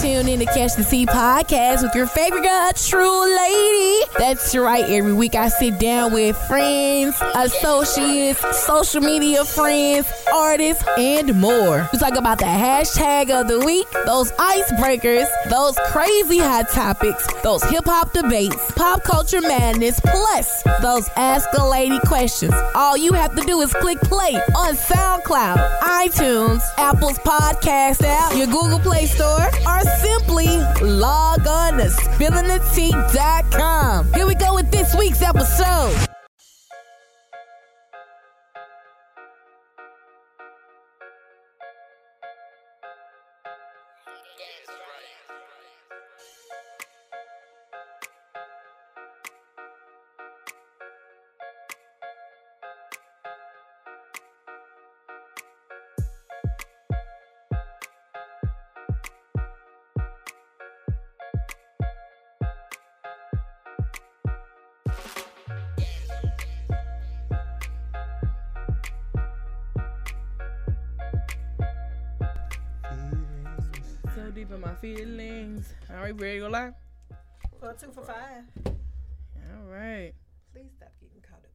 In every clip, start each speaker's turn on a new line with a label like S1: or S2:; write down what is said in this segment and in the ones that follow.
S1: Tune in to Catch the Tea podcast with your favorite girl, True Lady. That's right. Every week I sit down with friends, associates, social media friends, artists, and more. We talk about the hashtag of the week, those icebreakers, those crazy hot topics, those hip hop debates, pop culture madness, plus those ask a lady questions. All you have to do is click play on SoundCloud, iTunes, Apple's podcast app, your Google Play Store, or simply log on to spillingthetea.com. Here we go with this week's episode.
S2: So deep in my feelings. All right, ready to go live?
S3: Well, two for five.
S2: All right.
S3: Please stop getting caught up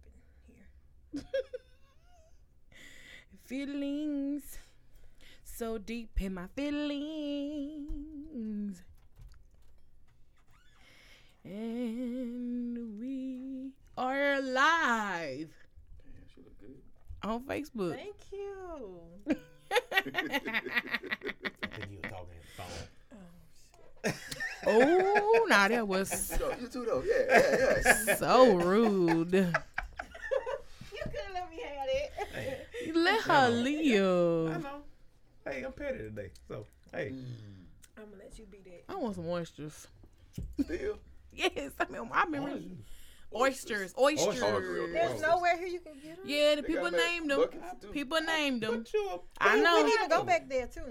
S3: in here.
S2: Feelings. So deep in my feelings. And we are live on Facebook.
S3: Thank you.
S4: Then you were talking to the phone.
S2: oh, now that was
S5: Yo, you too though. Yeah, yeah, yeah.
S2: so rude.
S3: you couldn't let me have it.
S2: Let her live.
S4: know. Hey, I'm petty today. So, hey.
S3: I'm gonna let you be that.
S2: I want some oysters.
S5: Still.
S2: Yes, I mean I've been really oysters,
S4: Oh,
S2: oysters.
S5: Oysters.
S3: There's nowhere here you can get them.
S2: Yeah, the
S5: They
S2: people
S5: gotta make
S2: named them.
S5: buckets, too.
S2: People named them.
S4: Sure.
S2: I
S3: We
S2: know.
S3: need to go back there too.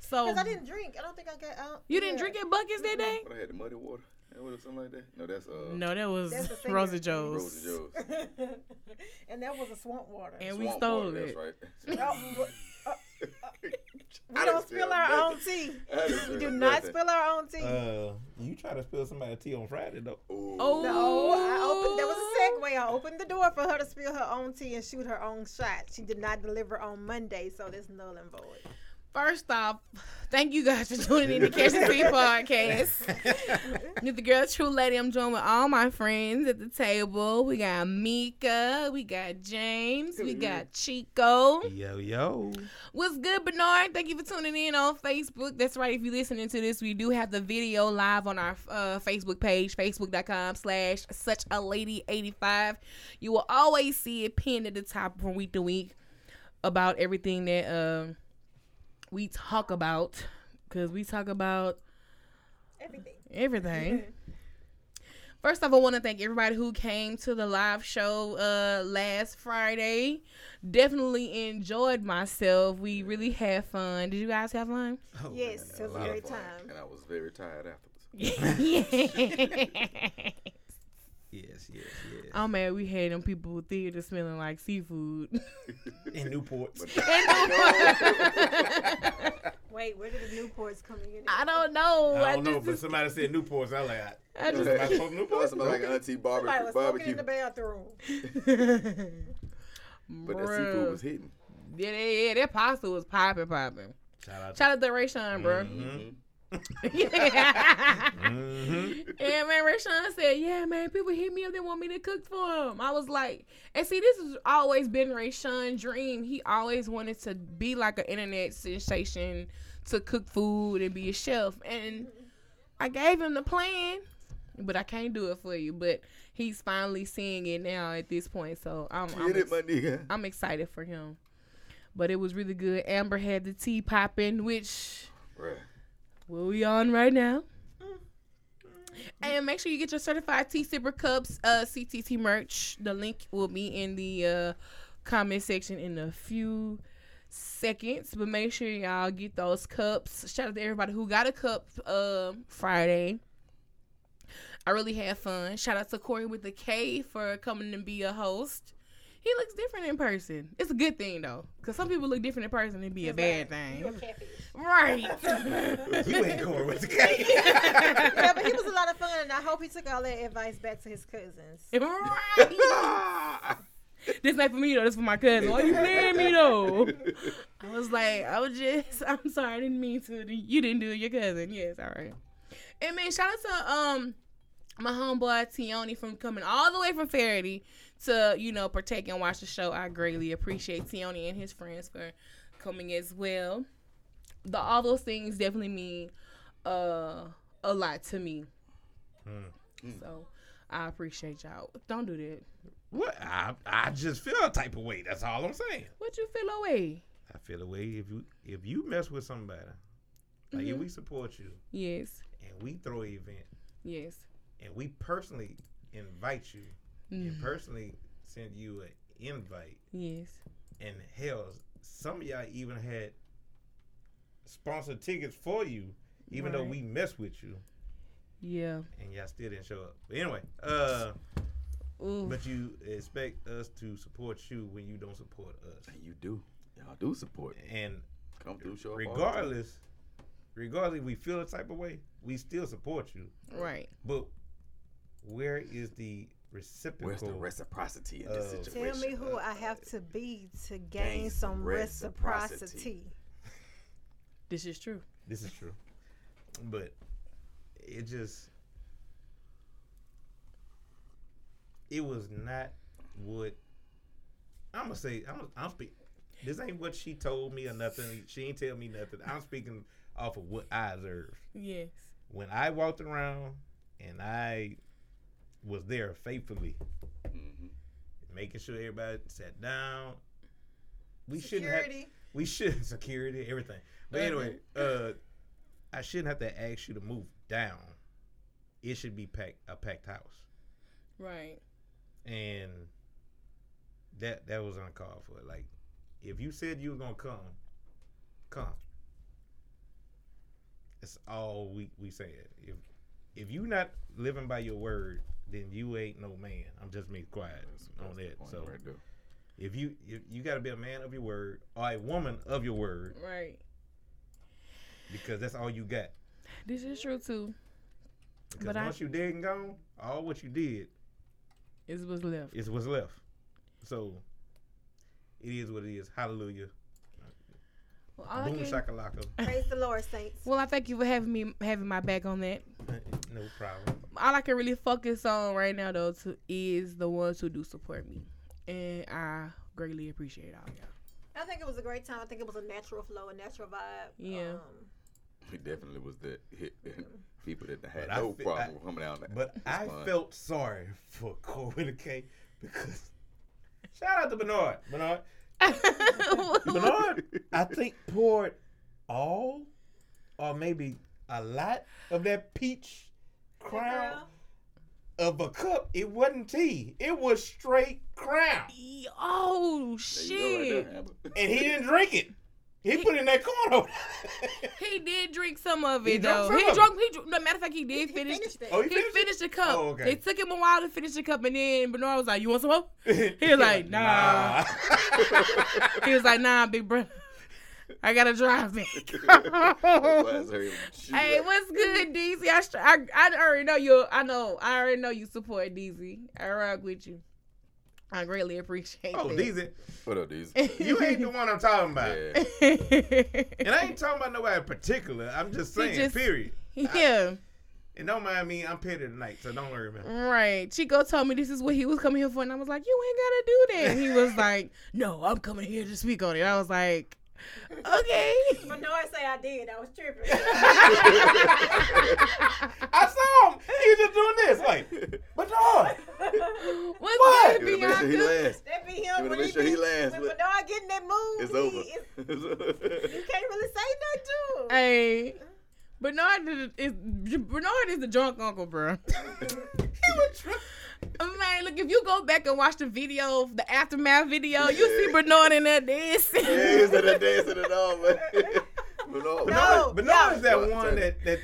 S2: So
S3: Cause I didn't drink. I don't think I got out.
S2: you didn't drink at buckets that day?
S5: What I had the muddy water. That was something like that. No, that's uh.
S2: No, that was
S3: That's the thing.
S2: Rosa Joe's.
S5: Rosie Joe's.
S3: it. and that was a swamp water.
S2: And we
S5: Swamp
S2: stole
S5: water,
S2: it.
S5: That's right.
S3: Oh, w- we
S5: I
S3: don't
S5: didn't
S3: spill
S5: spill
S3: our own
S5: nothing.
S3: tea.
S5: I didn't
S3: We
S5: spill
S3: do not
S5: nothing.
S3: spill our own tea.
S4: Uh, you try to spill somebody's tea on Friday, though.
S5: Ooh.
S2: Oh,
S3: no, I opened. That was a segue. I opened the door for her to spill her own tea and shoot her own shot. She did not deliver on Monday, so that's null and void.
S2: First off, thank you guys for tuning in to Catch the Tea podcast. With the girl True Lady, I'm joined with all my friends at the table. We got Mika, we got James, we got Chico.
S4: Yo, yo.
S2: What's good, Bernard? Thank you for tuning in on Facebook. That's right. If you're listening to this, we do have the video live on our uh, Facebook page, facebook.com slash such a lady 85. You will always see it pinned at the top from week to week about everything that um, we talk about because we talk about
S3: Everything.
S2: everything. First off, I want to thank everybody who came to the live show uh, last Friday. Definitely enjoyed myself. We really had fun. Did you guys have fun?
S6: Oh,
S3: Yes, it was a
S5: lot of
S3: great
S5: fun,
S3: time.
S5: And I was very tired afterwards.
S2: yeah.
S4: Yes, yes, yes.
S2: I'm mad we had them people with theater smelling like seafood.
S4: In Newport.
S3: Wait, where did the Newports come in?
S2: I don't know.
S4: I don't know,
S2: just-
S4: but somebody said Newport. So I like,
S2: I
S4: I
S2: just-
S4: am I supposed to
S5: That was
S4: Newport?
S5: something like Auntie
S3: Somebody
S5: Barbecue.
S3: was smoking in
S5: barbecue.
S3: the bathroom.
S5: But that
S2: Bruh.
S5: seafood was hidden.
S2: Yeah, yeah, yeah. That pasta was popping, popping.
S4: Shout out
S2: Shout out to Rayshawn, bro.
S5: Mm-hmm.
S3: Mm-hmm.
S5: Mm-hmm.
S2: Yeah, man, Rayshawn said, "Yeah, man, people hit me up. They want me to cook for them." I was like, and see, this has always been Rayshawn's dream. He always wanted to be like an internet sensation, to cook food and be a chef. And I gave him the plan, but I can't do it for you. But he's finally seeing it now at this point. So I'm, I'm
S5: Get
S2: ex-
S5: it, my nigga.
S2: I'm excited for him. But it was really good. Amber had the tea popping, which
S5: Bruh.
S2: well, we on right now. Mm. And make sure you get your certified tea sipper cups, uh, CTT merch. The link will be in the uh, comment section in a few seconds. But make sure y'all get those cups. Shout out to everybody who got a cup um Friday. I really had fun. Shout out to Corey with the K for coming and be a host. He looks different in person. It's a good thing though, because some people look different in person. It'd be a bad thing, right?
S6: You ain't going with the cake.
S3: yeah, but he was a lot of fun, and I hope he took all that advice back to his cousins.
S2: right. This ain't for me though. This for my cousin. Why you playing me though? I was like, I was just. I'm sorry, I didn't mean to. You didn't do it. Your cousin. Yes, all right. And man, shout out to um my homeboy Tioni from coming all the way from Faraday to you know partake and watch the show. I greatly appreciate Tioni and his friends for coming as well. The all those things definitely mean uh a lot to me. So I appreciate y'all. Don't do that.
S6: What? I, I just feel a type of way. That's all I'm saying.
S2: What you feel away?
S6: I feel a way if you if you mess with somebody, like if we support you
S2: Yes,
S6: and we throw an event
S2: yes.
S6: and we personally invite you and personally send you an invite,
S2: Yes.
S6: and hell, some of y'all even had sponsored tickets for you, even though
S2: Right.
S6: we mess with you
S2: Yeah.
S6: and y'all still didn't show up. But anyway, uh,
S2: Ooh.
S6: but you expect us to support you when you don't support us,
S5: You do. Y'all do support.
S6: and
S5: Come through, show up. all the time.
S6: regardless, regardless, we feel a type of way, we still support you.
S2: right.
S6: But where is the reciprocal?
S5: Where's the reciprocity in this
S6: Uh,
S5: situation?
S3: Tell me who
S5: Uh,
S3: I have to be to gain
S5: gain
S3: some
S5: some reciprocity.
S3: reciprocity.
S2: This is true.
S6: This is true, but it just it was not what I'm gonna say. I'm I'm speak. This ain't what she told me or nothing. She ain't tell me nothing. I'm speaking off of what I observed
S2: Yes.
S6: when I walked around and I was there faithfully,
S5: mhm.
S6: making sure everybody sat down. We shouldn't have.
S3: Security.
S6: We should security, everything. But
S5: Uh-huh.
S6: anyway, uh I shouldn't have to ask you to move down. It should be packed a packed house.
S2: Right.
S6: And that that was uncalled for. Like if you said you were gonna come, come. That's all we, we said. If if you not living by your word, then you ain't no man. I'm just being quiet
S5: That's-
S6: on
S5: that's the
S6: that.
S5: point
S6: So
S5: right there.
S6: if you if you gotta be a man of your word or a woman of your word,
S2: Right.
S6: because that's all you got.
S2: This is true too.
S6: Because
S2: But I-
S6: once you dead and gone, all what you did
S2: Is what's left.
S6: is what's left. So it is what it is. Hallelujah.
S2: Well, all I
S6: Boom
S2: can-
S6: shakalaka. Uh,
S3: Praise the Lord, saints.
S2: well, I thank you for having me having my back on that.
S6: no problem.
S2: all I can really focus on right now though to, is the ones who do support me, and I greatly appreciate all y'all.
S3: I think it was a great time. I think it was a natural flow, a natural vibe.
S2: Yeah.
S3: Um,
S5: It definitely was the hit. People that had
S6: But I
S5: no
S6: fe-
S5: problem
S6: I-
S5: coming out.
S6: But I
S5: fine.
S6: felt sorry for Corwin K because shout out to Bernard. Bernard.
S2: Oh,
S6: Bernard, I think poured all or maybe a lot of that peach crown
S3: girl,
S6: of a cup. It wasn't tea. It was straight crown.
S2: oh
S5: There you
S2: shit!
S5: go right there, Amber.
S6: and he didn't drink it. He put it in that corner.
S2: He did drink some of it
S6: He drunk
S2: though.
S6: some
S2: he
S6: of it.
S2: drunk. He dr- no matter of fact, he did
S3: he
S2: finish.
S3: finished it.
S6: oh, he
S2: He
S6: finished,
S2: finished the cup.
S6: Oh, okay.
S2: It took him a while to finish the cup, and then Bernard was like, "You want some more?"
S6: it.
S2: He was like, nah. He was like, "Nah, big brother, I gotta drive back."
S5: That's why I was hearing him shoot
S2: Hey,
S5: up.
S2: what's good, DZ? I, str- I, I already know you. I know. I already know you support DZ. I rock with you. I greatly appreciate
S6: Oh,
S2: that.
S6: these,
S5: What up, these?
S6: you ain't the one I'm talking about.
S5: Yeah.
S6: And I ain't talking about nobody in particular. I'm just
S2: He
S6: saying,
S2: just-
S6: period.
S2: yeah,
S6: And don't mind me, I'm petty tonight, so don't worry about it.
S2: right. Chico told me this is what he was coming here for, and I was like, "You ain't gotta do that." And he was like, "No, I'm coming here to speak on it." I was like, "Okay."
S3: Bernard say I did. I was tripping.
S6: I saw him. He was just doing this, like, but no.
S2: What's
S6: What?
S2: good,
S5: You gotta make sure he
S2: Bianca?
S5: lasts.
S3: that be
S5: You
S3: him
S5: wanna
S3: when
S5: make
S3: he,
S5: sure he
S3: be-
S5: laughs,
S3: When
S5: but
S3: Bernard get in that mood,
S5: It's
S3: he,
S5: over.
S3: it's- you can't really say nothing to him.
S2: Hey, Bernard is, is Bernard is the drunk uncle, bro. Man, look, if you go back and watch the video, the aftermath video, you see Bernard in there dancing.
S5: Yeah, he's not dancing at all, man. But
S3: No.
S5: no.
S6: But no,
S2: Oh,
S3: no.
S6: is that
S5: No,
S6: one
S5: turn
S6: that
S5: it.
S6: that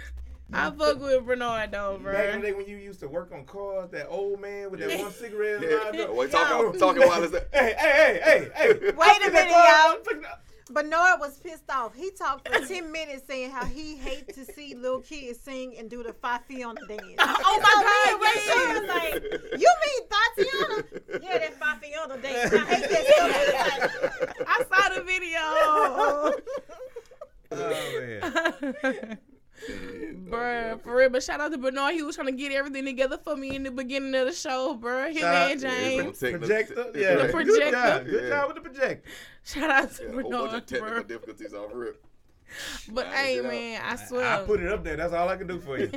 S2: I fuck with Bernard though, bro.
S4: Back in the day when you used to work on cars, that old man with that one cigarette. in his mouth,
S5: Yeah.
S4: though.
S5: Wait, talking, talking while it's
S4: Hey, hey, hey, hey, hey.
S3: Wait a minute, y'all.
S4: y'all.
S3: Bernard was pissed off. He talked for 10 minutes saying how he hates to see little kids sing and do the Fafiona dance.
S2: Oh my
S3: Sean was like, you mean Tatiana? Yeah, that Fafiona dance. I hate that stuff. It's like,
S2: God, yes. I saw the
S4: Oh,
S2: video.
S4: man.
S2: Bruh, for real. But shout out to Bernard. He was trying to get everything together for me in the beginning of the show, bruh. Him
S4: Shout
S2: and
S4: out to
S2: James.
S4: Projector? Yeah.
S2: The
S4: Good
S2: projector.
S4: job. Good job with the projector.
S2: Shout out to
S5: Yeah, oh, a whole bunch
S2: Bernard,
S5: of technical
S2: bruh.
S5: difficulties off rip.
S2: But
S5: Shut
S2: hey,
S5: it up.
S2: man, I swear.
S4: I put it up there. That's all I can do for you.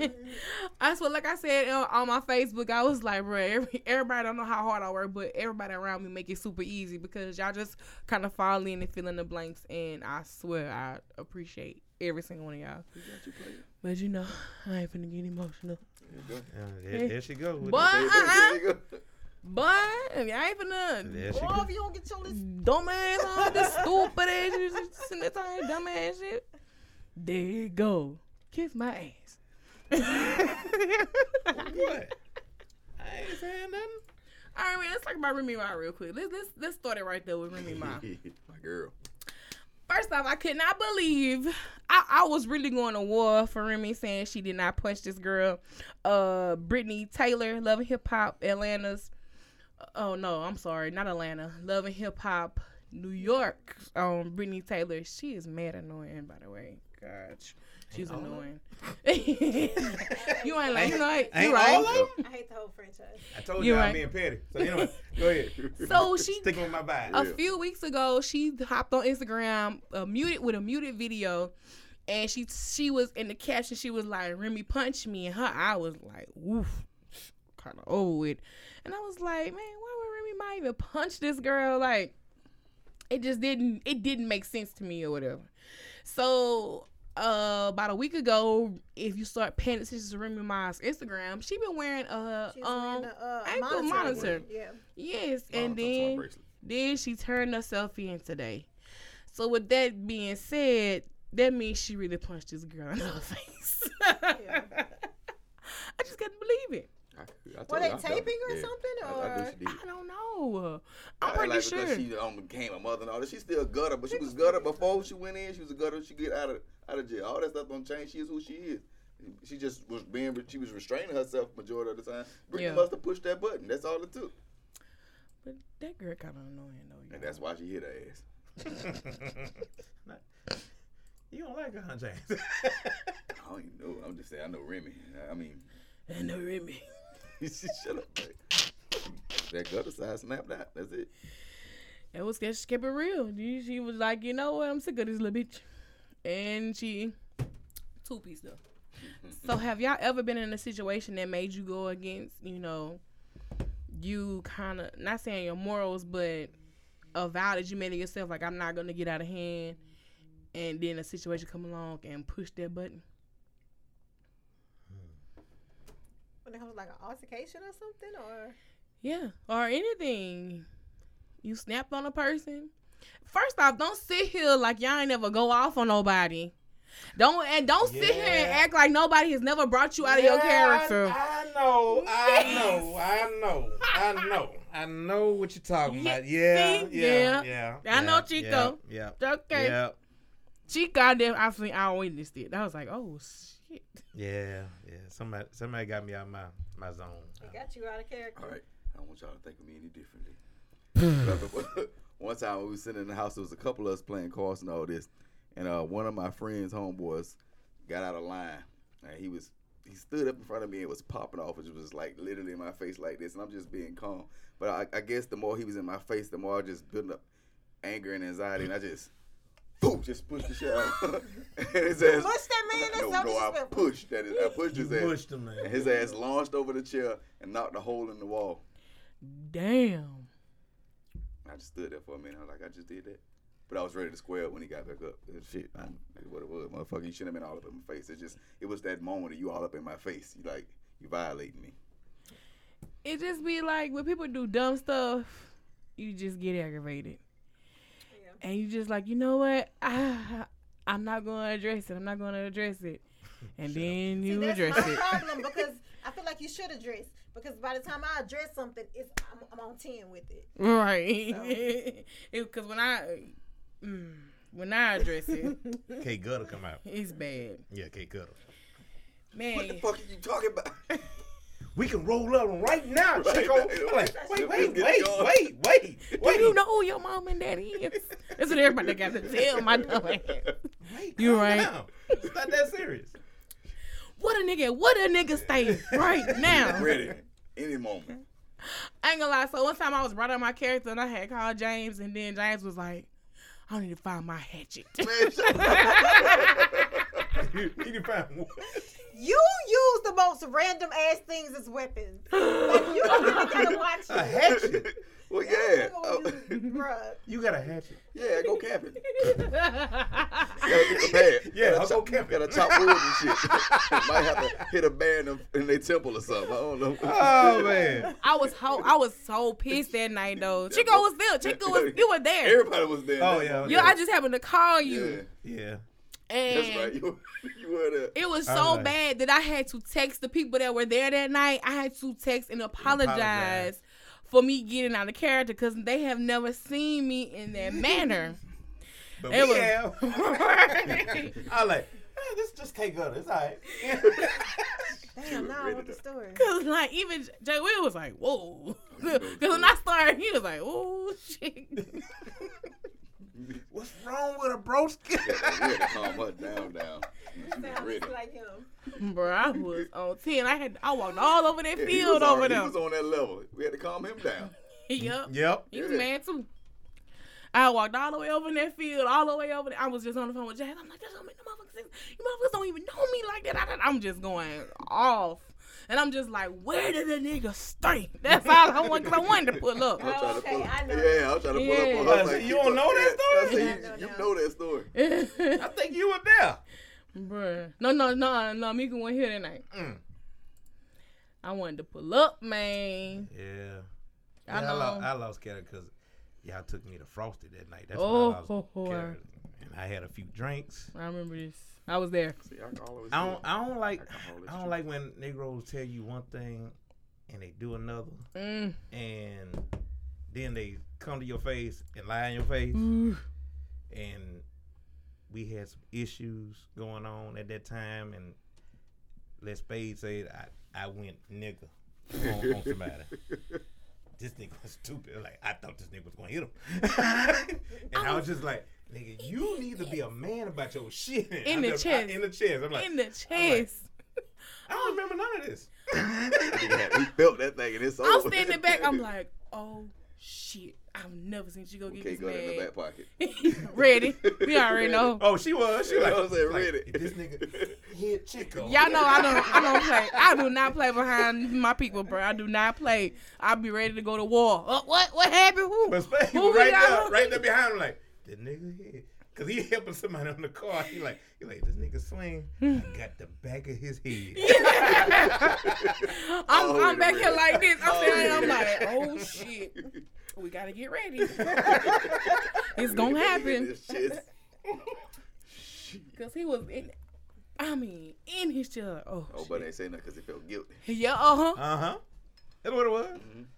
S2: I swear, like I said on, on my Facebook, I was like, bro, every, everybody don't know how hard I work, but everybody around me make it super easy because y'all just kind of fall in and fill in the blanks. And I swear, I appreciate every single one of y'all. But you know, I ain't finna get emotional.
S4: Uh, there, there she goes. with
S2: But
S4: it.
S2: uh-uh, but I ain't finna.
S4: There she
S3: Boy,
S4: goes.
S3: if you don't get your list,
S2: Dumbass, all this stupid ass shit, just sitting there talking dumbass shit. There you go. Kiss my ass.
S4: What? I ain't saying nothing.
S2: All right, man. Let's talk about Remy Ma real quick. Let's let's let's start it right there with Remy Ma.
S5: My girl.
S2: First off, I could not believe I, I was really going to war for Remy saying she did not punch this girl, uh, Brittany Taylor, Love and Hip Hop, Atlanta's. Oh no, I'm sorry, not Atlanta, Love and Hip Hop, New York. Um, Brittany Taylor, she is mad annoying, by the way. Gosh, she's annoying. you ain't like you know what? you
S4: Ain't
S2: right.
S4: all of them?
S3: I hate the whole franchise.
S4: I told you
S2: You
S4: all
S2: right.
S4: I'm being petty. So anyway, go ahead.
S2: So she
S4: Stick with my vibe.
S2: a
S5: Yeah.
S2: few weeks ago she hopped on instagram uh, muted with a muted video and she she was in the caption she was like remy punched me and her eye was like woof kind of over with and i was like man why would remy might even punch this girl like it just didn't it didn't make sense to me or whatever so uh, about a week ago, if you start paying attention to Remy Ma's Instagram, she been wearing a
S3: She's
S2: um
S3: wearing a, uh, a
S2: ankle monitor.
S3: Yeah.
S2: yes,
S5: Oh,
S2: and
S5: that's my
S2: then
S5: bracelet.
S2: then she turned herself in today. So with that being said, that means she really punched this girl in her face. I just couldn't believe it.
S5: I- I told
S3: Were
S5: you,
S3: they
S5: I felt
S3: taping
S5: it.
S3: or
S5: Yeah.
S3: something?
S5: I-
S3: Or
S5: I knew she did.
S2: I don't know. I'm
S5: I
S2: pretty
S5: like
S2: sure.
S5: because she um, became a mother and all that. She's still a gutter, but she was gutter before she went in. She was a gutter. She get out of out of jail. All that stuff don't change. She is who she is. She just was being she was restraining herself majority of the time. Brittany
S2: Yeah.
S5: must have pushed that button. That's all it took,
S2: but that girl kind of annoying though.
S5: and
S2: y'all.
S5: that's why she hit her ass.
S4: Not- you don't like her, huh, James?
S5: I don't even know. I'm just saying. I know Remy. I mean,
S2: And the Remy.
S5: shut up. like, that gutter side snapped out. That's it.
S2: That was she kept it real. She she was like, you know what? I'm sick of this little bitch, and she two piece though. so have y'all ever been in a situation that made you go against, you know, you kind of not saying your morals, but a vow that you made to yourself, like I'm not gonna get out of hand, and then a situation come along and push that button.
S3: When it was like an altercation or something? Or
S2: Yeah, or anything. You snapped on a person. First off, don't sit here like y'all ain't never go off on nobody. Don't and don't sit here and
S4: Yeah.
S2: act like nobody has never brought you out of your character.
S4: I, I know, I know, I know, I know, I know what you're talking
S2: Yeah,
S4: about. Yeah,
S2: see? Yeah.
S4: yeah, yeah,
S2: I know
S4: yeah,
S2: Chico.
S4: Yeah, yeah,
S2: okay,
S4: yeah,
S2: she goddamn. I think I witnessed it. I was like, oh shit.
S4: yeah, yeah. Somebody, somebody got me out my my zone.
S3: it got you out of character.
S5: All right. I don't want y'all to think of me any differently. Remember, one time we was sitting in the house, there was a couple of us playing cards and all this, and uh, one of my friends' homeboys got out of line, and he was he stood up in front of me and was popping off, which was just, like literally in my face like this, and I'm just being calm. But I, I guess the more he was in my face, the more I just built up anger and anxiety, and I just. Boom, just pushed the shit out. and his ass,
S3: pushed that man? That's
S5: no,
S3: so
S5: no, I
S3: disrespectful.
S5: pushed that. I pushed his ass.
S4: pushed him, man.
S5: And his ass launched over the chair and knocked a hole in the wall.
S2: Damn.
S5: I just stood there for a minute. I was like, I just did that. But I was ready to square up when he got back up. And shit, I knew what it was. Motherfucker, you shouldn't have been all up in my face. It's just, it was that moment of you all up in my face. You like, you violating me.
S2: It just be like when people do dumb stuff, you just get aggravated,
S3: Yeah.
S2: Ah, and you just like, you know what? I, I'm not going to address it. I'm not going to address it. and then you
S3: See,
S2: address
S3: that's
S2: it.
S3: my problem because I feel like you should address because by the time I address something, it's I'm, I'm on ten with it.
S2: Right. Because when I mm, when I address it,
S6: K Gutter come out.
S2: it's bad.
S6: Yeah, K Gutter.
S5: What the
S2: Man,
S5: fuck are you talking about?
S6: We can roll up right now,
S5: Right
S6: Chico.
S5: now.
S6: I'm like, wait, wait,
S5: Get
S6: wait,
S5: going.
S6: wait, wait,
S2: do
S6: wait.
S2: you know who your mom and daddy is? That's what everybody got to tell my dumb ass.
S6: Wait,
S2: You
S6: calm
S2: right.
S6: down. It's not that serious.
S2: What a nigga, what a nigga stay right now.
S5: Ready. Any moment.
S2: I ain't gonna lie. So one time I was brought up my character and I had called James, and then James was like, I need to find my hatchet.
S5: Man, shut up.
S6: You you can find one.
S3: You use the most random ass things as weapons. Like you really gotta watch
S6: A
S3: it.
S6: hatchet.
S5: Well,
S3: Gonna
S5: yeah. Oh,
S3: use- bruh.
S6: You got a hatchet.
S5: yeah, go camping.
S2: That's
S5: Gotta get the bear.
S6: Yeah,
S5: gotta
S6: I'll go
S5: chop,
S6: camping.
S5: Gotta chop wood and shit. Might have to hit a bear in, the- in their temple or something. I don't know.
S6: Oh man.
S2: I was ho- I was so pissed that night though. Chico was there. Chico was you were there.
S5: Everybody was there.
S6: Oh yeah.
S2: Yeah, I just happened to call
S5: Yeah,
S2: you,
S6: Yeah.
S2: and
S5: that's right. You, you were there.
S2: it was
S6: I
S2: so
S6: was like-
S2: bad that I had to text the people that were there that night. I had to text and apologize.
S6: Apologize.
S2: For me getting out of character because they have never seen me in that manner.
S6: But
S2: It
S6: we
S2: was-
S6: have.
S2: Right.
S6: I like. eh, this just K Gutter. It's all right.
S3: Damn, now I
S5: Ready
S3: want the
S5: to-
S3: story.
S2: Cause like even Jay Will was like, whoa. Cause when I started, he was like, oh shit.
S6: What's wrong with a broski?
S5: Yeah, we had to calm her down now. She was
S3: Sounds
S5: ready.
S3: just like him.
S2: Bro, I was on ten. I had I walked all over that
S5: Yeah, he
S2: field
S5: was
S2: over
S5: already-
S2: there.
S5: He was on that level. We had to calm him down.
S2: Yep.
S6: yep.
S2: He was
S5: Yeah.
S2: mad too. I walked all the way over in that field, all the way over there. I was just on the phone with Jazz. I'm like, that's what I mean. The motherfuckers, you motherfuckers don't even know me like that. I, I- I'm just going off. And I'm just like, where did the nigga stay? That's all I want, because I wanted to pull up.
S5: I'm trying to
S3: Oh, okay,
S5: pull
S3: I know.
S5: Yeah, I'm trying to pull up on
S2: Yeah.
S5: her.
S6: I
S5: like,
S6: said, you
S5: keep
S6: don't
S5: up-
S6: know that
S5: yeah,
S6: story?
S5: I said,
S3: I know
S5: you,
S3: now.
S5: you know that story.
S6: I think you were there.
S2: Bruh. No, no, no, no. Mika wasn't here tonight.
S6: Mm.
S2: I wanted to pull up, man.
S6: Yeah.
S2: I
S6: Yeah, I, lo-
S2: know.
S6: I lost character because y'all took me to Frosty that night. That's
S2: Oh,
S6: when I lost
S2: ho, ho.
S6: character. And I had a few drinks.
S2: I remember this. I was there.
S5: See, I can always
S6: I don't. I don't like.
S5: Alcohol is
S6: I don't
S5: true.
S6: like when Negroes tell you one thing, and they do another,
S2: Mm.
S6: and then they come to your face and lie in your face. And we had some issues going on at that time, and let Spade say it, I I went nigga on, on somebody. This nigga was stupid. Like I thought this nigga was gonna hit him,
S2: Oh.
S6: and I was just like, "Nigga, you need to be a man about your shit."
S2: In
S6: I'm
S2: the
S6: just- I-
S2: chest.
S6: in the chest. I'm like,
S2: In the chest.
S6: I don't remember none of this.
S5: Yeah, he felt that thing and it's over.
S2: I'm standing back. I'm like, oh shit. I've never seen you go get
S5: okay, go in the
S2: this
S5: back pocket.
S2: bag. Ready? We already know.
S6: Oh, she was. She
S5: You
S6: was
S5: know
S6: like,
S5: what I'm saying?
S6: like,
S5: Read
S6: if
S5: it.
S6: This nigga hit Chico.
S2: Y'all know I don't. I don't play. I do not play behind my people, bro. I do not play. I'll be ready to go to war. Uh, what? What happened? Who?
S6: But Spade
S2: Who
S6: was
S2: we
S6: right
S2: got
S6: there,
S2: on?
S6: right there behind him, like the nigga hit. Cause he helping somebody on the car. He like, he like this nigga swing. I got the back of his head.
S2: I'm,
S5: Oh,
S2: I'm
S5: wait a
S2: back here
S5: minute.
S2: like this. I'm
S5: Oh,
S2: standing. I'm like,
S5: wait
S2: oh shit. We gotta get ready. it's gonna happen.
S5: This shit.
S2: Cause he was in. I mean, in his chair. Oh,
S5: Oh, but they say nothing because he felt guilty.
S2: shit. yeah. Uh huh.
S6: Uh huh. That's what it was.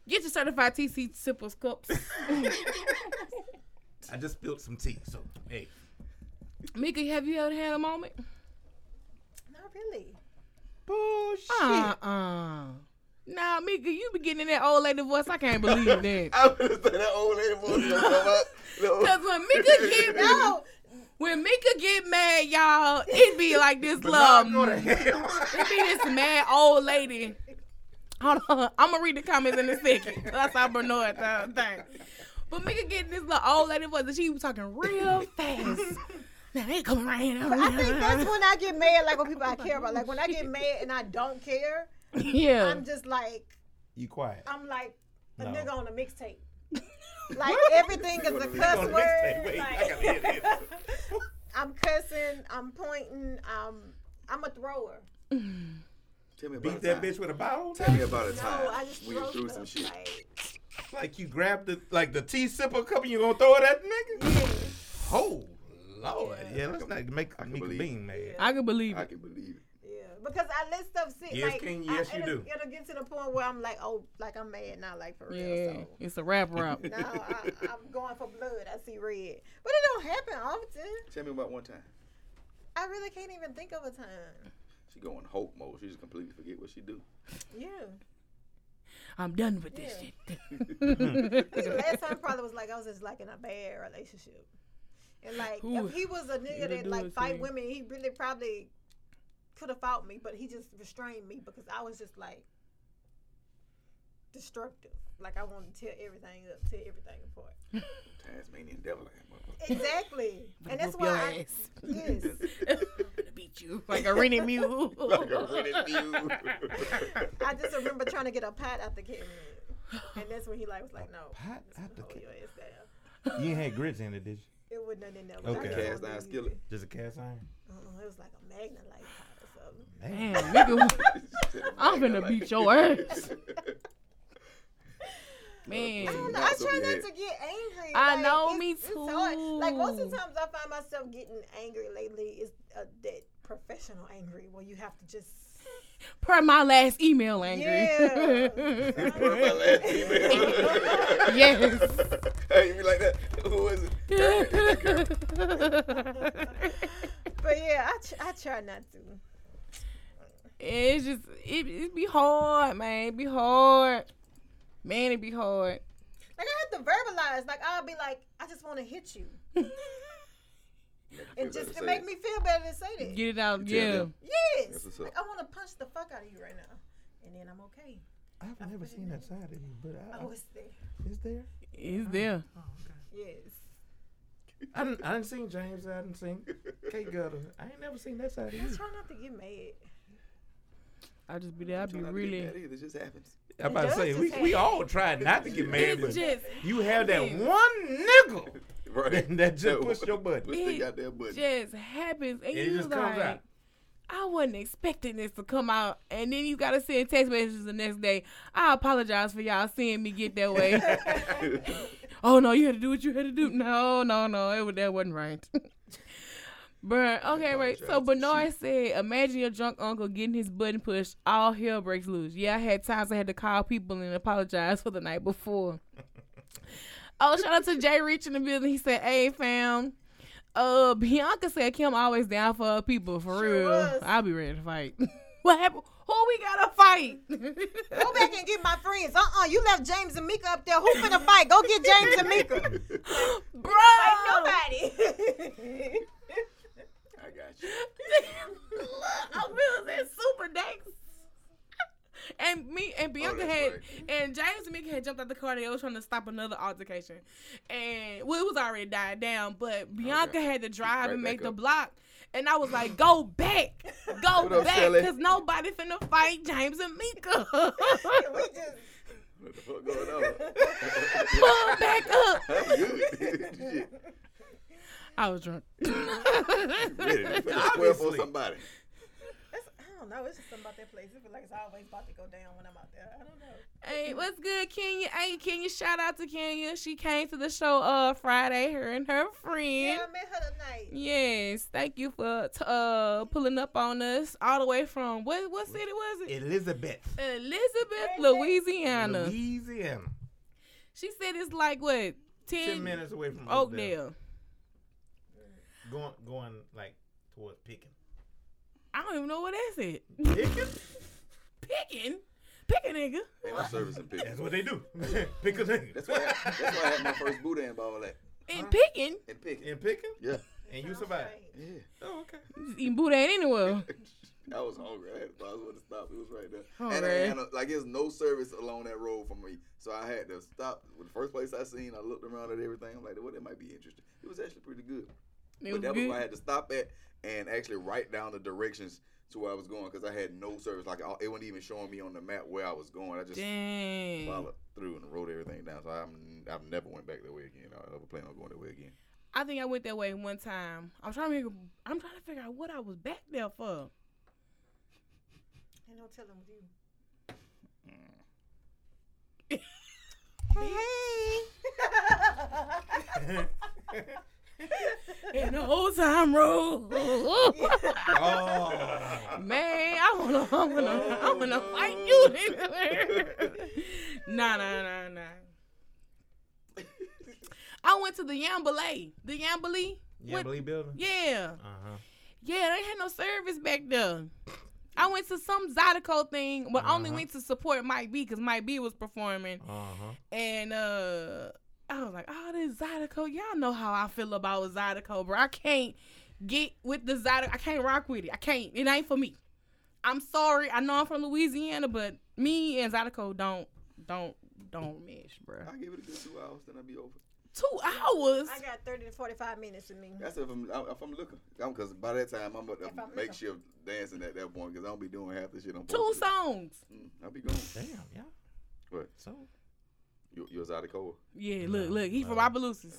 S2: Get your certified TC sippers cups.
S6: I just spilled some tea. So hey,
S2: Mika, have you ever had a moment?
S3: Not really.
S6: bullshit.
S2: Uh uh Nah, Mika, you be getting in that old lady voice. I can't believe that.
S5: I was gonna say that old lady voice gonna come up. No.
S2: Cause when Mika get
S3: No,
S2: when Mika get mad, y'all, it be like this
S6: But now I
S2: love.
S6: go to
S2: It
S6: hell.
S2: be this mad old lady. Hold on, I'm gonna read the comments in a second. That's how Bernard th- thing. But Mika getting this little old lady voice, and she was talking real fast. Now they coming right here.
S3: I think that's when I get mad, like when people I care about. Like when I get mad and I don't care,
S2: yeah.
S3: I'm just like,
S6: you quiet.
S3: I'm like a
S6: No.
S3: nigga on a mixtape. like everything is a cuss
S6: On the
S3: word.
S6: mixtape. Wait, I gotta hear
S3: like-
S6: this.
S3: I'm cussing. I'm pointing. Um, I'm a thrower.
S5: Tell me about
S6: Beat
S5: a
S6: that
S5: time.
S6: bitch with a bottle.
S5: Tell me about a
S3: No,
S5: time
S3: I just
S5: when
S3: throw
S5: you threw some
S3: stuff,
S5: shit.
S3: Like,
S6: Like you grab the like the tea sipper cup and you gonna throw it at the nigga.
S3: yeah.
S6: Oh lord, yeah, let's
S5: I
S6: not make
S5: can
S6: me
S5: believe-
S6: bean mad.
S2: I can believe
S5: I
S2: it.
S5: can believe it.
S3: because I let stuff sit.
S4: Yes,
S3: like,
S4: King,
S3: I-
S4: yes, you
S3: it'll,
S4: do.
S3: It'll get to the point where I'm like, oh, like I'm mad now, like for real.
S2: Yeah,
S3: So.
S2: it's a wrap wrap.
S3: No, I, I'm going for blood. I see red, but it don't happen often.
S5: Tell me about one time.
S3: I really can't even think of a time.
S5: She go in hope mode. She just completely forget what she do.
S3: Yeah,
S2: I'm done with this
S3: Yeah.
S2: shit.
S3: I think the last time probably was like I was just like in a bad relationship, and like
S2: Ooh,
S3: if he was a
S2: it'll
S3: nigga that
S2: do
S3: like
S2: it to
S3: fight
S2: you.
S3: women, he really probably could have fought me, but he just restrained me because I was just like destructive. Like I wanted to tear everything up, tear everything apart.
S5: Tasmanian devil. ass motherfucker.
S3: Exactly, and that's
S2: Whoop your
S3: why. I,
S2: ass.
S3: yes.
S2: I'm gonna beat you like a rented mule.
S5: Like a rented mule.
S3: I just remember trying to get a pot out the kitten. And that's when he like was like, no,
S4: Pot out the
S3: hold
S4: ca-
S3: your ass down.
S4: You ain't had grits in it, did you?
S3: It wasn't nothing in there.
S4: Okay.
S5: Cast iron skillet.
S4: Just a cast iron?
S3: Uh-uh, it was like a magna light pot or
S4: Man.
S3: something.
S2: Damn, nigga, I'm gonna beat your ass.
S3: I
S2: Man,
S3: don't know. I
S5: That's
S3: try
S5: what we
S3: not
S5: had.
S3: to get angry.
S2: I
S3: like,
S2: know,
S3: it's-
S2: me
S3: it's hard. Like most
S2: too.
S3: of the times, I find myself getting angry lately. Is uh, that professional angry where you have to just.
S2: per my last email, angry.
S3: Yeah.
S5: One of my last emails.
S2: yes.
S5: hey, you be like that. Who is it?
S3: But yeah, I, tr- I try not to.
S2: it's just it, it be hard, man. It be hard, man. It be hard.
S3: Like I have to verbalize. Like I'll be like, I just want to hit you, and just it make me feel better to say that.
S2: Get it out,
S5: You tell
S2: yeah.
S5: them. That's
S3: Yes.
S5: what's
S3: Like,
S5: up.
S3: I want to punch the fuck out of you right now. And then I'm okay.
S4: I've never seen that side of you, but I,
S3: Oh, it's there.
S4: I, is there?
S2: It's there.
S3: Yes.
S4: I didn't, I didn't seen James. I didn't seen Kate Gutter. I ain't never seen that side of
S3: I
S4: you.
S3: try not to get mad.
S2: I just be there. I be really.
S5: It just happens.
S4: I'm about to say we, we all try not to get mad,
S2: It's
S4: but
S2: just,
S4: you have that one nigga
S5: Right.
S4: that just pushed your button.
S5: Push the
S2: It
S5: goddamn button.
S2: just happens, and
S4: It
S2: you
S4: just
S2: like,
S4: comes out.
S2: I wasn't expecting this to come out, and then you gotta send text messages the next day. I apologize for y'all seeing me get that way. oh no, you had to do what you had to do. No, no, no, it was, that wasn't right. Bruh, okay, right. So
S5: apologize.
S2: Bernard said, imagine your drunk uncle getting his button pushed, all hell breaks loose. Yeah, I had times I had to call people and apologize for the night before. oh, shout out to Jay Rich in the building. He said, hey, fam. Uh, Bianca said Kim always down for her people for
S3: Sure
S2: real.
S3: was.
S2: I'll be ready to fight. what happened? Who we gotta fight?
S3: Go back and get my friends. Uh uh You left James and Mika up there. Who finna fight? Go get James and Mika.
S2: bro.
S3: Nobody.
S5: I got you.
S2: I'm feeling that super Dex. And me and Bianca
S5: Oh, that's
S2: had
S5: right.
S2: and James and Mika had jumped out the car. They was trying to stop another altercation, and well, it was already died down. But Bianca
S5: Okay.
S2: had to drive
S5: Right
S2: and make
S5: back
S2: the
S5: up.
S2: block, and I was like, "Go back, go
S5: What up,
S2: back,"
S5: Shelly?
S2: because nobody finna fight James and Mika.
S3: we just.
S5: What the fuck going on?
S2: Pull back up.
S5: I'm good. Shit.
S2: I was drunk.
S5: Ready to finna square for
S4: Obviously.
S5: somebody.
S3: That's, I don't know. It's just something about that place. It feel like it's always about to go down when I'm out there. I don't know.
S2: Hey, what's good, Kenya? Hey, Kenya, shout out to Kenya. She came to the show uh Friday, her and her friend.
S3: Yeah, I met her tonight.
S2: Yes, thank you for t- uh pulling up on us all the way from what what city was it?
S4: Elizabeth,
S2: Elizabeth,
S3: Where is it?
S2: Louisiana.
S4: Louisiana,
S2: She said it's like what 10,
S4: ten minutes away from Oakdale.
S2: Oakdale.
S4: Going, going like towards Pickin.
S2: I don't even know what that's it.
S4: Pickin?
S2: Picking, picking nigga.
S5: They my service and pick.
S4: That's what they do. Pick a nigga.
S5: That's why, I, that's why I had my first boot and all that.
S2: And picking,
S5: And pick.
S4: In Pickin,
S5: Yeah.
S4: and you survive.
S5: Yeah.
S4: Oh, okay.
S2: just eating booty ain't anywhere.
S5: I was hungry. I had to, I was going to stop. It was right there.
S2: Hungry.
S5: And, I, and I, like, there's no service along that road for me. So I had to stop. The first place I seen, I looked around at everything. I'm like, well, that might be interesting. It was actually pretty good.
S2: It
S5: but
S2: was
S5: that was where I
S2: good.
S5: had to stop at and actually write down the directions to where I was going because I had no service. Like, I- it wasn't even showing me on the map where I was going. I just
S2: Dang.
S5: followed through and wrote everything down. So I'm, I've never went back that way again. I never plan on going that way again.
S2: I think I went that way one time. I'm trying to figure, I'm trying to figure out what I was back there for.
S3: And don't tell them you.
S2: And the whole time roll.
S4: Oh,
S5: Oh.
S2: Man, I gonna, I'm gonna, I'm gonna fight you. nah, nah, nah, nah. I went to the Yambale, the Yambale.
S6: Yeah, believe building.
S2: Yeah,
S6: Uh huh.
S2: yeah. They had no service back there. I went to some Zydeco thing, but only
S6: Uh-huh.
S2: went to support Mike B because Mike B was performing.
S6: Uh huh.
S2: And uh I was like, oh, this Zydeco. Y'all know how I feel about Zydeco, bro. I can't get with the Zydeco. I can't rock with it. I can't. It ain't for me. I'm sorry. I know I'm from Louisiana, but me and Zydeco don't don't don't mesh, bro.
S5: I give it a good two hours, then I'll be over.
S2: Two hours.
S3: I got 30 to 45 minutes in me.
S5: That's if I'm if I'm looking, because by that time I'm up
S3: If I'm
S5: to makeshift dancing at that point because I don't be doing half the shit I'm.
S2: Two
S5: supposed to
S2: songs.
S5: do. Mm, I'll be gone.
S6: Damn. Yeah.
S5: What?
S6: So
S5: You, you was out of cold.
S2: Yeah, look, look. He from
S6: no.
S2: Opelousas.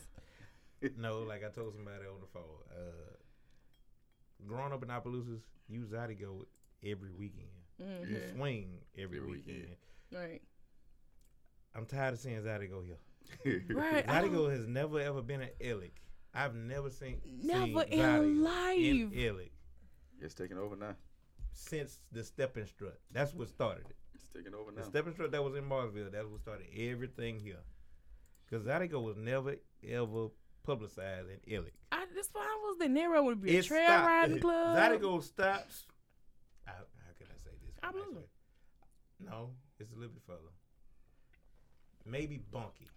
S6: no, like I told somebody on the phone. Uh, growing up in Opelousas, you Zydeco every weekend.
S2: Mm,
S6: You
S5: Yeah.
S6: swing every,
S5: Every
S6: weekend.
S5: weekend.
S2: right.
S6: I'm tired of seeing Zydeco here.
S2: Right. I don't-
S6: Zydeco has never ever been an Illick. I've never seen
S2: Never
S6: seen
S2: in
S6: Zydeco
S2: life.
S6: in Illick
S5: It's taking over now.
S6: since the stepping strut. That's what started it.
S5: It's taking over
S6: The
S5: now.
S6: stepping strut that was in Marsville. That's what started everything here. Because Zydeco was never ever publicized in Illick.
S2: I, that's why I was the Nero would be a
S6: It
S2: trail
S6: stopped-
S2: riding club.
S6: Zydeco stops. I, how can I say this?
S2: I believe
S6: nicely? No, it's a little bit further. Maybe Bunky.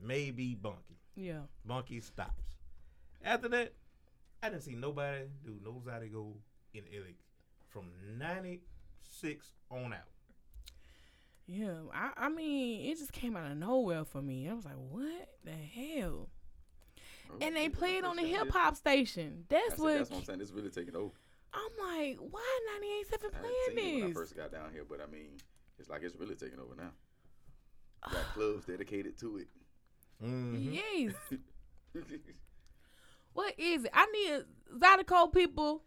S6: Maybe Bunky.
S2: Yeah.
S6: Bunky stops. After that, I didn't see nobody do no Zydeco in Illick from 96 on out.
S2: Yeah, I, I mean, it just came out of nowhere for me. I was like, what the hell?
S5: Oh,
S2: And they
S5: yeah,
S2: played
S5: that's
S2: on the
S5: what I'm saying.
S2: hip hop station. That's
S5: That's what,
S2: what
S5: that's what I'm saying. It's really taking over.
S2: I'm like, why 98.7
S5: I didn't see it when I
S2: playing this?
S5: first got down here, but I mean, it's like it's really taking over now. You got clubs dedicated to it. mm-hmm.
S6: Mhm.
S2: Yes. What is it? I need Zydeco people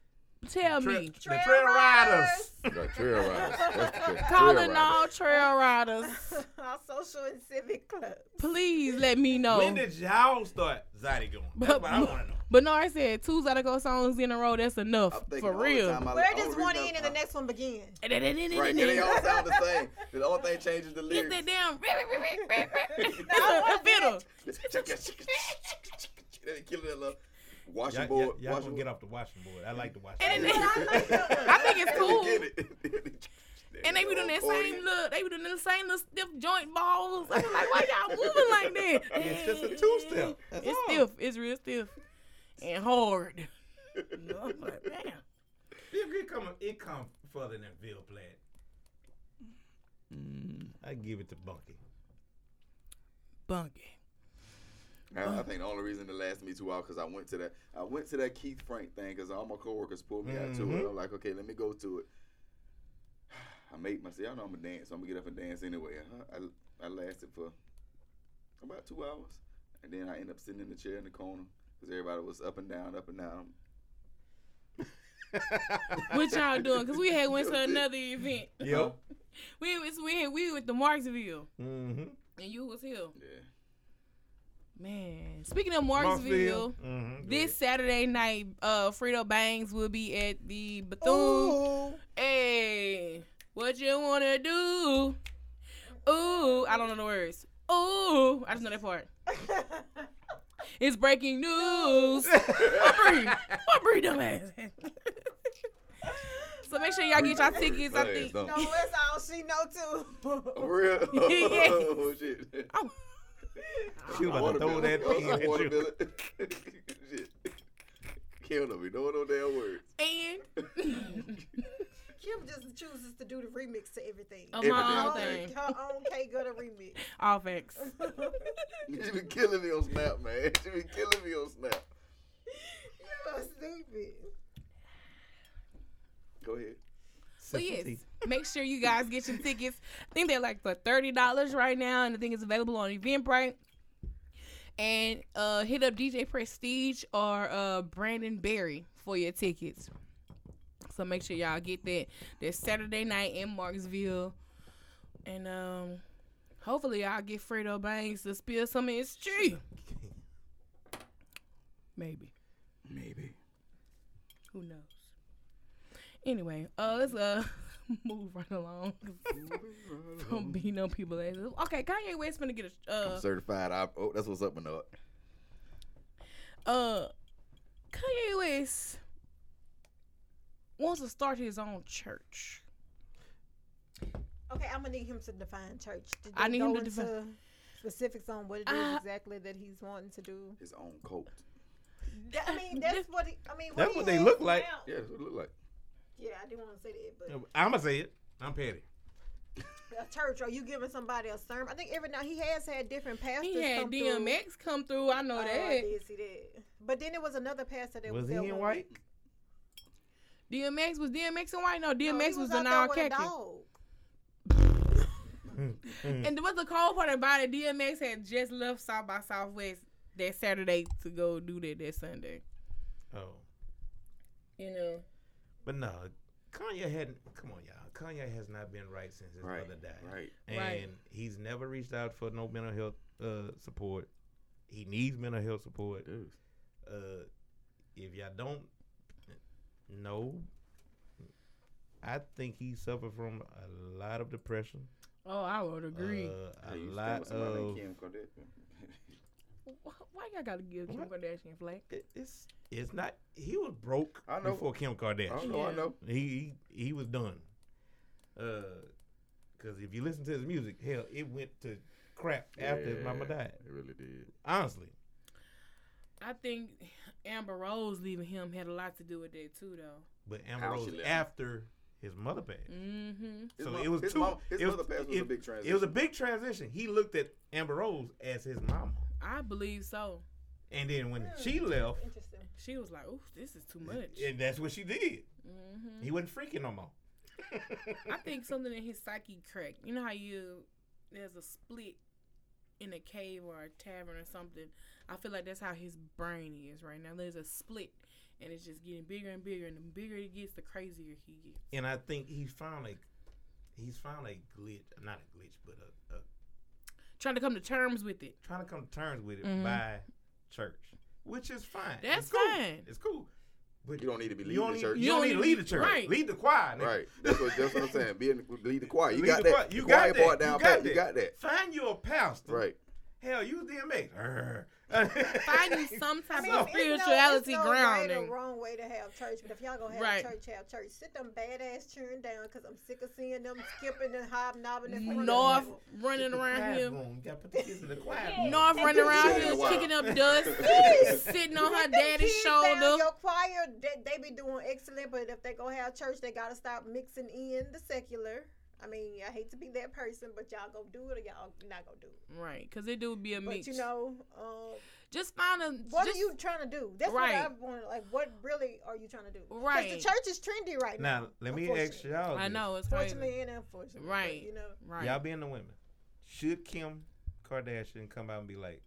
S2: tell
S6: Tra-
S2: me.
S6: the Trail Riders.
S5: You got trail riders. That's the thing, trail
S2: Calling
S5: riders.
S2: all trail riders.
S3: Our social and civic club.
S2: Please let me know.
S6: When did y'all start Zydeco? That's what I want to know.
S2: But no, I said two Zydeco songs in a row. That's
S5: I'm
S2: enough
S5: thinking
S2: for
S5: all the
S2: real.
S5: time I-
S3: Where
S5: only
S3: does
S5: reason
S3: one
S5: I-
S3: end and the next one begin?
S5: Right, they all sound the same. The only thing changes the
S2: Get
S5: lyrics.
S2: that damn.
S3: I
S2: That's
S3: wanna
S2: a
S3: do
S2: fiddle.
S5: they kill it a little. Washing
S6: Y'all,
S5: board.
S6: y'all, y'all
S5: washing
S6: gonna get off the washing board. I like the
S2: And
S6: washing
S2: then
S6: board.
S2: I think it's cool.
S5: cool.
S2: And they be doing that same look. They be doing the same little stiff joint balls. I'm like, why y'all moving like that?
S6: It's just a two-step. That's
S2: It's
S6: all.
S2: stiff. It's real stiff and hard. I'm like, damn.
S6: It, it come, it come further than Bill Platt.
S2: Mm.
S6: I give it to Bunky.
S2: Bunky.
S5: I, I think the only reason it lasted me two hours because I went to that I went to that Keith Frank thing because all my coworkers pulled me out to it.
S6: Mhm.
S5: I'm like, okay, let me go to it. I made myself. I know I'm gonna dance. So I'm gonna get up and dance anyway. I, I, I lasted for about two hours, and then I ended up sitting in the chair in the corner because everybody was up and down, up and down.
S2: What y'all doing? Cause we had went to another event.
S6: Yep.
S2: We was we had, we with the Marksville
S6: Mm-hmm.
S2: and you was here.
S5: Yeah.
S2: Man, speaking of Marksville,
S6: Mm-hmm.
S2: this Saturday night, uh, Frito Bangs will be at the Bethune.
S6: Oh,
S2: Hey, what you wanna do? Ooh, I don't know the words. Ooh, I just know that part. It's breaking news.
S6: Mm-hmm.
S2: Aubrey, Aubrey, dumbass. so make sure y'all get y'all tickets. I
S5: Hey,
S2: think
S5: don't-
S3: no, that's all she know too.
S5: For real?
S2: Yes.
S5: Oh, shit.
S2: Oh.
S6: She was about to throw
S5: Watermelon.
S6: that thing at you.
S5: Watermelon. Shit. Kill them. You know no damn words.
S2: and
S3: Kim just chooses to do the remix to everything.
S2: of Oh, my
S5: Everything.
S2: own thing,
S3: Her own- Her own K Gutter remix.
S2: all facts.
S5: She been killing me on Snap, man. She been killing me on Snap.
S3: you are stupid.
S5: Go ahead.
S2: So yes, make sure you guys get your tickets. I think they're like for thirty dollars right now, and I think it's available on Eventbrite. And uh, hit up DJ Prestige or uh, Brandon Berry for your tickets. So make sure y'all get that. This Saturday night in Marksville, and um, hopefully I'll get Fredo Banks to spill some of his tea. Maybe.
S5: Maybe.
S2: Who knows? Anyway, uh, let's uh move right along from beating on people. ass. Okay, Kanye West finna get a uh
S5: Certified. op- oh, that's what's up, Bernard.
S2: uh Kanye West wants to start his own church.
S3: Okay, I'm gonna need him to define church. Did
S2: I
S3: they
S2: need him
S3: go
S2: to defi-
S3: into specifics on what it is
S2: Uh,
S3: exactly that he's wanting to do.
S5: His own coat.
S3: I mean, that's what he, I mean.
S6: That's
S3: he
S6: what they
S3: has
S6: look like.
S3: now-
S5: Yeah, that's what it look like.
S3: Yeah, I didn't want to say that, but
S6: I'm gonna say it. I'm petty.
S3: a church or you giving somebody a sermon. I think every now he has had different pastors.
S2: He had
S3: come through.
S2: DMX come through. I know
S3: Oh, I
S2: that.
S3: did see that. But then there was another pastor that
S6: Was
S3: was
S6: he
S3: there
S6: in
S3: one-
S6: white?
S2: DMX was DMX and white. No,
S3: No, he
S2: DMX was, the
S3: out there
S2: non
S3: with a
S2: khaki.
S3: dog.
S2: And what's the cold part about it? DMX had just left South by Southwest that Saturday to go do that that Sunday.
S6: Oh,
S2: You know.
S6: but no, Kanye hadn't. Come on, y'all. Kanye has not been right since his
S5: Right.
S6: mother died.
S5: Right.
S6: and
S2: Right.
S6: he's never reached out for no mental health uh, support. He needs mental health support.
S5: Dude.
S6: Uh, if y'all don't know, I think he suffered from a lot of depression,
S2: Oh, I would agree.
S6: Uh, a
S5: Hey, you stay
S6: lot
S5: with somebody like
S6: of
S5: Kim Kardashian.
S2: Wh- Why y'all gotta give Kim
S6: What?
S2: Kardashian flack?
S6: it- it's it's not. He was broke
S5: I know.
S6: before Kim Kardashian.
S5: I know. I
S2: Yeah.
S5: know.
S6: He he, he was done. Because if you listen to his music, hell, it went to crap after his mama
S5: Yeah,
S6: died.
S5: It really did.
S6: Honestly.
S2: I think Amber Rose leaving him had a lot to do with that too, though.
S6: But Amber
S5: How
S6: Rose
S5: she left. Mm.
S6: after his mother passed.
S2: Mm-hmm.
S5: His
S6: So
S5: mom-
S6: it was
S5: his
S6: two.
S5: mom- his
S6: it was,
S5: mother passed was a
S6: it-
S5: big
S6: It was a
S5: transition.
S6: big transition. He looked at Amber Rose as his mama,
S2: I believe so.
S6: and then when she left,
S3: Interesting.
S2: She was like, "Ooh, this is too much."
S6: and that's what she did.
S2: hmm
S6: He wasn't freaking no more.
S2: I think something in his psyche cracked. You know how you there's a split in a cave or a tavern or something. I feel like that's how his brain is right now. There's a split, and it's just getting bigger and bigger. And the bigger it gets, the crazier he gets.
S6: and I think he found a he's found a glitch, not a glitch, but a, a
S2: Trying to come to terms with it.
S6: trying to come to terms with it
S2: Mhm.
S6: by church, which is fine.
S2: That's
S6: it's cool.
S2: fine.
S6: It's cool. But
S5: You don't need to be
S6: you
S5: leading
S6: don't
S5: the
S6: need,
S5: church.
S6: You don't need to lead the church.
S2: right.
S6: Lead the choir. nigga.
S5: Right. That's what, that's what I'm saying. Being lead the choir. You
S6: Lead
S5: got
S6: the
S5: that.
S6: choir.
S5: The
S6: You
S5: choir
S6: got that.
S5: part down
S6: you got
S5: pat.
S6: that.
S5: You got that.
S6: Find you a pastor.
S5: Right.
S6: Hell, use DMX. Err.
S2: Finding some
S3: I
S2: type
S3: mean,
S2: of
S6: So-
S3: it's no- it's
S2: spirituality
S3: no Right
S2: grounding.
S3: or wrong way to have church, but if y'all gonna have
S2: Right.
S3: church, have church. Sit them badass cheering down because I'm sick of seeing them skipping and hobnobbing in front of
S2: North
S3: people.
S2: running
S6: The
S2: around
S6: choir
S2: here.
S6: room. You gotta put the kids in the choir room.
S2: North running around
S5: Yeah,
S2: here
S5: wow.
S2: kicking up dust,
S5: Yes.
S2: sitting on her
S3: Let them
S2: daddy's
S3: kids
S2: shoulder.
S3: Down. Your choir, they, they be doing excellent, but if they go have church, they gotta stop mixing in the secular. I mean, I hate to be that person, but y'all gonna do it or y'all not gonna do it.
S2: Right, because it do be a
S3: But
S2: mix.
S3: you know, um,
S2: just find a.
S3: what
S2: just,
S3: are you trying to do? That's
S2: Right.
S3: what I want. Like, what really are you trying to do? 'Cause
S2: Right.
S3: the church is trendy right now.
S6: Now, let me ask
S3: Unfortunately.
S6: y'all.
S2: I
S6: this.
S2: know it's crazy.
S3: Fortunately and unfortunately, but,
S2: Right.
S3: you know,
S2: Right.
S6: Y'all being the women, should Kim Kardashian come out and be like,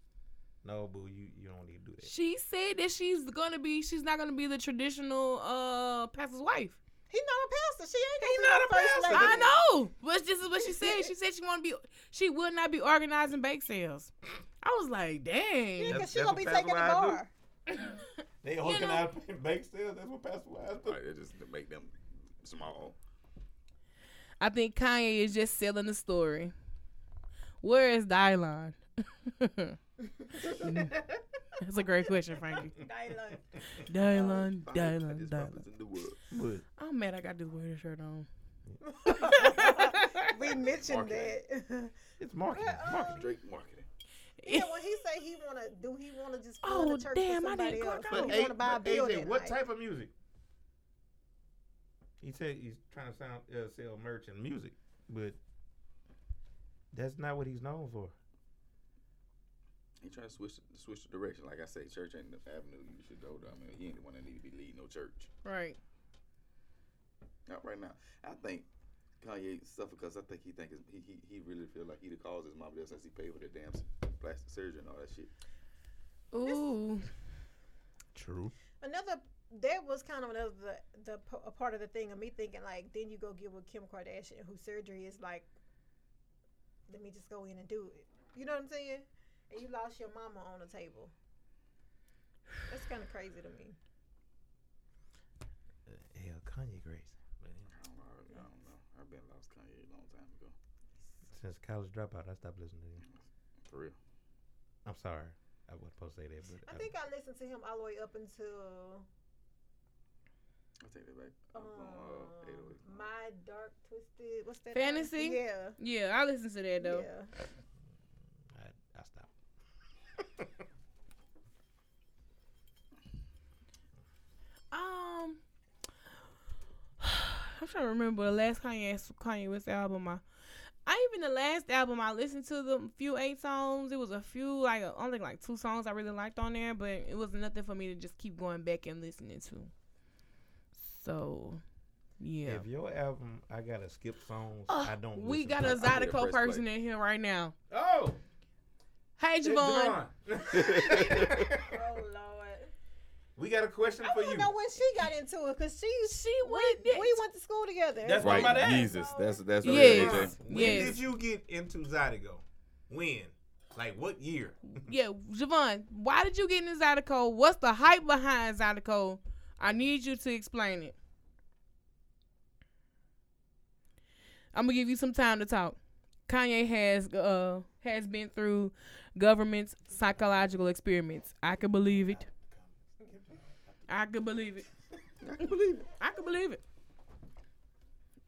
S6: "No, boo, you you don't need to do that."
S2: She said that she's gonna be. She's not gonna be the traditional uh pastor's wife.
S3: he's not a pastor. She ain't.
S6: He
S3: gonna
S6: not
S3: be
S6: a
S3: the first
S6: pastor.
S3: lady.
S2: I know, but this is what she said. She said she want to be. She will not be organizing bake sales. I was like,
S3: Yeah,
S2: dang.
S3: because
S6: That's-
S3: she
S6: that's
S3: gonna
S6: what
S3: be
S6: Pastor
S3: taking the
S6: Ryan do.
S3: bar.
S6: They
S2: hooking know-
S6: out and bake sales. That's what Pastor Wise
S5: Right. It just to make them small.
S2: I think Kanye is just selling the story. Where is Dylon? That's a great question, Frankie.
S3: They like,
S2: Dylon,
S5: Find the
S2: Dylon, Dylon.
S5: tightest bumpers in the world.
S2: I'm mad I got this weird shirt on.
S3: we mentioned
S5: Marketing.
S3: that.
S6: It's marketing.
S3: Well,
S6: marketing.
S5: Straight marketing.
S3: yeah, when he say he wanna do, he wanna just build
S2: Oh,
S3: a church
S2: damn,
S3: for
S2: I
S3: somebody
S2: didn't
S3: else.
S2: clock out.
S3: He
S6: But,
S2: you
S6: A-
S3: wanna buy a
S6: but
S3: building.
S6: AJ, what
S3: like,
S6: type of music? He said he's trying to sound uh, sell merch and music, but that's not what he's known for.
S5: He trying to switch switch the direction. Like I say, church ain't the avenue you should go down. I mean, he ain't the one that need to be leading no church.
S2: Right.
S5: Not right now. I think Kanye suffered because I think he think his, he, he he really feel like he the cause his mama death since he paid for the damn plastic surgery and all that shit.
S2: Ooh.
S6: True.
S3: Another that was kind of another the, the p- a part of the thing of me thinking like, then you go get with Kim Kardashian, whose surgery is like, let me just go in and do it. You know what I'm saying? And you lost your mama on the table. That's kind of crazy to me.
S6: Uh, Hell, Kanye crazy. since college dropout, I stopped listening to him.
S5: For real.
S6: I'm sorry. I wasn't supposed to say that, but
S3: I think I listened to him all the way up until
S5: I take that back.
S3: um,
S5: I'm going,
S4: oh
S5: uh, 808.
S3: My Dark Twisted. What's that?
S2: Fantasy?
S3: Yeah.
S2: Yeah, I listen to that though.
S3: Yeah.
S6: I, I stopped.
S2: Um, I'm trying to remember the last Kanye Kanye West album. I, I even the last album I listened to the few eight songs. It was a few like uh, only like two songs I really liked on there, but it was nothing for me to just keep going back and listening to. So, yeah.
S6: If your album, I gotta skip songs. I don't.
S2: we
S6: listen
S2: got
S6: to.
S2: a
S5: I need a
S2: Zydeco
S5: press play.
S2: person in here right now.
S4: Oh,
S2: Hey,
S4: it's
S2: Javon.
S4: Devon.
S3: Oh Lord.
S4: we got a question
S3: I
S4: for
S3: want
S4: you.
S3: to know when she got into it because she she
S2: went
S3: we,
S2: it.
S3: we went to school together.
S4: That's what I'm
S5: Right,
S4: about to ask.
S5: Jesus. That's that's the
S2: Yes.
S5: real AJ.
S4: When
S2: Yes.
S4: did you get into Zydeco? When? Like what year?
S2: Yeah, Javon. Why did you get into Zydeco? What's the hype behind Zydeco? I need you to explain it. I'm gonna give you some time to talk. Kanye has uh has been through government's psychological experiments. I can believe it. I can believe it. I can believe it. I can believe it.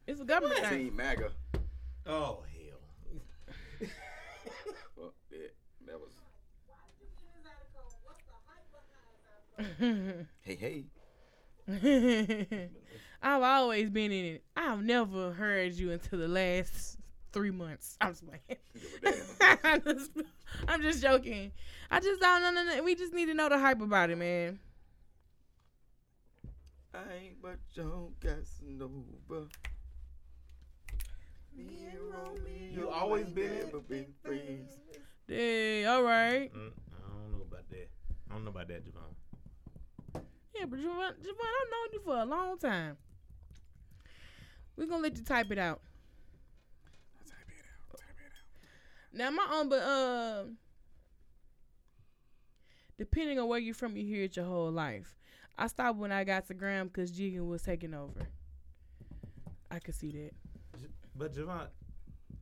S2: It's a government thing.
S5: Team MAGA.
S4: Oh hell.
S5: Well, yeah, that was. Hey, hey.
S2: I've always been in it. I've never heard you until the last three months. I'm just playing. I'm just- I'm just joking. I just don't know. No, no. We just need to know the hype about it, man.
S5: I ain't but John Casanova. Me and Romeo.
S4: You always been in-
S5: never been friends.
S2: Hey, all right.
S6: Mm, I don't know about that. I don't know about that, Javon.
S2: Yeah, but Javon, Javon, I've known you for a long time. We're gonna let you type it out.
S5: Type it out. Type it out.
S2: Now my own, but uh, depending on where you're from, you hear it your whole life. I stopped when I got to Graham because Jiggin was taking over. I could see that.
S6: J- But Javon,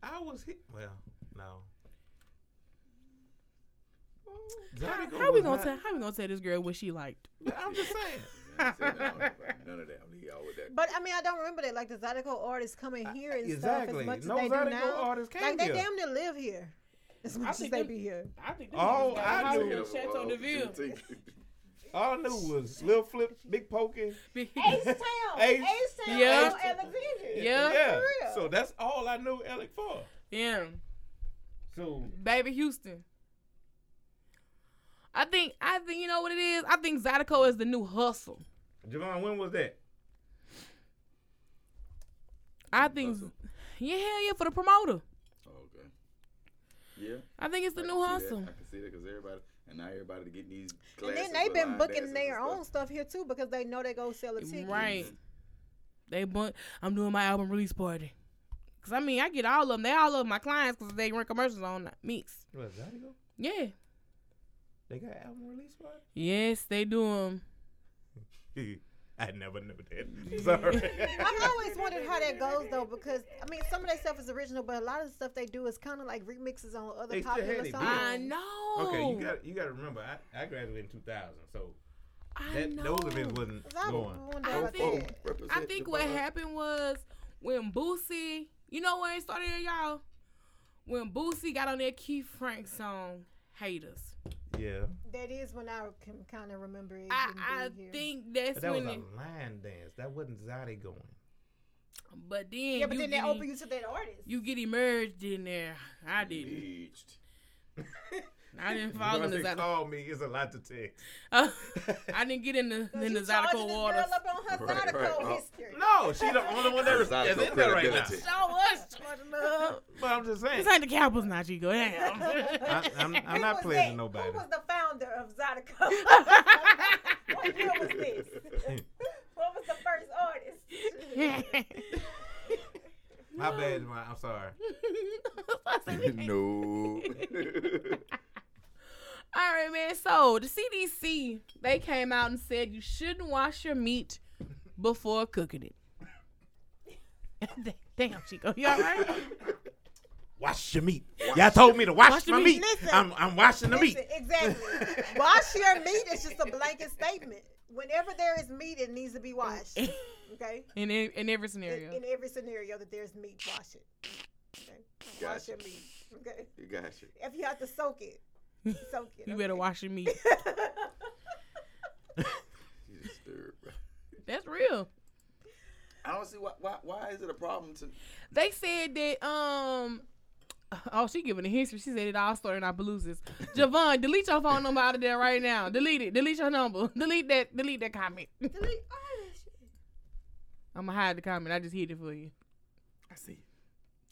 S6: I was hit. Well, no.
S2: How,
S6: Zydeco
S2: how we
S6: was
S2: gonna
S6: not-
S2: tell? How we gonna tell this girl what she liked?
S6: I'm just saying.
S5: Yeah, I said, no, None of that. I'm leaving y'all with that.
S3: But I mean, I don't remember that. Like the Zydeco artists coming here and stuff
S6: exactly.
S3: as much
S6: No
S3: as they
S6: Zydeco
S3: do now.
S6: artists came
S3: like they
S6: here.
S3: damn near live here. As much as
S2: think
S3: they
S2: them-
S3: be here.
S2: Oh, I think
S6: All niggas got I do-
S5: Hit up, uh,
S2: Chateau de Ville.
S6: All I knew was Lil Flip, Big Pokey.
S3: Town.
S6: Ace-
S3: Town.
S2: Yeah.
S3: Alexandria.
S2: Yeah.
S6: yeah.
S3: For real.
S6: So that's all I knew Alec for.
S2: yeah,
S4: So
S2: baby Houston. I think I think you know what it is. I think Zydeco is the new hustle.
S6: Javon, when was that?
S2: I think,
S5: Hustle.
S2: yeah, hell yeah, for the promoter.
S5: Oh, okay. Yeah.
S2: I think it's the
S5: I
S2: new
S5: can see that.
S2: hustle.
S5: I can see that because everybody, and now everybody to get these
S3: And
S5: classes.
S3: then they've
S5: for
S3: been
S5: line
S3: booking
S5: dances
S3: their
S5: and
S3: own stuff here too because they know they go sell a ticket.
S2: Right. They but I'm doing my album release party. Cause I mean I get all of them. They all of my clients because they run commercials on Mix.
S6: What, Zydeco?
S2: Yeah.
S6: They got album release party?
S2: Yes, they do them.
S6: I never knew that. Sorry.
S3: I've always wondered how that goes though, because I mean, some of their stuff is original, but a lot of the stuff they do is kind of like remixes on other
S6: They still had
S3: popular
S6: it,
S3: songs.
S6: yeah.
S2: I know.
S6: okay, you got you got to remember, I, I graduated in 2000, so
S2: I
S6: that
S2: know.
S6: those events wasn't
S3: 'Cause I
S6: going.
S3: wonder
S2: I
S3: about
S2: think-
S3: that.
S2: I think what happened was when Boosie, you know where it started, at, y'all. When Boosie got on that Keith Frank song, "Haters,"
S6: Yeah,
S3: That is when I can kind of remember it.
S2: I,
S3: even
S2: I
S3: being here.
S2: think that's
S6: but that was
S2: when.
S6: a
S2: it,
S6: line dance. That wasn't Zydeco going.
S2: but then
S3: Yeah, but
S2: you
S3: then
S2: get
S3: they
S2: e-
S3: open you to that artist.
S2: you get emerged in there. I didn't. I didn't fall in the
S6: They
S2: Zydeco.
S6: call me. It's a lot to take.
S2: I didn't get in the
S3: 'Cause
S2: in the
S3: you charging
S2: Zydeco
S3: this
S2: waters.
S3: girl up on her
S5: Right,
S3: Zydeco
S5: right, uh,
S3: history.
S6: No, she the only one that is in there right now.
S5: credibility.
S2: Show us, charging up.
S6: But I'm just saying.
S2: This ain't the Cowboys, not Chico. Damn.
S6: I, I'm, I'm
S3: Who
S6: not
S3: was oh
S6: playing
S3: that?
S6: nobody.
S3: Who was the founder of Zydeco? what year was this? what was the first artist?
S6: My bad, Javon. I'm sorry.
S5: no.
S2: All right, man. So the CDC they came out and said you shouldn't wash your meat before cooking it. Damn, Chico, you all right?
S6: Wash your meat. Y'all told me to wash,
S1: Wash the
S6: my
S1: meat.
S6: meat.
S3: Listen.
S6: I'm, I'm washing the meat.
S3: Listen, exactly. Wash your meat is just a blanket statement. Whenever there is meat, it needs to be washed. Okay?
S2: in e- in every
S3: In,
S2: scenario.
S3: in every scenario that there's meat, wash it. Okay? Wash
S5: Gotcha.
S3: your meat. Okay?
S5: You got you.
S3: If you have to soak it, soak it.
S2: you better
S3: okay?
S2: wash your meat.
S5: You disturbed, bro.
S2: That's real.
S5: I don't see why, why. Why is it a problem to?
S2: They said that um oh she giving a history. She said it all started in our blueses. Javon, delete your phone number out of there right now. Delete it. Delete your number. Delete that delete that comment.
S3: Delete all that shit.
S2: I'ma hide the comment. I just hid it for you.
S5: I see. it.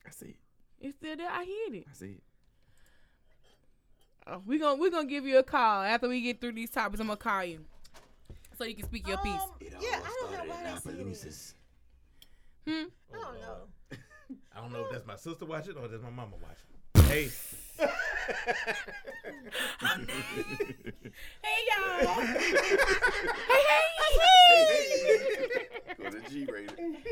S5: I see. it.
S2: It's still there. I hid it.
S5: I see. it.
S2: Uh, we gonna we gonna give you a call after we get through these topics. I'm gonna call you so you can speak your piece.
S3: Um,
S5: It
S3: yeah,
S5: all
S3: I don't know
S5: started
S3: why
S5: in
S3: that's in it.
S5: Appaloosas.
S2: Hmm?
S3: I don't know.
S6: I don't know if that's my sister watching or that's my mama watching. Hey,
S2: Hey y'all. hey
S5: Go to G rated.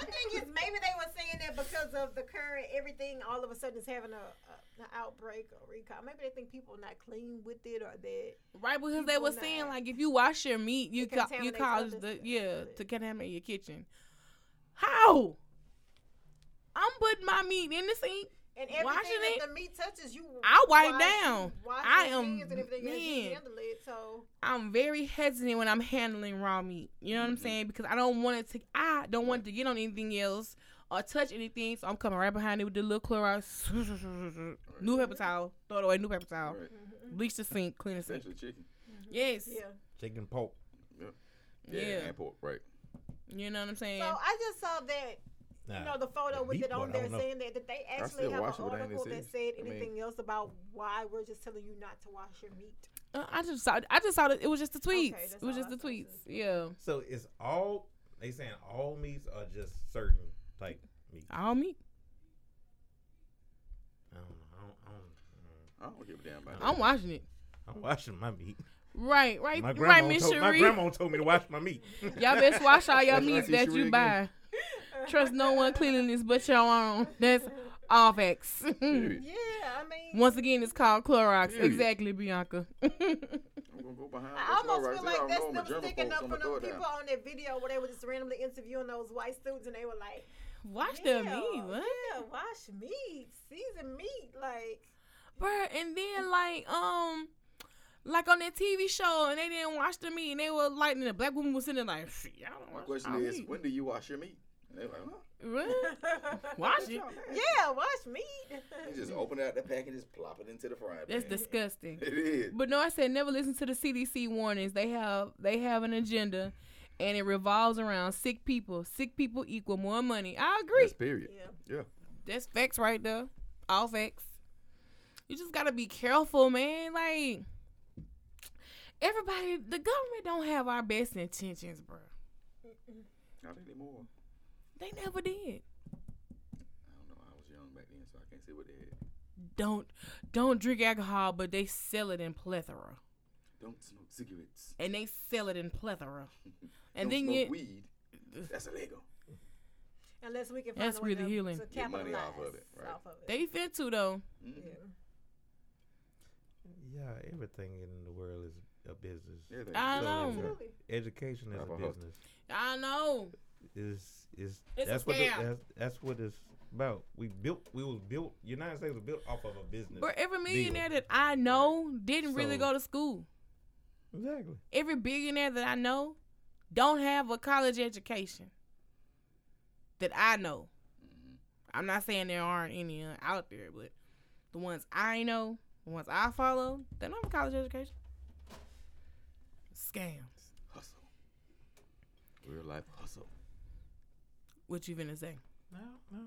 S3: The thing is, maybe they were saying that because of the current everything, all of a sudden is having a, a an outbreak or recall. Maybe they think people not clean with it or that.
S2: Right because they were
S3: People
S2: saying
S3: not-
S2: like if you wash your meat, you
S3: It
S2: ca- you
S3: contaminates
S2: cause
S3: other
S2: the
S3: stuff.
S2: yeah to contaminate your kitchen. How? I'm putting my meat in the sink.
S3: And everything
S2: Washing
S3: that
S2: it?
S3: the meat touches, you
S2: I wipe
S3: wash-
S2: down.
S3: you wash
S2: I
S3: your
S2: am-
S3: hands and everything else, you
S2: man.
S3: handle it. So
S2: I'm very hesitant when I'm handling raw meat. You know what I'm saying? Because I don't want it to. I don't want it to get on anything else or touch anything. So I'm coming right behind it with the little Clorox, new
S3: Mm-hmm.
S2: paper towel, throw it away, new paper towel,
S5: All right.
S2: bleach the sink, clean the sink.
S5: Essentially chicken.
S2: Yes.
S3: Mm-hmm. yeah.
S6: chicken poke.
S5: Yeah.
S2: Yeah.
S5: And pork. Right.
S2: You know what I'm saying?
S3: So I just saw that
S6: Nah.
S3: you know the photo with
S6: meat
S3: it on
S6: part, I
S3: there
S6: don't know.
S3: saying that, that they
S5: still
S3: actually have an
S5: wash it, but I ain't
S3: article
S5: gonna
S3: that
S5: say
S3: said
S5: it. I mean-
S3: anything else about why we're just telling you not to wash your meat.
S2: Uh, I just saw. I just saw that it was just the tweets.
S3: that's
S2: it was
S3: all
S2: just
S3: I
S2: the
S3: saw,
S2: tweets. Yeah.
S6: So it's all they saying all meats are just certain type meat.
S2: All meat.
S6: I don't know. I don't, I don't,
S5: I don't give a damn about that.
S2: I'm watching it.
S6: I'm washing my meat.
S2: Right. Right.
S6: My grandma,
S2: right, Miss
S6: told, my
S2: Cherie.
S6: grandma told me to wash my meat.
S2: Y'all best wash all your
S5: That's
S2: meats
S5: Auntie
S2: that
S5: Cherie
S2: you
S5: again.
S2: buy. Trust no one cleanliness but your own. That's all facts.
S5: Period.
S2: Mm.
S3: Yeah, I mean,
S2: Once again, it's called Clorox.
S5: Period.
S2: Exactly, Bianca.
S5: I'm gonna go behind.
S3: I
S5: That's all
S3: almost
S5: right.
S3: feel
S5: They
S3: like
S5: all know I'm a
S3: that's them
S5: germaphobe,
S3: sticking
S5: so
S3: up
S5: I'm
S3: for
S5: gonna
S3: them
S5: throw
S3: people
S5: it down.
S3: on that video where they were just randomly interviewing those white students and they were like,
S2: Wash
S3: yeah,
S2: the meat, what?
S3: yeah, wash meat, season meat, like
S2: Bruh, and then like um like on that TV show and they didn't wash the meat and they were like and the black woman was sitting there like "Shit, y'all don't
S5: My
S2: wash
S5: question
S2: our
S5: is,
S2: meat."
S5: when do you wash your meat? And they're like, huh?
S2: Really? Wash it.
S3: yeah, wash meat.
S5: You just open it out the pack and just plop it into the frying pan.
S2: That's disgusting.
S5: It is.
S2: But no, I said never listen to the CDC warnings. They have they have an agenda, and it revolves around sick people. Sick people equal more money. I agree.
S5: That's period.
S3: yeah.
S5: Yeah.
S2: That's facts right there. All facts. You just gotta be careful, man. Like everybody, the government don't have our best intentions, bro.
S5: Not anymore.
S2: They never did.
S5: I don't know. I was young back then, so I can't see what they had.
S2: Don't don't drink alcohol, but they sell it in plethora,
S5: Don't smoke cigarettes.
S2: and they sell it in plethora. And
S5: don't
S2: then
S5: smoke
S2: you
S5: weed. That's illegal.
S3: Unless we can find
S2: That's
S3: a way
S2: really
S3: to,
S2: healing.
S3: to
S5: Get money
S3: capitalize
S5: off of it, right.
S3: off of it.
S2: they fit to though.
S5: Mm.
S6: yeah, everything in the world is a business.
S5: Yeah, they-
S2: I know.
S3: Absolutely.
S6: Education is a
S5: Alcohol.
S6: business.
S2: I know.
S6: Is is
S2: It's a
S6: that's what the,
S2: scam.
S6: that's, that's what it's about. We built. We was built. United States was built off of a business.
S2: But every millionaire
S6: deal.
S2: that I know didn't really
S6: So-
S2: go to school.
S6: exactly.
S2: Every billionaire that I know don't have a college education. That I know. I'm not saying there aren't any uh, out there, but the ones I know, the ones I follow, they don't have a college education. Scam.
S5: Hustle. Real life hustle.
S2: What you finna say?
S6: No, no.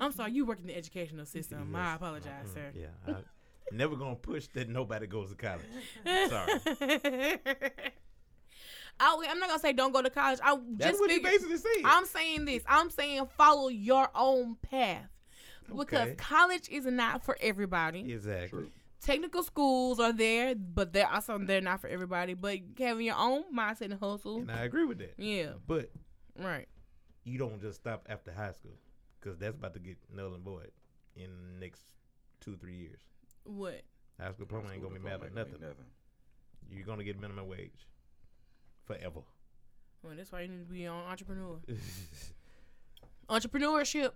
S2: I'm sorry, you work in the educational system. I
S6: Yes. Uh-uh.
S2: apologize, sir.
S6: Yeah, I, never gonna push that nobody goes to college. Sorry.
S2: I, Oh, I'm not gonna say don't go to college. I
S6: That's
S2: just
S6: what
S2: figure,
S6: he basically said.
S2: I'm saying this. I'm saying follow your own path. Because
S6: Okay.
S2: college is not for everybody.
S6: exactly.
S5: True.
S2: Technical schools are there, but they're also they're not for everybody. But having your own mindset and hustle.
S6: And I agree with that.
S2: yeah,
S6: But
S2: right.
S6: you don't just stop after high school because that's about to get null and void. in the next two three years.
S2: What?
S6: High school diploma ain't gonna be mad at nothing. You're gonna get minimum wage forever.
S2: Well, that's why you need to be on entrepreneur. Entrepreneurship.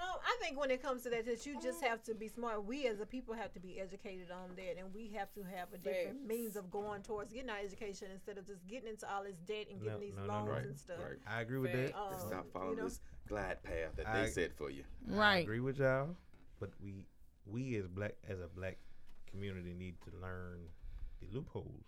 S3: Um, I think when it comes to that, that you just have to be smart. We as a people have to be educated on that, and we have to have a different means of going towards getting our education instead of just getting into all this debt and getting
S6: No,
S3: these
S6: no, no,
S3: loans
S6: right,
S3: and stuff.
S5: Right.
S6: I agree with
S2: Fact.
S6: that.
S3: Um,
S5: Stop following
S3: you know,
S5: this glide path that
S6: I-
S5: they set for you.
S6: I
S2: Right.
S6: agree with y'all, but we we as black as a black community need to learn the loopholes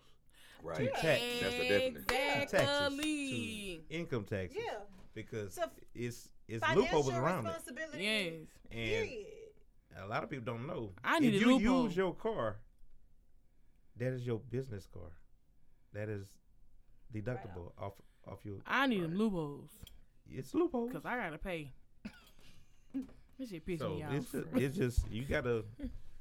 S5: Right.
S6: To tax.
S5: That's the definite.
S6: to taxes, to
S2: Exactly.
S6: income taxes,
S3: Yeah,
S6: because
S3: So,
S6: it's it's
S3: financial
S6: loopholes around it,
S3: responsibility.
S2: Yes.
S6: and
S3: Period.
S6: a lot of people don't know.
S2: I need
S6: if
S2: a
S6: you
S2: loophole.
S6: use your car, that is your business car, that is deductible off off your.
S2: I need them loopholes
S6: It's loopholes.
S2: because I gotta pay. this shit pissing
S6: So
S2: me off.
S6: it's just, it's just you gotta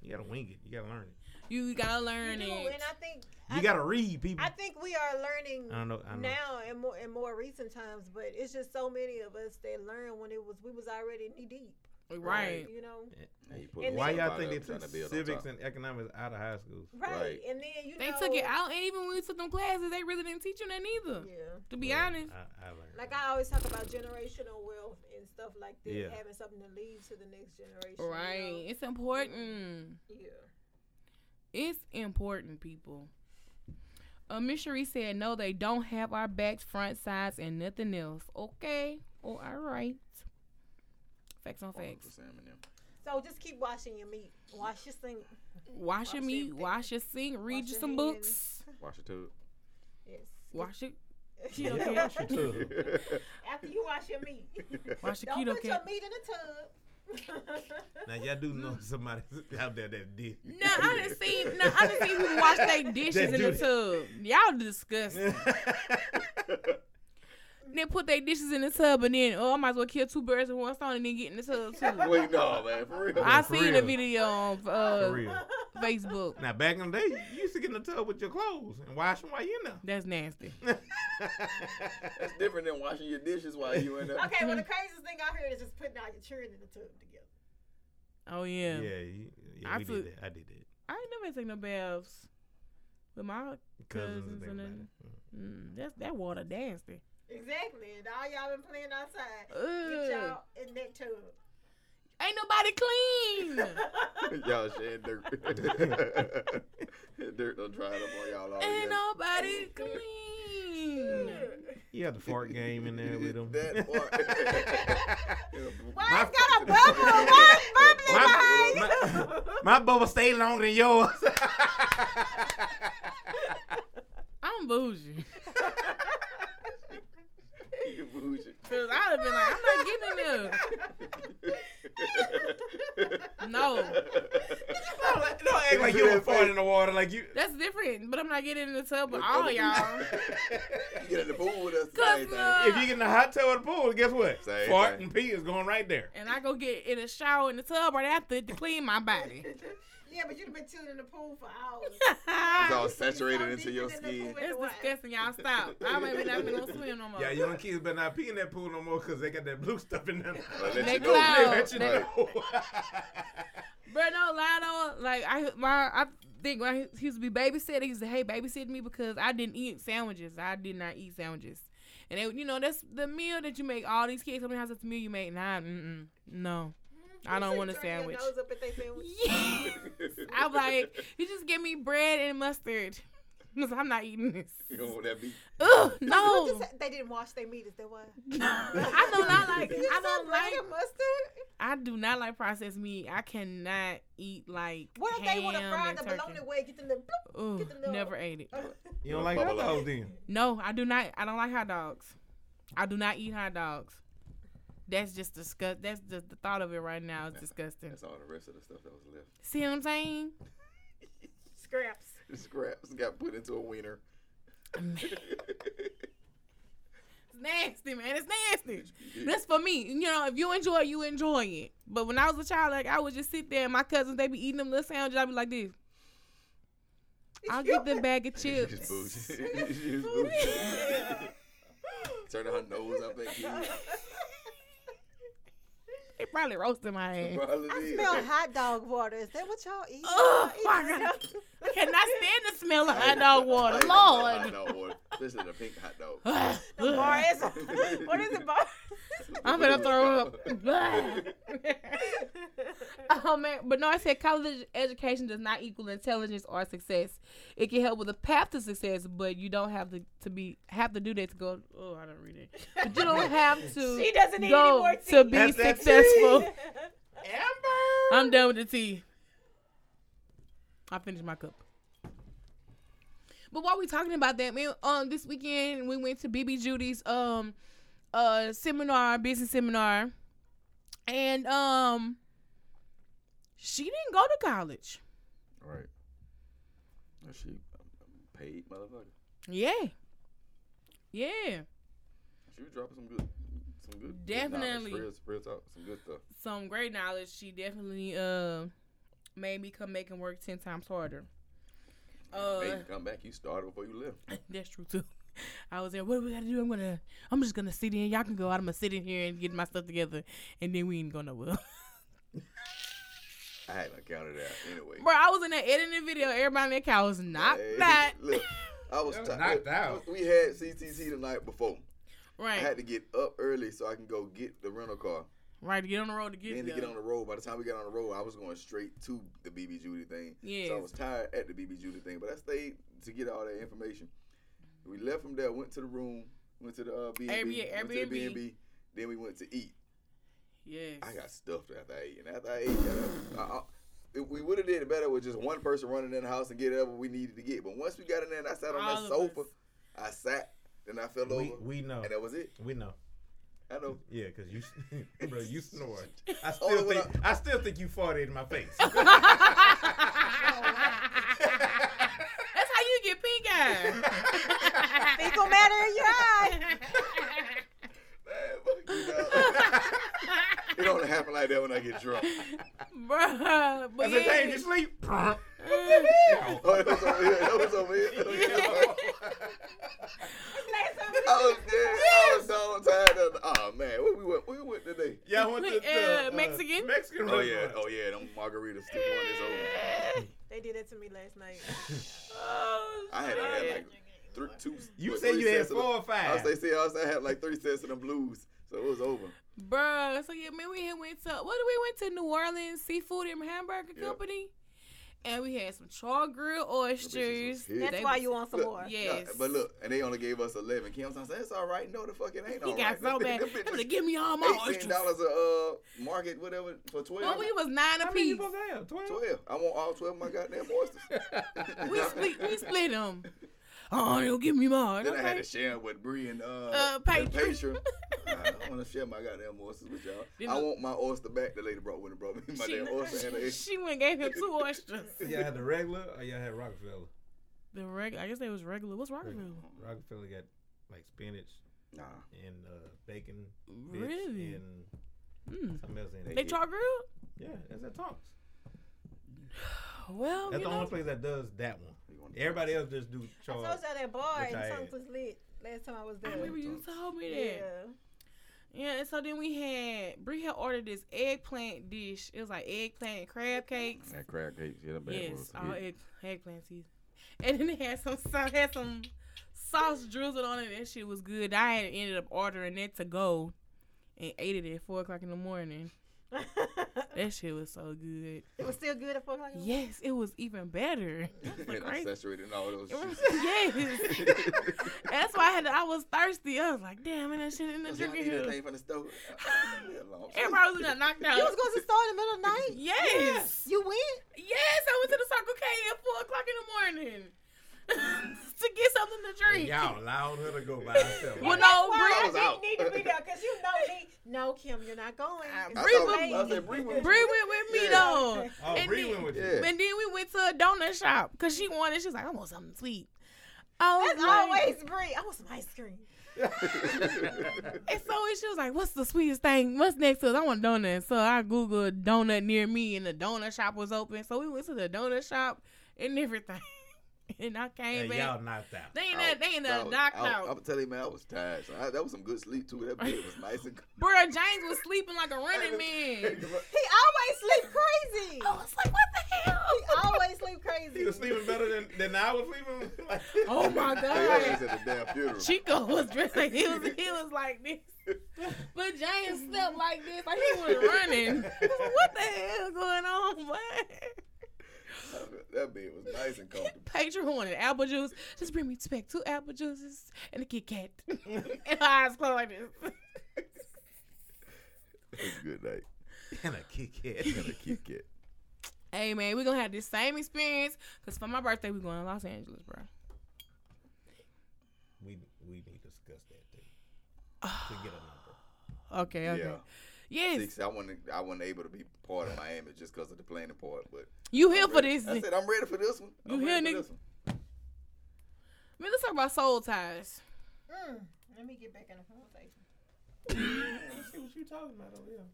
S6: you gotta wing it. You gotta learn it.
S2: you gotta
S3: You
S2: learn
S3: do,
S2: it.
S3: and I think
S6: You
S3: I,
S6: gotta read people.
S3: I think we are learning.
S6: I don't know. I don't know.
S3: now in more in more recent times, but it's just so many of us that learned when it was we was already knee deep.
S2: right.
S3: You know.
S5: Now you put
S3: And
S5: a
S6: Why
S5: lot
S6: y'all
S5: of
S6: think they took
S5: product trying to build on
S6: civics
S5: top.
S6: and economics out of high schools?
S3: Right.
S5: Right.
S3: And then you
S2: They
S3: know,
S2: took it out, and even when we took them classes, they really didn't teach you that neither.
S3: Yeah.
S2: To be
S6: Well,
S2: honest,
S6: I, I learned.
S3: Like
S6: that.
S3: I always talk about generational wealth and stuff like that,
S6: Yeah.
S3: having something to leave to the next generation. you know?
S2: right? It's important.
S3: Yeah.
S2: It's important, people. Uh, Miss Cherie said, "No, they don't have our backs, front sides, and nothing else." Okay. Oh, all right. Facts on facts.
S5: For Sam and them.
S3: So just keep washing your meat. Wash your sink.
S2: Wash your
S3: Wash
S2: meat.
S3: everything.
S2: Wash your sink. Read
S3: Wash
S2: you
S3: your
S2: some
S3: hands.
S2: books.
S5: Wash your tub.
S3: Yes.
S2: Wash your
S3: Yeah,
S2: keto
S6: Yeah,
S2: cat.
S6: she took.
S3: After you wash your meat.
S2: Wash your
S3: Don't
S2: keto
S3: put your
S2: cat.
S3: meat in the tub.
S6: Now y'all do know somebody out there that did.
S2: No, I didn't see. No, I didn't see who wash their dishes
S6: That
S2: in the
S6: do
S2: tub. Y'all disgusting. Then put their dishes in the tub, and then oh, I might as well kill two birds with one stone, and then get in the tub too.
S5: Wait, no, man, for real.
S2: I
S6: for
S2: seen a
S6: real.
S2: video on
S6: For
S2: uh,
S6: real.
S2: Facebook.
S6: Now back in the day, you used to get in the tub with your clothes and wash them while you in
S2: That's nasty.
S6: there.
S5: That's different than washing your dishes while you in there.
S3: okay, well the craziest thing I heard is just putting all your children in the tub together.
S2: Oh yeah,
S6: yeah, you, yeah,
S2: I
S6: we
S2: took-
S6: did that. I did that.
S2: I ain't never taken no baths with my.
S6: Cousins,
S2: Cousins
S6: and
S2: and
S6: everybody.
S2: Mm, that's that water nasty.
S3: Exactly. And all y'all been playing outside.
S2: Ugh.
S3: Get y'all in that tub.
S2: Ain't nobody clean.
S5: y'all shedding dirt. dirt done dried up on
S6: Oh,
S5: y'all all
S2: Ain't
S5: year.
S2: nobody clean.
S6: You had the fart game in there with them.
S5: That part.
S3: Why it's got a bubble?
S5: My-
S3: Why it's bubbling
S6: My-
S3: behind you?
S6: My bubble stayed longer than yours.
S2: I'm bougie.
S5: You bougie.
S2: Cause I'd have been like, I'm not getting in there. No,
S6: don't, act- don't act like you were farting in the water. Like you.
S2: that's different. But I'm not getting in the tub with all y'all.
S5: You get in the pool with us.
S2: Cause,
S5: Same
S2: uh,
S5: thing.
S6: If you get in the hot tub or the pool, guess what?
S5: Same
S6: Fart
S5: thing.
S6: and pee is going right there.
S2: And I go get in a shower in the tub right after to clean my body.
S3: Yeah, but you've been chilling in the pool for hours.
S5: It's all
S2: it's
S5: saturated
S3: So
S5: into
S3: deep
S5: your
S3: in the
S5: skin.
S3: pool.
S2: it's disgusting, y'all. Stop. I might be not gonna swim no more.
S6: Yeah, young kids better not pee in that pool no more because they got that blue stuff in them.
S5: Well,
S2: They
S5: let you know.
S2: cloud.
S5: Let you know.
S2: Bro, no lie though. Like I, my, I think when he used to be babysitting, he used to hey babysit me because I didn't eat sandwiches. I did not eat sandwiches, and they, you know that's the meal that you make. All these kids, how many times that's the meal you make? Nah, mm-mm, no,
S3: Mm-hmm.
S2: I don't want a
S3: Turn your
S2: sandwich.
S3: nose up at they sandwich.
S2: Yes. I'm like, you just give me bread and mustard. Cause I'm not eating this.
S5: You don't want that beef.
S2: Ugh,
S3: What
S2: no.
S3: you say? They didn't wash their meat. Is that why?
S2: I do not like.
S3: You
S2: I
S3: said
S2: don't
S3: bread
S2: like.
S3: and mustard.
S2: I do not like processed meat. I cannot eat like
S3: What if
S2: ham
S3: they would have fried
S2: and
S3: the
S2: turkey.
S3: bologna way? Get them the bloop.
S2: Ugh,
S3: the little-
S2: never ate it.
S6: you don't like hot dogs then?
S2: No, I do not. I don't like hot dogs. I do not eat hot dogs. That's just disgust. That's just the thought of it right now is disgusting.
S5: That's all the rest of the stuff that was left.
S2: See what I'm saying?
S3: scraps.
S5: The scraps got put into a wiener.
S2: It's nasty, man. It's nasty. That's for me. You know, if you enjoy, it, you enjoy it. But when I was a child, like I would just sit there and my cousins they be eating them little sandwiches. I'd be like this. I'll get the bag of chips.
S5: She's bougie. She's bougie. Turning her nose up at you.
S2: They probably roasting my ass.
S5: Probably
S3: I
S5: did.
S3: smell hot dog water. Is that what y'all eat?
S2: Oh,
S3: Y'all
S2: my
S3: eat hot
S2: God.
S3: dog-
S2: I cannot stand the smell of hot dog
S5: I
S2: water.
S5: ain't gonna lie,
S2: Lord.
S5: Hot dog water. This is a pink hot dog.
S3: The bar is what is it, bar?
S2: I'm
S5: What
S2: gonna
S5: is it
S2: throw up.
S5: called?
S2: oh man, but no, I said college education does not equal intelligence or success. It can help with the path to success, but you don't have to, to be have to do that to go. Oh, I don't read it. But you don't have to
S3: she doesn't need any
S2: go
S3: more
S2: to
S3: tea.
S2: be
S4: That's that tea.
S2: successful.
S4: Amber.
S2: I'm done with the tea. I finished my cup. But while we talking about that, man, um, this weekend we went to BB Judy's um uh seminar, business seminar, and um she didn't go to college.
S5: Right. Well, She a paid motherfucker.
S2: Yeah. Yeah.
S5: She was dropping some good, some good. good knowledge,
S2: Definitely.
S5: Real, real talk, some good stuff.
S2: Some great knowledge. She definitely uh made me come make and work ten times harder. Uh,
S5: Hey, you come back. You started before you left.
S2: That's true too. I was there. What do we gotta do? I'm gonna. I'm just gonna sit in. Y'all can go out. I'm gonna sit in here and get my stuff together, and then we ain't gonna well.
S5: I haven't counted out anyway.
S2: Bro, I was in there editing video. Everybody in that car was knocked
S5: Hey,
S2: back.
S5: Look, I was
S6: Y'all
S5: tired.
S6: knocked out.
S5: We had CTC the night before. I
S2: Right,
S5: had to get up early so I can go get the rental car.
S2: right. To get on the road to get
S5: Then to
S2: there.
S5: get on the road. By the time we got on the road, I was going straight to the BB Judy thing. So I
S2: Yes.
S5: was tired at the BB Judy thing, but I stayed to get all that information. We left from there, went to the room, went to the uh, B&B,
S2: Airbnb,
S5: went to the
S2: Airbnb.
S5: B&B, then we went to eat.
S2: yes.
S5: I got stuffed after I ate, and after I ate, I, I, I- if we would have did it better with just one person running in the house and get whatever we needed to get. But once we got in there, and I sat on
S2: All
S5: that
S2: of
S5: sofa.
S2: us.
S5: I sat, then I fell
S6: We,
S5: over,
S6: we know.
S5: and that was it.
S6: We know.
S5: I know.
S6: Yeah, cause you, bro, you snored. I
S5: Only
S6: still
S5: when
S6: think I still think you farted in my face.
S2: That's how you get pink eye.
S3: Fecal matter in your eye.
S5: Man, fuck you, dog. it don't happen like that when I get drunk.
S2: Bro,
S6: I
S2: but
S6: said, "Damn,
S2: yeah.
S6: you sleep."
S5: Oh, that was over here. That was over here. That was over here. I was dead. I was dog tired. Of, oh man, where we went? Where we went today?
S6: yeah, I went to
S2: Wait,
S6: the,
S2: uh, Mexican?
S6: Mexican.
S5: Oh yeah.
S6: restaurant.
S5: Oh yeah. Them margaritas still going this over.
S3: They did that to me last night.
S2: Oh,
S5: I had, I had like three, two.
S6: You
S5: what,
S6: said
S5: three
S6: you had
S5: sets of them-
S6: four or
S5: I
S6: five.
S5: was say, see, I was I had like three sets of them blues, so it was over.
S2: Bruh, so yeah, man, we had went to what did we went to New Orleans Seafood and Hamburger
S5: Yep.
S2: Company, and we had some char grilled oysters.
S5: hit.
S3: That's
S2: They
S3: why
S2: was-
S3: you want some
S5: Look,
S3: more.
S2: yeah.
S5: yeah,
S2: Yes.
S5: but look, and they only gave us eleven. Kim I said, "It's all right. No, the fuck it ain't
S2: He
S5: all
S2: got
S5: right."
S2: so
S5: Them
S2: bad.
S5: bitches-
S2: He was like, "Give me all my
S5: Eighteen
S2: oysters."
S5: dollars a uh, market, whatever, for
S2: Well,
S5: twelve.
S2: Oh, we was nine
S6: How many you
S2: apiece.
S6: supposed to have? Twelve.
S5: Twelve. I want all twelve of my goddamn oysters.
S2: We split. We split them. Oh, they'll give me mine.
S5: Then I had
S2: Okay.
S5: to share it with Bree and uh,
S2: Uh, Patron.
S5: and Patron. I don't want to share my goddamn oysters with y'all.
S2: Then
S5: I
S2: the-
S5: want my oyster back. The lady brought when it brought me my damn oyster and the
S2: She, she went and gave him two oysters.
S6: Y'all had the regular, or y'all had Rockefeller.
S2: The regular, I guess they was regular. What's Rockefeller?
S6: Rockefeller got like spinach
S5: Nah,
S6: and uh, bacon, bitch,
S2: Really?
S6: and
S2: Mm.
S6: something else in it.
S2: They Oh, char grilled?
S6: Yeah, that's at Tonks.
S2: Well,
S6: That's
S2: Oh, you
S6: the
S2: know,
S6: only place that does that one.
S5: You want-
S6: Everybody else just do
S3: I
S5: Oh.
S3: told
S6: Charles.
S3: y'all that bar
S6: Which I
S3: in
S6: had.
S3: Tongues was lit last time I was
S2: I
S3: there.
S2: remember you told me that.
S3: yeah.
S2: Yeah, and so then we had Brie had ordered this eggplant dish. It was like eggplant and crab cakes.
S5: that crab cake. Yeah, that bad
S2: Yes,
S5: was a
S2: all
S5: hit.
S2: egg, eggplant season. And then it had some so- had some sauce drizzled on it. That shit was good. I had ended up ordering that to go and ate it at four o'clock in the morning. That shit was so good.
S3: it was still good at four o'clock. in the morning?
S2: Yes, it was even better.
S5: And I
S2: Crazy.
S5: saturated in all those.
S2: yes. That's why I had to, I was thirsty. I was like, damn, man, that shit in the
S5: Was y'all
S2: drinking
S5: eating that
S2: here.
S5: thing from the stove?
S2: Everybody was in there knocked out.
S3: You was going to the store in the middle of the night.
S2: Yes.
S3: You went.
S2: Yes, I went to the Circle K at four o'clock in the morning to get something to
S6: And
S2: drink.
S6: y'all allowed her to go by herself.
S2: Well, no,
S5: I
S2: Brie,
S5: was out.
S3: Need to be there because you know me. No, Kim, you're not going. It's
S5: I
S2: Bree
S5: thought-
S3: late.
S5: I said, Bree went-
S2: Brie went with me
S5: Yeah.
S2: though.
S6: oh,
S2: and
S6: Bree
S2: then-
S6: went with you.
S5: Yeah.
S2: And then we went to a donut shop because she wanted. She was like, "I want something sweet." I was
S3: That's
S2: like-
S3: always Bree. I want some ice cream.
S2: And so she was like, "What's the sweetest thing? What's next to us? I want a donut." So I googled donut near me, and the donut shop was open. So we went to the donut shop and everything. and I
S4: Hey,
S2: came back.
S4: y'all knocked out.
S2: They ain't that, they ain't
S5: I
S2: that
S5: was-
S2: knocked
S5: I was-
S2: out.
S5: I'm telling you, man, I was tired. So I, that was some good sleep too. That bed was nice and.
S2: Bruh, James was sleeping like a running man.
S3: He always sleep crazy.
S1: I was like, what the hell?
S3: He always sleep crazy.
S4: He was sleeping better than, than I was sleeping. Like,
S2: Oh my
S5: Yeah,
S2: god.
S5: it's at the damn funeral.
S2: Chico was dressed like he was he was like this. But James slept like this, like he was running. What the hell going on, man?
S5: that bed was nice and comfortable.
S2: Pedro wanted apple juice. Just bring me back two apple juices and a Kit Kat. and her eyes closed like this.
S5: It was a good night.
S6: and a kick
S5: And a
S6: head.
S5: Kit Kat.
S2: Hey man, we're gonna have this same experience. Cause for my birthday, we're going to Los Angeles, bro.
S6: we we need to discuss that thing to get a number.
S2: Okay, okay.
S5: Yeah.
S2: Yes.
S5: Six, I wasn't. I wasn't able to be part of Miami just because of the planning part. But
S2: You here
S5: I'm
S2: for
S5: ready.
S2: this.
S5: I
S2: Man,
S5: said I'm ready for this one. I'm
S2: You
S5: ready
S2: here, nigga?
S5: for this one.
S2: let's talk about soul ties.
S3: Mm, let me get back in the conversation.
S4: see what you talking about over here.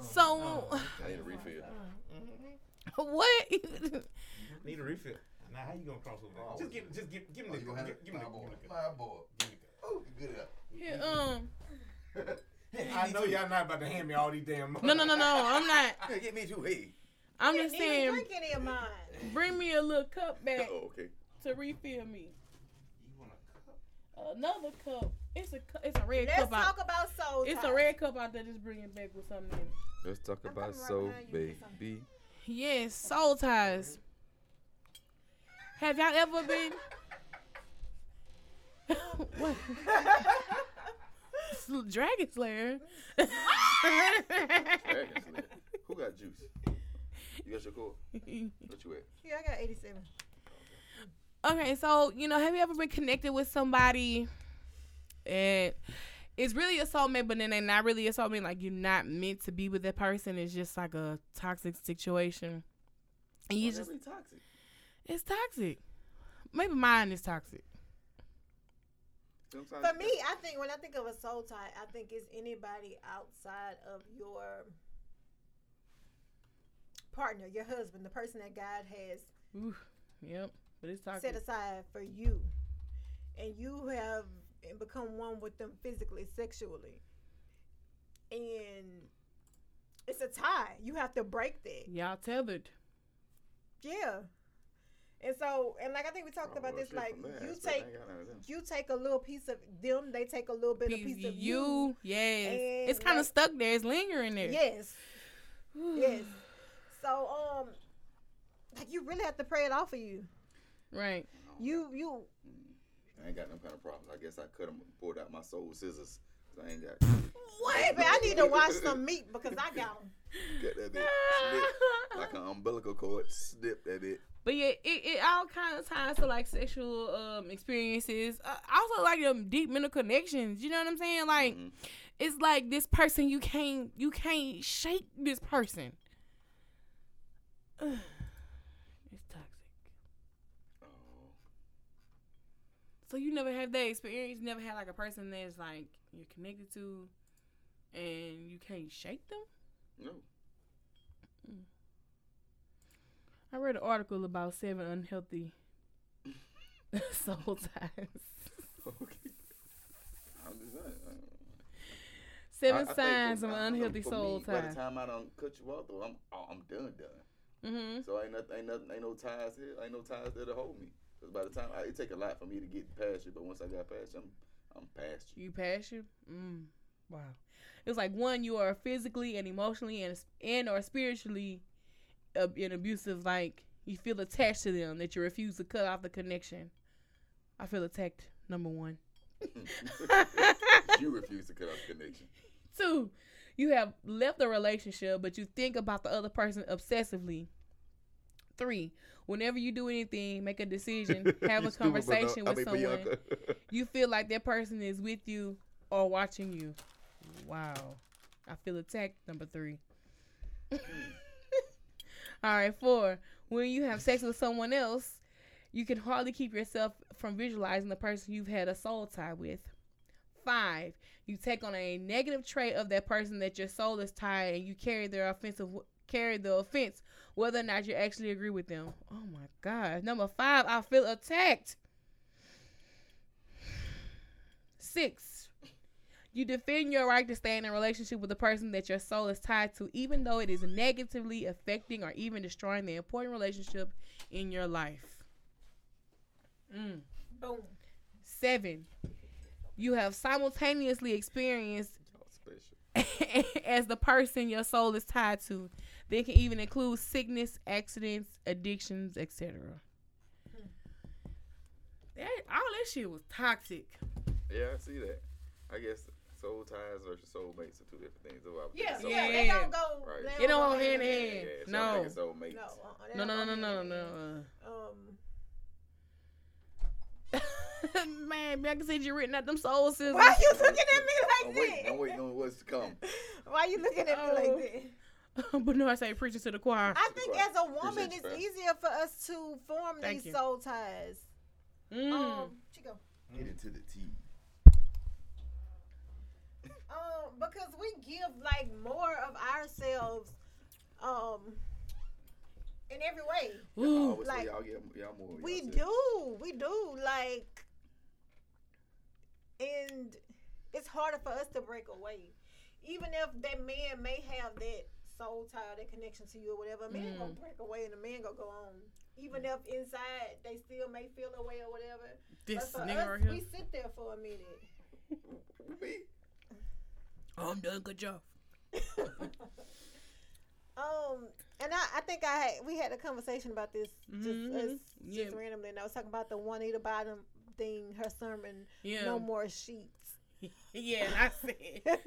S2: So
S5: I need a refill.
S6: Mm-hmm.
S2: what
S4: Need a refill. Now how you gonna cross over?
S5: Oh,
S4: just give, just give, give me the, give, give me the, give me the.
S5: Oh, you good
S2: Yeah, um
S4: I know y'all not about to hand me all these damn.
S2: No no no no, I'm not
S5: Hey, get me two. Hey.
S2: I'm just
S3: He didn't
S2: saying
S3: drink any of mine.
S2: bring me a little cup back
S5: Oh, okay.
S2: to refill me. Another cup. It's a cu- it's a red
S3: Let's
S2: cup out.
S3: talk about soul.
S2: It's a
S3: ties.
S2: red cup out there just bring it back with something in it.
S5: Let's talk
S3: coming
S5: about
S3: right
S5: so
S3: behind you with something.
S5: baby.
S2: Yes, soul ties. Have y'all ever been? what? Sl- Dragon Slayer.
S5: Dragon Slayer. Who got juice? You got your cord? What you at?
S3: Yeah, I got 87.
S2: okay, so you know, have you ever been connected with somebody, and it's really a soulmate, but then they're not really a soulmate? Like you're not meant to be with that person. It's just like a toxic situation, and you
S5: Oh,
S2: just
S5: that'd be toxic.
S2: it's toxic. Maybe mine is toxic.
S5: Sometimes
S3: For
S5: you
S3: me, I think when I think of a soul tie, I think it's anybody outside of your partner, your husband, the person that God has
S2: Ooh, yep, but it's toxic.
S3: set aside for you. And you have become one with them physically, sexually. And it's a tie. You have to break that.
S2: Y'all tethered.
S3: Yeah. And so, and like I think we
S5: gotta-
S3: talked
S5: Oh,
S3: about
S5: well,
S3: this,
S5: shit,
S3: like
S5: from that
S3: you
S5: aspect, I
S3: take
S5: ain't got none of them.
S3: you take a little piece of them, they take a little bit of
S2: Piece
S3: piece of
S2: you, yes.
S3: And,
S2: it's kind of
S3: like-
S2: stuck there. It's lingering there.
S3: Yes. yes. So um like you really have to pray it off of you.
S2: Right.
S5: Oh,
S3: You you
S5: I ain't got no kind of problems. I guess I cut them, pulled out my soul scissors. 'cause I ain't got.
S3: what? I need to wash some meat because I got them.
S5: Cut that bit. Snip. Like an umbilical cord. Snip that bit.
S2: But yeah, it, it all kind of ties to like sexual um experiences. Uh, also like them deep mental connections. You know what I'm saying? Like
S5: Mhm.
S2: it's like this person you can't you can't shake this person. it's toxic.
S5: Oh.
S2: So you never have that experience. You never had like a person that's like you're connected to, and you can't shake them.
S5: No.
S2: I read an article about seven unhealthy soul ties.
S5: Okay. I'm just saying. I don't know.
S2: Seven
S5: I- I think
S2: signs
S5: for-
S2: of
S5: I don't know,
S2: unhealthy
S5: for
S2: soul
S5: me, By
S2: ties.
S5: the time I don't cut you off, though, I'm oh, I'm done done.
S2: Mm-hmm.
S5: So ain't nothing, ain't nothing, ain't no ties here. Ain't no ties there to hold me. Cause by the time I, it take a lot for me to get past you, but once I got past you, I'm I'm past you.
S2: You pass you. Mm. Wow. It was like one, you are physically and emotionally and and or spiritually uh, an abusive. Like you feel attached to them that you refuse to cut off the connection. I feel attacked. Number one.
S5: you refuse to cut off the connection.
S2: Two, you have left the relationship, but you think about the other person obsessively. Three, whenever you do anything, make a decision, have
S5: You
S2: a
S5: stupid,
S2: conversation
S5: Beno- I
S2: with
S5: mean,
S2: someone,
S5: Bianca.
S2: you feel like that person is with you or watching you. Wow. I feel attacked, number three. All right, four, when you have sex with someone else, you can hardly keep yourself from visualizing the person you've had a soul tie with. Five, you take on a negative trait of that person that your soul is tied and you carry their offensive carry the offense, whether or not you actually agree with them. Oh my God. Number five, I feel attacked. Six, you defend your right to stay in a relationship with a person that your soul is tied to, even though it is negatively affecting or even destroying the important relationship in your life. Mm.
S3: Boom.
S2: Seven, you have simultaneously experienced
S5: Y'all special.
S2: as the person your soul is tied to. They can even include sickness, accidents, addictions, etc. That all that shit was toxic.
S5: Yeah, I see that. I guess soul ties versus soulmates are two different things. though. I would think
S3: Yeah,
S5: soul-
S3: yeah, they
S2: Yeah.
S3: don't go.
S5: Right.
S3: they
S2: It don't
S3: go
S2: go hand in
S5: Yeah,
S2: hand.
S5: yeah, so
S2: No.
S5: I'm thinking soulmates.
S3: No, uh-uh, they
S2: No,
S3: don't
S2: no,
S3: go
S2: no, no, no,
S3: hand in hand.
S2: no.
S3: Um,
S2: uh. Man, Bianca said you written out them soul scissors.
S3: why you looking
S5: I'm
S3: at me
S5: waiting.
S3: like
S5: I'm
S3: that?
S5: waiting on what's to come.
S3: Why you looking at me
S2: Oh.
S3: like that?
S2: but no, I say preaching to the choir.
S3: I think
S5: Right.
S3: as a woman,
S5: Appreciate you,
S3: it's
S5: fam.
S3: easier for us to form
S2: Thank
S3: these
S2: you.
S3: soul ties.
S2: Mm.
S3: Um, Chico.
S5: Get it to the T.
S3: Um, because we give like more of ourselves, um, in every way.
S5: I
S2: Ooh.
S5: always say
S3: like,
S5: y'all get y'all more.
S3: We
S5: y'all
S3: do, we do, like, and it's harder for us to break away, even if that man may have that soul tie, that connection to you or whatever. A man
S2: Mm.
S3: gonna break away, and a man gonna go on, even if inside they still may feel a way or whatever.
S2: This
S3: But for
S2: nigga
S3: us,
S2: right here.
S3: we sit there for a minute.
S5: We-
S2: I'm doing a good job.
S3: Um, and I, I think I had, we had a conversation about this just us,
S2: Mhm. Yeah.
S3: just randomly, and I was talking about the Juanita Bottom thing, her sermon,
S2: Yeah.
S3: no more sheets.
S2: Yeah, and I said.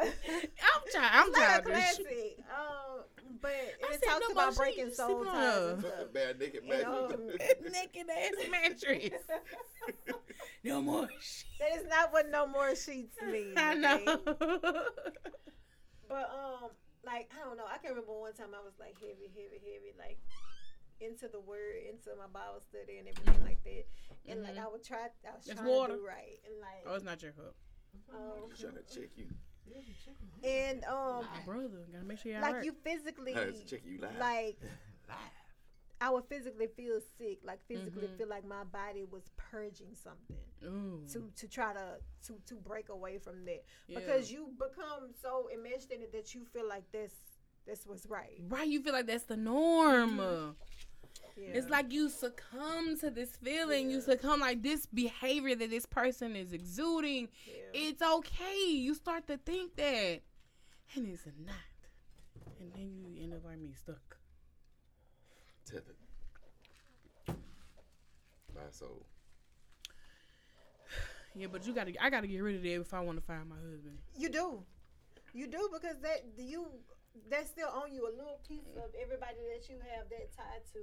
S3: It's
S2: I'm trying. I'm
S3: not a
S2: childish.
S3: classic, um, but
S2: said
S3: it
S2: no
S3: talks
S2: more
S3: about
S2: sheets,
S3: breaking
S2: you
S3: soul
S2: sleeping
S3: ties
S2: on.
S3: and stuff.
S5: Bare naked
S3: You know,
S5: matches.
S2: Naked ass mattress. No more shit.
S3: That is not what no more sheets mean.
S2: I know.
S3: okay? But um, like I don't know. I can remember one time I was like heavy, heavy, heavy, like into the word, into my Bible study and everything like that. And like I would try, I was
S2: Mm-hmm. It's
S3: trying
S2: water.
S3: to do right, and
S2: oh,
S3: like
S2: it's not your cup.
S3: um,
S5: Just trying to check you.
S3: and um,
S2: My brother. Gotta make sure y'all
S3: like
S2: hurt.
S3: you physically,
S5: Nah, it's check you live.
S3: like. I would physically feel sick, like physically
S2: Mm-hmm.
S3: feel like my body was purging something.
S2: Ooh.
S3: to to try to to to break away from that
S2: Mm-hmm. Yeah.
S3: because you become so enmeshed in it that you feel like this this was right.
S2: Right, you feel like that's the norm.
S3: Mm-hmm. Yeah.
S2: It's like you succumb to this feeling. You succumb like this behavior that this person is exuding.
S3: Yeah.
S2: It's okay. You start to think that, and it's not. And then you end up like me, stuck.
S5: Tethered. My soul.
S2: Yeah, but you gotta. I gotta get rid of that if I want to find my husband.
S3: you do, you do because that you that's still on you. A little piece of everybody that you have that tied to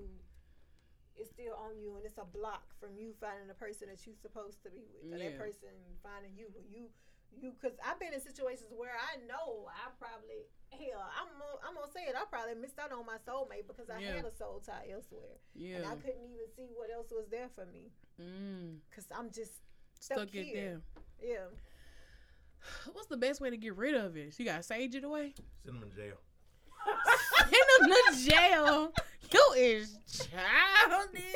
S3: is still on you, and it's a block from you finding the person that you're supposed to be with, or
S2: Yeah.
S3: that person finding you. who You you because I've been in situations where I know I probably. Hell, I'm gonna, I'm gonna say it. I probably missed out on my soulmate because I
S2: Yeah.
S3: had a soul tie elsewhere.
S2: Yeah.
S3: and I couldn't even see what else was there for me
S2: mm,
S3: because I'm just stuck,
S2: stuck it
S3: here.
S2: there.
S3: Yeah,
S2: What's the best way to get rid of it? You gotta sage it away.
S6: Send them to jail.
S2: Send him to jail. You is childish.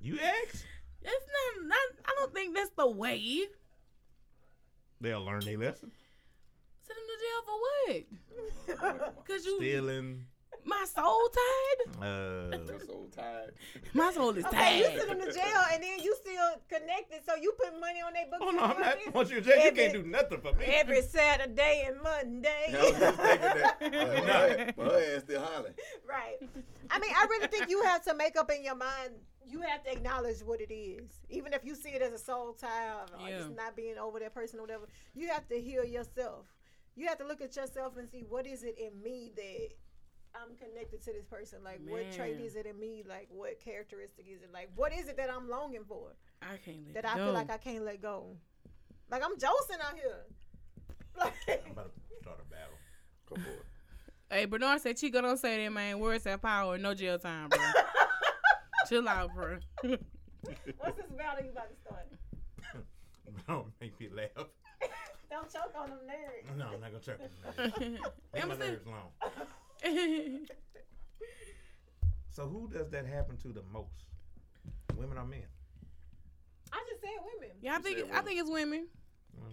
S6: You asked?
S2: That's not, not. I don't think that's the way.
S6: They'll learn their lesson.
S2: Send him to jail for what? Cause you
S6: Stealing.
S2: my soul tied.
S6: Uh,
S5: My soul tied.
S2: My soul is
S3: okay, you
S2: tied.
S3: send them to jail, and then you still connected, so you put money on their books.
S6: oh
S3: and
S6: no, I'm
S3: doing
S6: not.
S3: this
S6: Once you in jail, you
S3: Every-
S6: can't do nothing for me.
S3: Every Saturday and Monday,
S5: Yeah, I was just thinking that. Like, my, ass- my ass still hollering.
S3: right? I mean, I really think you have to make up in your mind. You have to acknowledge what it is, even if you see it as a soul tie or
S2: Yeah.
S3: just not being over that person or whatever. You have to heal yourself. You have to look at yourself and see what is it in me that I'm connected to this person. Like, what trait
S2: Man.
S3: is it in me? Like, what characteristic is it? Like, what is it that I'm longing for?
S2: I can't let
S3: that
S2: it
S3: I
S2: go.
S3: feel like I can't let go. Like I'm josing out here.
S6: I'm
S3: Like,
S6: about to start a battle.
S5: Come on.
S2: Hey, Bernard said, Chico, don't say that, man. Words have power. No jail time, bro. Chill out, bro.
S3: what's this battle you about to start?
S6: Don't make me laugh.
S3: Don't Don't choke on them nerds.
S6: No, I'm not gonna choke. on that. Leave my
S2: Emerson.
S6: nerves long. So who does that happen to the most? Women or men?
S3: I just said women.
S2: yeah, I
S5: You
S2: think
S5: said
S2: I
S5: women.
S2: think it's women.
S6: Mm.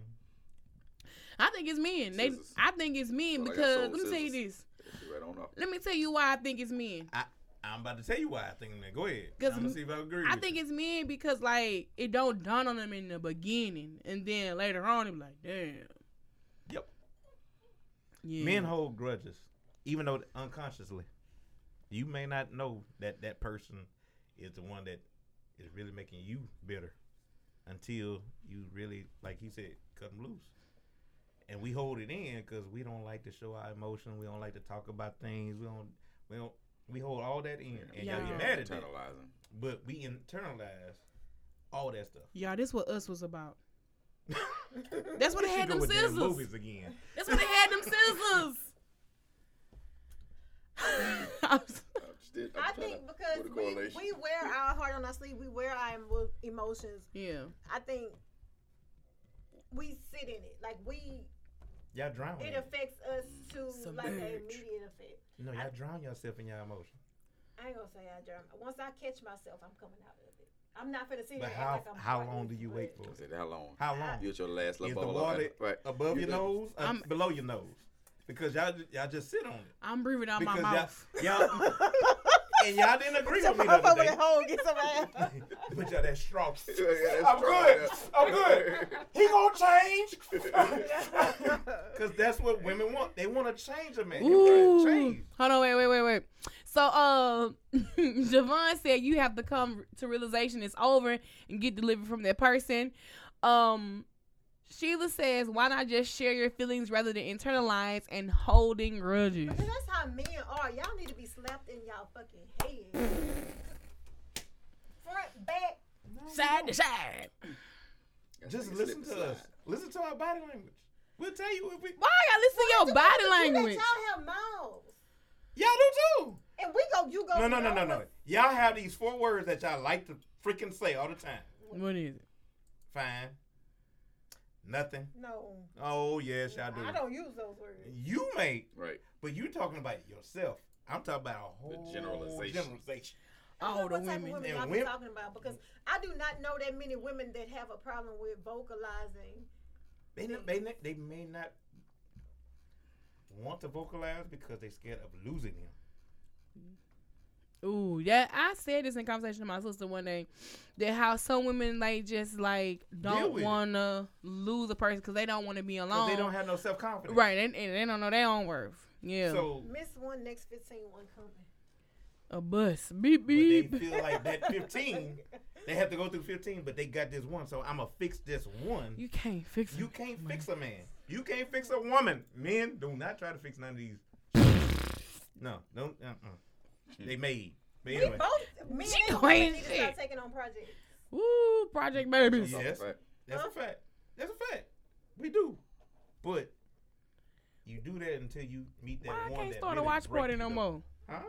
S2: I think it's men. They,
S5: Scissors.
S2: I think it's men
S5: Well, I got
S2: because
S5: sold
S2: let me tell you
S5: scissors.
S2: this.
S5: Right on up.
S2: Let me tell you why I think it's men.
S6: I I'm about to tell you why I think that. Go ahead.
S2: 'Cause
S6: I'm gonna
S2: m-
S6: see if I agree.
S2: I
S6: with
S2: think
S6: you.
S2: it's men because like it don't dawn on them in the beginning, and then later on it be like, damn.
S6: Yep.
S2: Yeah.
S6: men hold grudges, even though unconsciously, you may not know that that person is the one that is really making you bitter until you really, like you said, cut them loose. And we hold it in because we don't like to show our emotion. We don't like to talk about things. We don't. We don't. We hold all that in, and y'all
S2: Yeah.
S6: get mad at that.
S5: Internalizing.
S6: But we internalize all that stuff.
S2: Y'all, this what us was about. That's what they
S6: She
S2: had
S6: go
S2: them
S6: with them
S2: scissors.
S6: Movies again.
S2: That's what they had them scissors. I'm s-
S5: I'm still, I'm
S3: I
S5: trying
S3: think
S5: to
S3: because
S5: put a
S3: we,
S5: correlation.
S3: we wear our heart on our sleeve, we wear our emo- emotions.
S2: yeah.
S3: I think we sit in it. Like we,
S6: Y'all drown. in
S3: it
S6: it.
S3: affects us to like an immediate effect.
S6: No, y'all drown yourself in your emotion.
S3: I ain't gonna say I drown. Once I catch myself, I'm coming out of it. I'm not gonna sit
S6: But
S3: here.
S6: how
S3: and act like I'm
S6: how
S3: heartless,
S6: long do you wait
S3: but
S6: for?
S5: I said, how long?
S6: How long?
S5: You
S6: Is
S5: get your last
S6: the
S5: little bowl
S6: water
S5: of right
S6: above
S5: You
S6: your
S5: done-
S6: nose or
S2: I'm-
S6: below your nose? Because y'all ju- y'all just sit on it.
S2: I'm breathing out
S6: Because
S2: my mouth.
S6: y'all, y'all and y'all didn't agree with me the
S3: I'm over
S6: other
S3: the
S6: day.
S3: hole. Get some ass.
S6: But y'all that straw.
S5: Yeah, yeah, that's
S6: I'm
S5: right.
S6: good. I'm good. He gonna change. Cause that's what women want. They want to change a man. They
S2: Ooh.
S6: want to change.
S2: Hold on, wait, wait, wait, wait. So, uh, Javon said you have to come to realization it's over and get delivered from that person. Um, Sheila says, why not just share your feelings rather than internalize and holding grudges?
S3: Because that's how men are. Y'all need to be slapped in y'all fucking head. Front, back.
S2: Side to side.
S5: That's
S6: Just
S5: like a
S6: listen
S5: slip
S6: to
S5: and
S6: us.
S5: slide.
S6: Listen to our body language. We'll tell you if we.
S2: Why y'all listen to your body
S3: You let
S2: language?
S3: Y'all have mouths.
S6: Y'all do too.
S3: And we go, you go.
S6: No, no, no, no,
S3: y'all
S6: no.
S3: look-
S6: Y'all have these four words that y'all like to freaking say all the time.
S2: What is it?
S6: Fine. Nothing.
S3: No.
S6: Oh yes, y'all do.
S3: I don't use those words.
S6: You may,
S5: Right.
S6: but you talking about yourself. I'm talking about a whole
S5: generalization.
S6: generalization.
S3: I don't
S2: Oh,
S3: know
S2: the
S3: what type of
S2: women.
S3: women
S6: And
S3: y'all be
S6: women-
S3: talking about because I do not know that many women that have a problem with vocalizing.
S6: They not, they not, they may not want to vocalize because they scared of losing him.
S2: Ooh, yeah. I said this in conversation with my sister one day that how some women like just like
S6: Deal
S2: don't
S6: with it.
S2: wanna lose a person because they don't want to be
S6: 'Cause
S2: alone.
S6: They don't have no self confidence.
S2: right, and, and they don't know their own worth. Yeah,
S6: So
S3: Miss one, next 15, one coming.
S2: a bus. Beep
S6: but they
S2: beep.
S6: feel like that 15. They have to go through 15, but they got this one. So I'm gonna fix this one.
S2: you can't fix it.
S6: You can't fix a man. You can't fix a woman. Men do not try to fix none of these. No, no, uh-uh. they made. But anyway,
S3: Both men
S2: She
S3: and
S2: ain't
S3: women need to
S2: shit.
S3: start taking on projects.
S2: Ooh, Project Babies.
S6: Yeah. Yes.
S5: Right.
S6: that's a fact. That's a fact. We do, but you do that until you meet that
S2: Why I
S6: one.
S2: can't
S6: that
S2: start a
S6: really
S2: watch
S6: break
S2: party
S6: you
S2: no
S6: down.
S2: more?
S6: Huh?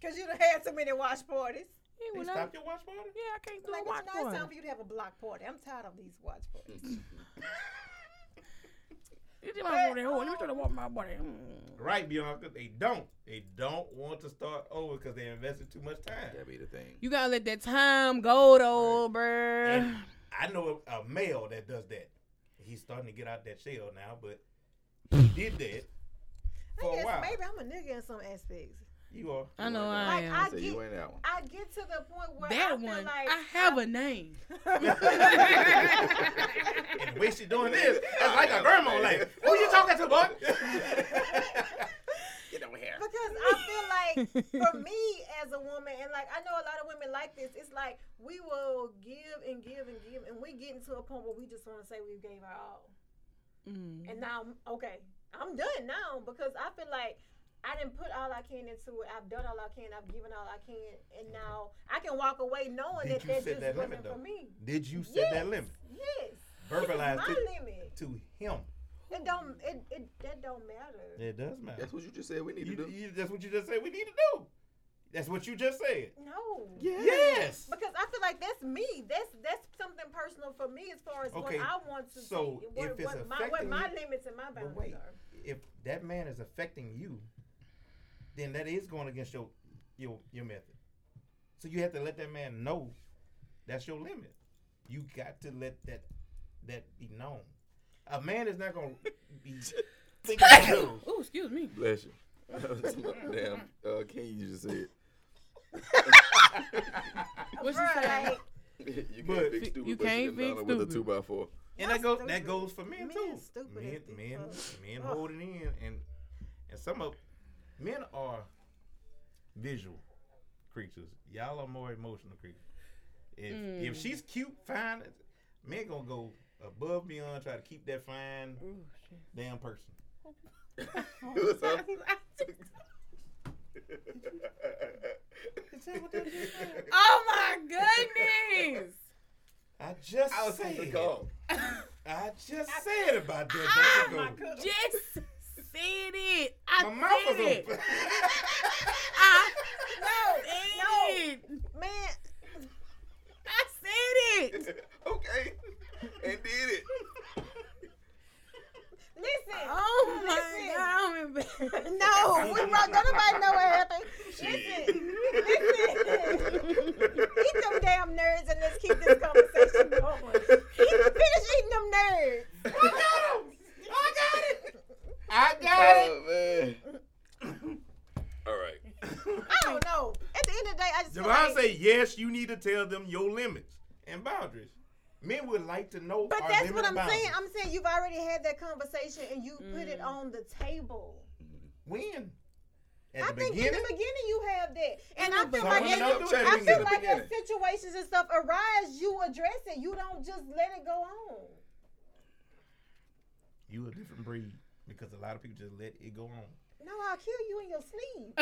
S3: Because you done had so many watch parties.
S2: Yeah,
S6: They
S2: when I-
S6: stopped your watch party?
S2: yeah, I can't do
S3: Like,
S2: a watch
S3: it's, you know,
S2: party.
S3: it's time for you to have a block party. I'm tired of these watch parties.
S2: You just wanna go there, oh, Let me try
S6: uh-huh.
S2: to walk my Mm. body.
S6: Right, Bianca. They don't. They don't want to start over because they invested too much time.
S5: That be the thing.
S2: You gotta let that time go though, bruh.
S6: And I know a, a male that does that. He's starting to get out that shell now, but he did that
S3: I
S6: for a
S3: guess
S6: while.
S3: maybe I'm a nigga in some aspects.
S6: You are.
S2: I know
S5: Like,
S2: I
S3: Like,
S2: am.
S3: I
S5: So you
S3: get,
S5: ain't that one.
S3: I get to the point where I
S2: that
S3: feel
S2: one,
S3: like
S2: I have a name.
S6: And the way she doing this, that's like a grandma. Like, who you talking to, boy?
S5: Get over here.
S3: Because I feel like for me as a woman, and like I know a lot of women like this, it's like we will give and give and give, and we getting to a point where we just want to say we gave our all.
S2: Mm.
S3: And now, okay, I'm done now because I feel like I didn't put all I can into it. I've done all I can. I've given all I can, and now I can walk away knowing
S6: Did
S3: that
S6: you
S3: that
S6: set
S3: just
S6: that
S3: wasn't
S6: limit,
S3: for
S6: though?
S3: me.
S6: Did you set
S3: Yes.
S6: that limit?
S3: Yes,
S6: Verbalized
S3: my
S6: it
S3: limit.
S6: to him.
S3: It don't. It, it that don't matter.
S6: It does matter.
S5: That's what you just said we need to
S6: You,
S5: do.
S6: you- that's what you just said we need to do. That's what you just said.
S3: No.
S6: Yes.
S3: Because I feel like that's me. That's that's something personal for me as far as
S6: Okay,
S3: what I want to
S6: so
S3: see. What,
S6: if it's
S3: what, my, what my
S6: affecting you-
S3: limits and my
S6: But
S3: boundaries
S6: wait,
S3: are.
S6: if that man is affecting you, then that is going against your your your method. So you have to let that man know that's your limit. You got to let that that be known. A man is not going to be thinking little.
S2: Oh, excuse me.
S5: Bless you. Damn, uh, King, you just said.
S2: What you say?
S3: Right.
S5: you
S6: But-
S5: can't fix stupid.
S2: You
S5: but
S2: can't
S5: can down
S2: fix
S5: with a
S2: stupid.
S5: two by four.
S6: And that goes that
S3: stupid.
S6: goes for men,
S3: Men
S6: too.
S3: stupid
S6: men
S3: as
S6: men
S3: fuck.
S6: men
S3: Ugh.
S6: holding in and and some of men are visual creatures. Y'all are more emotional creatures. If if she's cute, fine, men gonna go above and beyond try to keep that fine damn person.
S2: Oh my goodness.
S6: I just
S5: I was
S6: said
S5: on the call.
S6: I just said about that.
S2: Ah,
S6: don't you go.
S2: Just said it. I
S6: my mouth
S2: said
S6: was
S2: it.
S6: open.
S2: I
S3: no.
S2: said it.
S3: Man,
S2: I said it.
S5: okay, and did it.
S3: listen.
S2: Oh
S3: Listen.
S2: my god. I'm embarrassed.
S3: No, we wrong. Don't nobody know what happened. Listen, eat them damn nerds and let's keep this conversation going. Eat, finish eating them nerds.
S6: I got it.
S5: Oh man. All right. Oh.
S3: I don't know. At the end of the day, I just feel
S6: Javon
S3: like,
S6: say yes, you need to tell them your limits and boundaries. Men would like to know.
S3: but
S6: our
S3: that's
S6: limit
S3: what I'm
S6: and boundaries.
S3: saying. I'm saying you've already had that conversation and you put it on the table.
S6: when at
S3: I
S6: the
S3: think
S6: beginning,
S3: in the beginning you have that, and I feel
S6: So
S3: like
S6: women
S3: that-
S6: don't do that
S3: I
S6: in
S3: feel
S5: the
S3: like as
S5: beginning.
S3: situations and stuff arise, you address it. You don't just let it go on.
S6: you a different breed because a lot of people just let it go on,
S3: No, I'll kill you in your sleep.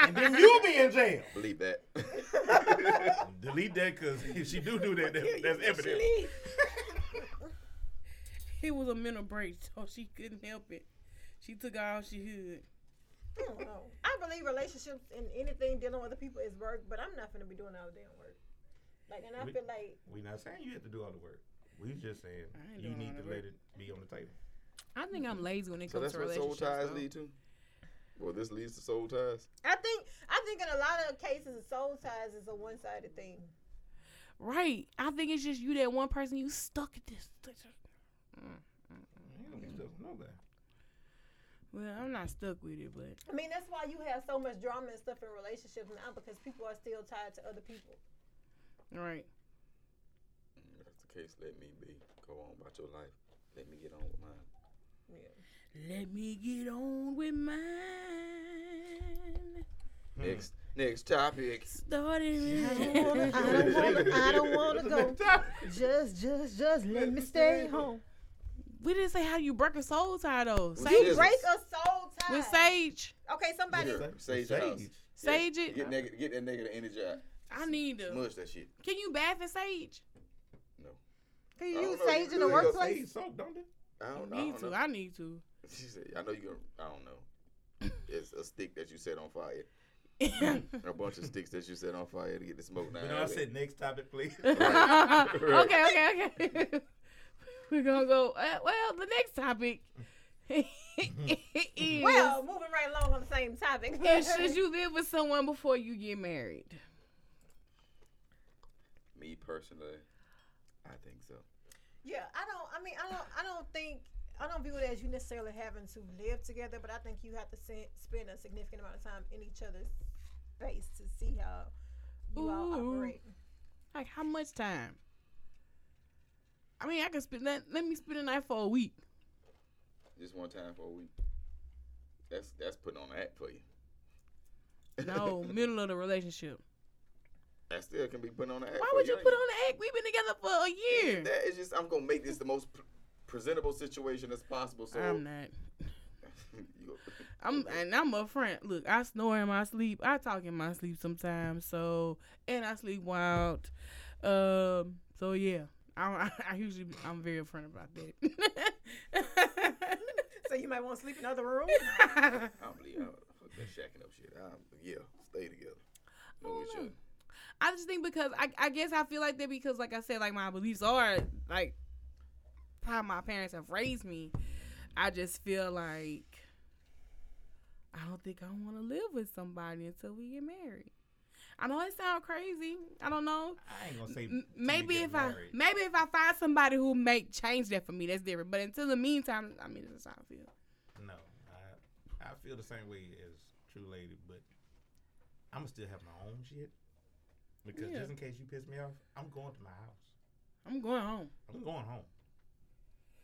S6: and then you be in jail.
S5: Believe that.
S6: Delete that because if she do do that, that that's evidence.
S2: it was a mental break, so she couldn't help it. She took all she could.
S3: I don't know. I believe relationships and anything dealing with other people is work, but I'm not gonna be doing all the damn work. Like, and I
S6: We-
S3: feel like
S6: We not saying you have to do all the work. We just saying
S2: I ain't
S6: you
S2: doing all
S6: need
S2: the
S6: to
S2: work.
S6: let it be on the table.
S2: I think I'm lazy when it
S5: so
S2: comes
S5: that's
S2: to
S5: what soul
S2: relationships.
S5: ties
S2: though.
S5: lead to. Well, this leads to soul ties.
S3: I think I think in a lot of cases, soul ties is a one sided thing.
S2: Right. I think it's just you that one person you stuck at this.
S6: Man, you just know that.
S2: Well, I'm not stuck with it, but
S3: I mean, that's why you have so much drama and stuff in relationships now because people are still tied to other people.
S2: right.
S5: If that's the case, let me be. Go on about your life. Let me get on with mine.
S2: Let me get on with mine.
S6: Hmm.
S5: Next, next topic.
S2: Starting
S3: I don't wanna, I don't wanna go. Just, just, just let me stay home.
S2: We didn't say how you break a soul tie though.
S5: Well,
S2: Sage
S5: yeah.
S3: You break a soul tie.
S2: with Sage.
S3: okay, somebody.
S5: Yeah. Sage house.
S2: Sage it.
S5: Get, neg- get that negative energy out.
S2: I need to.
S5: Smush that shit.
S2: Can you bath in sage?
S5: No.
S3: Can
S5: I
S3: you
S5: don't
S3: use
S5: know,
S3: sage
S5: you
S3: in the
S5: could.
S3: workplace?
S6: Sage soap, don't it?
S5: I don't, I
S2: need
S5: don't
S2: to.
S5: know.
S2: I need to.
S5: She said, I know you gonna, I don't know. It's a stick that you set on fire. a bunch of sticks that you set on fire to get the smoke now.
S6: You know, I said next topic, please.
S2: okay, okay, okay. We're gonna go. Uh, well, the next topic is
S3: Well, moving right along on the same topic.
S2: is should you live with someone before you get married?
S5: Me personally, I think so.
S3: Yeah, I don't. I mean, I don't. I don't think. I don't view it as you necessarily having to live together, but I think you have to se- spend a significant amount of time in each other's space to see how you all
S2: Ooh.
S3: operate.
S2: Like how much time? I mean, I can spend that. Let me spend a night for a week.
S5: Just one time for a week. That's that's putting on an act for you.
S2: No, middle of the relationship.
S5: That still can be putting on an act.
S2: Why
S5: for
S2: would you
S5: ain't-
S2: put on the act? We've been together for a year.
S5: That is just I'm gonna make this the most pr- presentable situation as possible. So
S2: I'm not.
S5: you-
S2: I'm and I'm a friend. Look, I snore in my sleep. I talk in my sleep sometimes. So and I sleep wild. Um. So yeah, I I usually I'm very upfront about that.
S3: So you might want to sleep in another room.
S5: I don't believe I fuck that shacking up shit. I'm, yeah, stay together.
S2: Oh,
S5: Know each other.
S2: I just think because I, I guess I feel like that because like I said, like my beliefs are like how my parents have raised me. I just feel like I don't think I want to live with somebody until we get married. I know it sounds crazy. I don't know.
S6: I ain't gonna say.
S2: M- maybe if I maybe if I find somebody who make change that for me, that's different. But until the meantime, I mean that's how I feel.
S6: I no, I I feel the same way as True Lady, but I'm gonna still have my own shit because
S2: Yeah.
S6: just in case you piss me off, I'm going to my house.
S2: I'm going home.
S6: I'm going home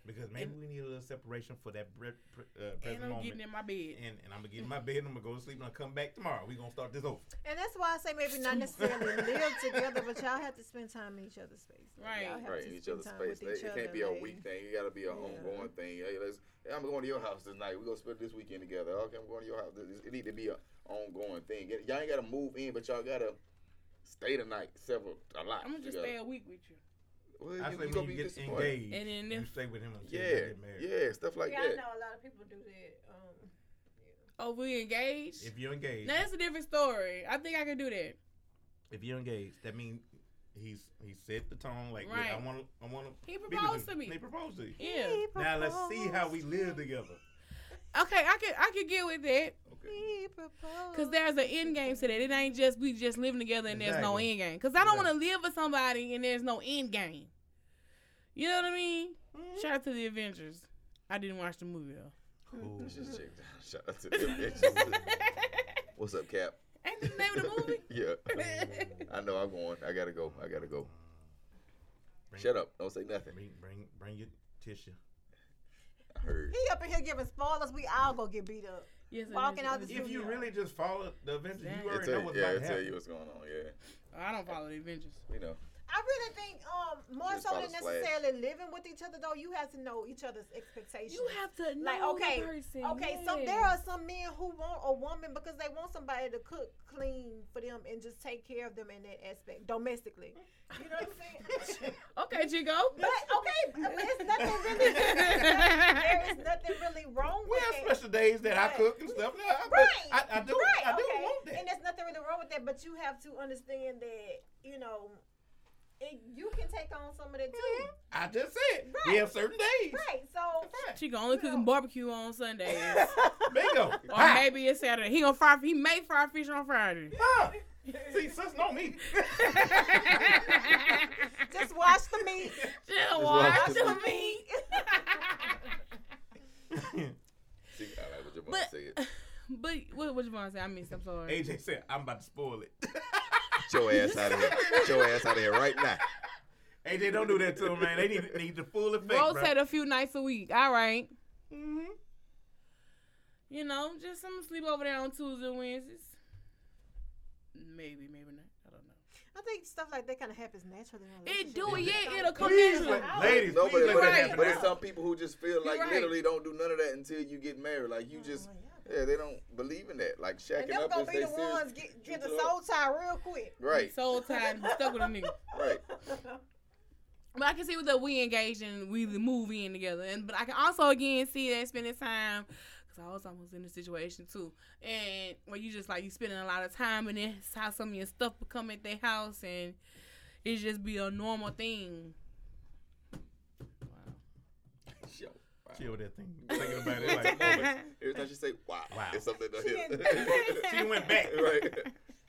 S6: because maybe we need a little separation for that bre- pre- uh,
S2: And
S6: present
S2: I'm
S6: moment.
S2: getting in my bed.
S6: and, and I'm gonna get in my bed. I'm gonna go to sleep. and I'm gonna come back tomorrow. We gonna start this over.
S3: And that's why I say maybe not necessarily live together, but y'all have to spend time in each other's space. Like,
S2: Right.
S3: Y'all have
S5: Right,
S3: to
S5: in each
S3: spend
S5: other's
S3: time
S5: space.
S3: with
S5: It,
S3: each
S5: it
S3: other,
S5: can't be a
S3: like-
S5: week thing. It got to be an
S3: Yeah.
S5: ongoing thing. Hey, let's, hey, I'm going to your house tonight. We're going to spend this weekend together. Okay, I'm going to your house. It, it need to be an ongoing thing. It- y'all ain't got to move in, but y'all got to stay tonight several, a lot.
S2: I'm gonna just
S5: together.
S2: stay a week with you.
S5: Well,
S6: I
S5: you-
S6: say
S5: you
S6: when
S5: gonna
S6: you
S5: be
S6: get
S5: disappointed.
S6: engaged,
S2: And then
S6: you
S2: if-
S6: stay with him until you
S5: Yeah,
S6: get married.
S5: yeah, stuff like
S3: yeah, I
S5: that.
S3: know a lot of people do that. Um,
S2: Oh, we engaged.
S6: If you're engaged,
S2: now that's a different story. I think I can do that.
S6: if you're engaged, that means he's he set the tone. Like, look,
S2: Right.
S6: I want to, I want to.
S2: He proposed to me.
S6: He proposed to you.
S2: Yeah.
S3: He
S6: Now let's see how we
S3: proposed.
S6: live together.
S2: Okay, I could I could get with that.
S5: Okay.
S3: He proposed.
S2: Cause there's an end game to that. It ain't just we just living together and there's no
S6: Exactly.
S2: end game. Cause I don't want to live with somebody and there's no end game. You know what I mean?
S6: Mm-hmm.
S2: Shout out to the Avengers. I didn't watch the movie though.
S6: Ooh.
S5: Let's just check down. Shout out to them bitches. What's up, Cap?
S2: ain't this the name of the movie?
S5: yeah. I know I'm going. I got to go. I got to go.
S6: Bring-
S5: Shut up. Don't say nothing.
S6: Bring bring bring your tissue.
S5: I heard.
S3: He up in here giving spoilers. We all gonna get beat up.
S2: Yes. it
S3: Walking
S2: is.
S3: out the
S6: If you
S3: Yeah.
S6: really just follow the adventure, you
S2: Exactly.
S5: It
S6: already know
S5: tell,
S6: what's
S5: yeah,
S6: about
S5: it
S6: to
S5: tell you
S6: happen.
S5: what's going on. Yeah,
S2: I don't follow the Avengers.
S5: we know.
S3: I really think um more
S5: Just
S3: so
S5: follow
S3: than
S5: Splash.
S3: necessarily living with each other though, you have to know each other's expectations.
S2: You have to know
S3: like okay,
S2: the person.
S3: okay. So there are some men who want a woman because they want somebody to cook, clean for them, and just take care of them in that aspect domestically. You know what I'm saying?
S2: Okay, Chico.
S3: but okay, I mean, it's nothing really. there is nothing really wrong
S6: We
S3: with
S6: have
S3: that.
S6: special days that I
S3: Right.
S6: cook and stuff. No, I,
S3: Right.
S6: I, I do.
S3: Right.
S6: I do
S3: okay.
S6: want that.
S3: And there's nothing really wrong with that, but you have to understand that you know, it, you can take on some of that too.
S6: I just said we
S3: Right.
S6: have certain days.
S3: Right. So
S2: Chico only cooking barbecue on Sundays.
S6: Bingo.
S2: Or
S6: Ha.
S2: maybe it's Saturday. He gonna fry. He may fry fish on Friday.
S6: Ha. See, sis, know me.
S3: just watch the meat.
S2: Just
S5: watch
S2: watch
S5: the
S2: the meat.
S5: See, I like what your mom
S2: But-
S5: said.
S2: But what what you want to say? I missed. I'm sorry.
S6: AJ said, "I'm about to spoil it."
S5: Get your ass out of here. Get your ass out of here right now.
S6: AJ, don't do that to him, man. They need need the full effect, bro.
S2: Rotate a few nights a week. All right. Mm-hmm. You know, just I'm gonna sleep over there on Tuesday, and Wednesdays. Maybe, maybe not. I don't know.
S3: I think stuff like that kind of happens naturally. in a
S2: It
S3: relationship.
S2: do it, yeah. It'll come
S6: Please,
S2: naturally.
S6: let- ladies,
S5: No,
S6: please
S5: but,
S6: let
S5: but,
S6: that happen.
S5: but it's
S6: now.
S5: some people who just feel like
S2: You're right.
S5: literally don't do none of that until you get married. Like you just, yeah, they don't believe in that. Like
S3: And
S5: shacking
S3: them
S5: up
S3: gonna
S5: is
S3: be
S5: they
S3: the ones
S5: serious.
S3: get, get the soul tie real quick.
S5: Right,
S2: Soul tied, and stuck with a nigga.
S5: right.
S2: But I can see that we engaged and we move in together, and but I can also again see that spending time, because I was almost in the situation too, and where you just like you spending a lot of time, and that's how some of your stuff become at their house, and it just be a normal thing.
S5: Yo, wow.
S6: Chill with that thing. Thinking about it, like, oh,
S5: Moments. Every time she say wow,
S6: Wow.
S5: it's something to
S3: She
S5: hit.
S3: didn't-
S6: but she went back.
S5: right.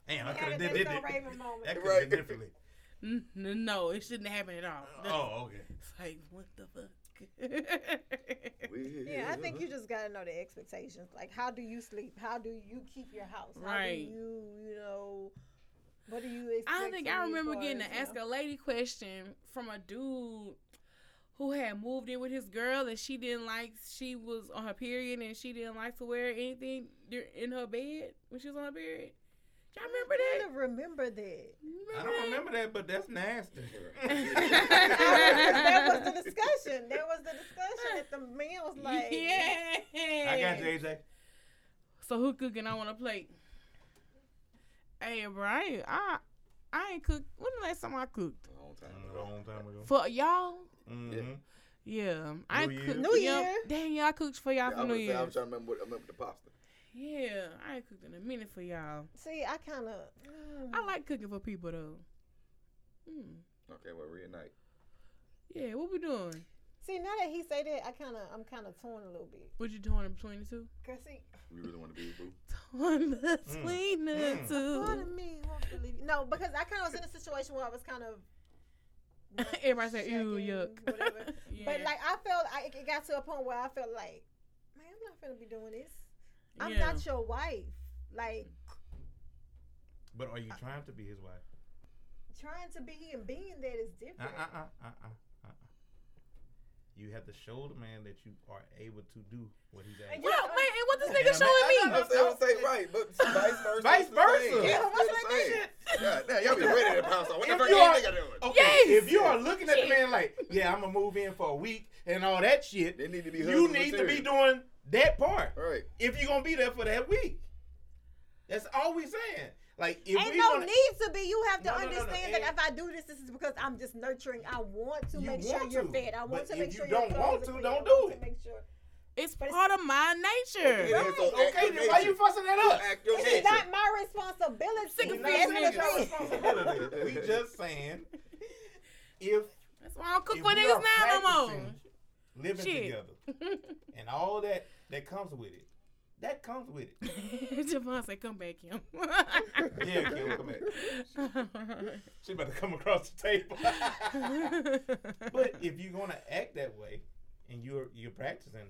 S6: Damn, I
S3: Had
S6: could have
S3: it
S6: did,
S3: that
S6: did
S3: Star
S6: it.
S3: Raven moment.
S6: That could have
S5: Right.
S6: been differently.
S2: N- n- Mm, No, it shouldn't happen at all.
S6: Oh, okay.
S2: It's like what the fuck.
S3: Yeah,
S5: uh-huh.
S3: I think you just gotta know the expectations. Like, how do you sleep? How do you keep your house? How
S2: Right.
S3: do you, you know, what do you expect?
S2: I don't think
S3: from
S2: I
S3: me
S2: remember
S3: far
S2: getting
S3: as,
S2: to
S3: you
S2: ask a
S3: know?
S2: lady question from a dude who had moved in with his girl and she didn't like she was on her period and she didn't like to wear anything dur- in her bed when she was on her period. Y'all remember
S3: I
S2: that?
S3: don't remember that.
S6: I don't remember that, but that's nasty.
S3: that was the discussion. That was the discussion that the man was like,
S2: yeah.
S6: I got you, AJ.
S2: So who cooking? I want a plate. Hey, bro, I ain't, I, I ain't cooked. When the last time I cooked?
S5: Long time
S6: A
S5: ago.
S6: long time ago.
S2: For y'all?
S6: Mhm.
S2: Yeah. I
S6: New
S2: ain't cooked.
S6: Year.
S3: New
S2: yeah.
S3: Year.
S2: Dang, y'all cooked for y'all
S5: Yeah,
S2: for
S5: I'm,
S2: New
S5: gonna say, I'm
S2: Year's.
S5: trying to remember. What, I remember the pasta.
S2: Yeah, I ain't cooked in a minute for y'all.
S3: See, I mm. kind of.
S2: I like cooking for people though. Mm.
S5: Okay, well, reignite.
S2: Yeah, what we doing?
S3: See, now that he say that, I kind of, I'm kind of torn a little bit.
S2: What you doing in between the two?
S3: Cause see,
S5: We really want to be boo.
S2: Torn
S6: Mm.
S2: between the
S3: part of
S2: two.
S3: me wants to leave. you. No, because I kind of was in a situation where I was kind of. not
S2: Everybody said, "Ew,
S3: checking,
S2: yuck."
S3: Whatever.
S2: yeah.
S3: But like, I felt, I, it got to a point where I felt like, man, I'm not gonna be doing this. I'm
S2: Yeah.
S3: not your wife. Like
S6: But are you trying to be his wife?
S3: trying to be and being that is
S6: Uh uh
S3: different.
S6: uh uh uh. uh. You have to show the man that you are able to do what he's asking.
S2: Well, wait, and what this
S6: Yeah, man,
S2: nigga
S6: I
S2: showing me?
S6: know.
S5: I'm saying, I'm saying right, but vice versa.
S6: Vice
S5: is the same.
S6: versa.
S5: Yeah,
S6: Yeah,
S5: what's like that God damn, y'all be ready to pounce on. What the
S6: If
S5: fuck
S6: you
S5: you
S6: are-
S5: think I doing?
S6: Okay,
S2: Yes.
S6: if you are looking at the man like, yeah, I'm gonna move in for a week and all that shit,
S5: They need to be
S6: you
S5: husband
S6: need to be
S5: material.
S6: doing that part.
S5: All right.
S6: If you're gonna be there for that week, that's all we saying. Like, if
S3: Ain't
S6: we
S3: no
S6: wanna,
S3: need to be. You have to
S6: No, no, no, no.
S3: understand
S6: And-
S3: that if I do this, this is because I'm just nurturing. I want to
S6: You
S3: make sure
S6: want
S3: you're
S6: to,
S3: fed. I want
S6: but
S3: to
S6: if
S3: make
S6: you
S3: sure
S6: don't
S3: your
S6: want
S3: clothes
S6: to,
S3: are clean.
S6: don't
S3: I
S6: do
S3: want to
S6: it.
S3: Make sure.
S2: It's
S3: But it's-
S2: part of my nature.
S5: Yeah, so act
S6: Okay,
S5: your
S6: then why
S5: nature.
S6: you fussing that up?
S5: Act your
S3: It's
S5: nature.
S3: not my responsibility.
S2: Sick of
S6: We're not saying
S3: That's
S6: it's
S3: what
S6: our
S3: I'm
S6: responsibility. we just saying if
S2: That's why I don't cook
S6: If
S2: for
S6: we
S2: niggas
S6: are
S2: now no more.
S6: practicing living
S2: Shit.
S6: together and all that that comes with it, that comes with it.
S2: Javon said, "Come back, Kim."
S6: Yeah, Kim, come here. She about to come across the table. but if you're gonna act that way and you're you're practicing that,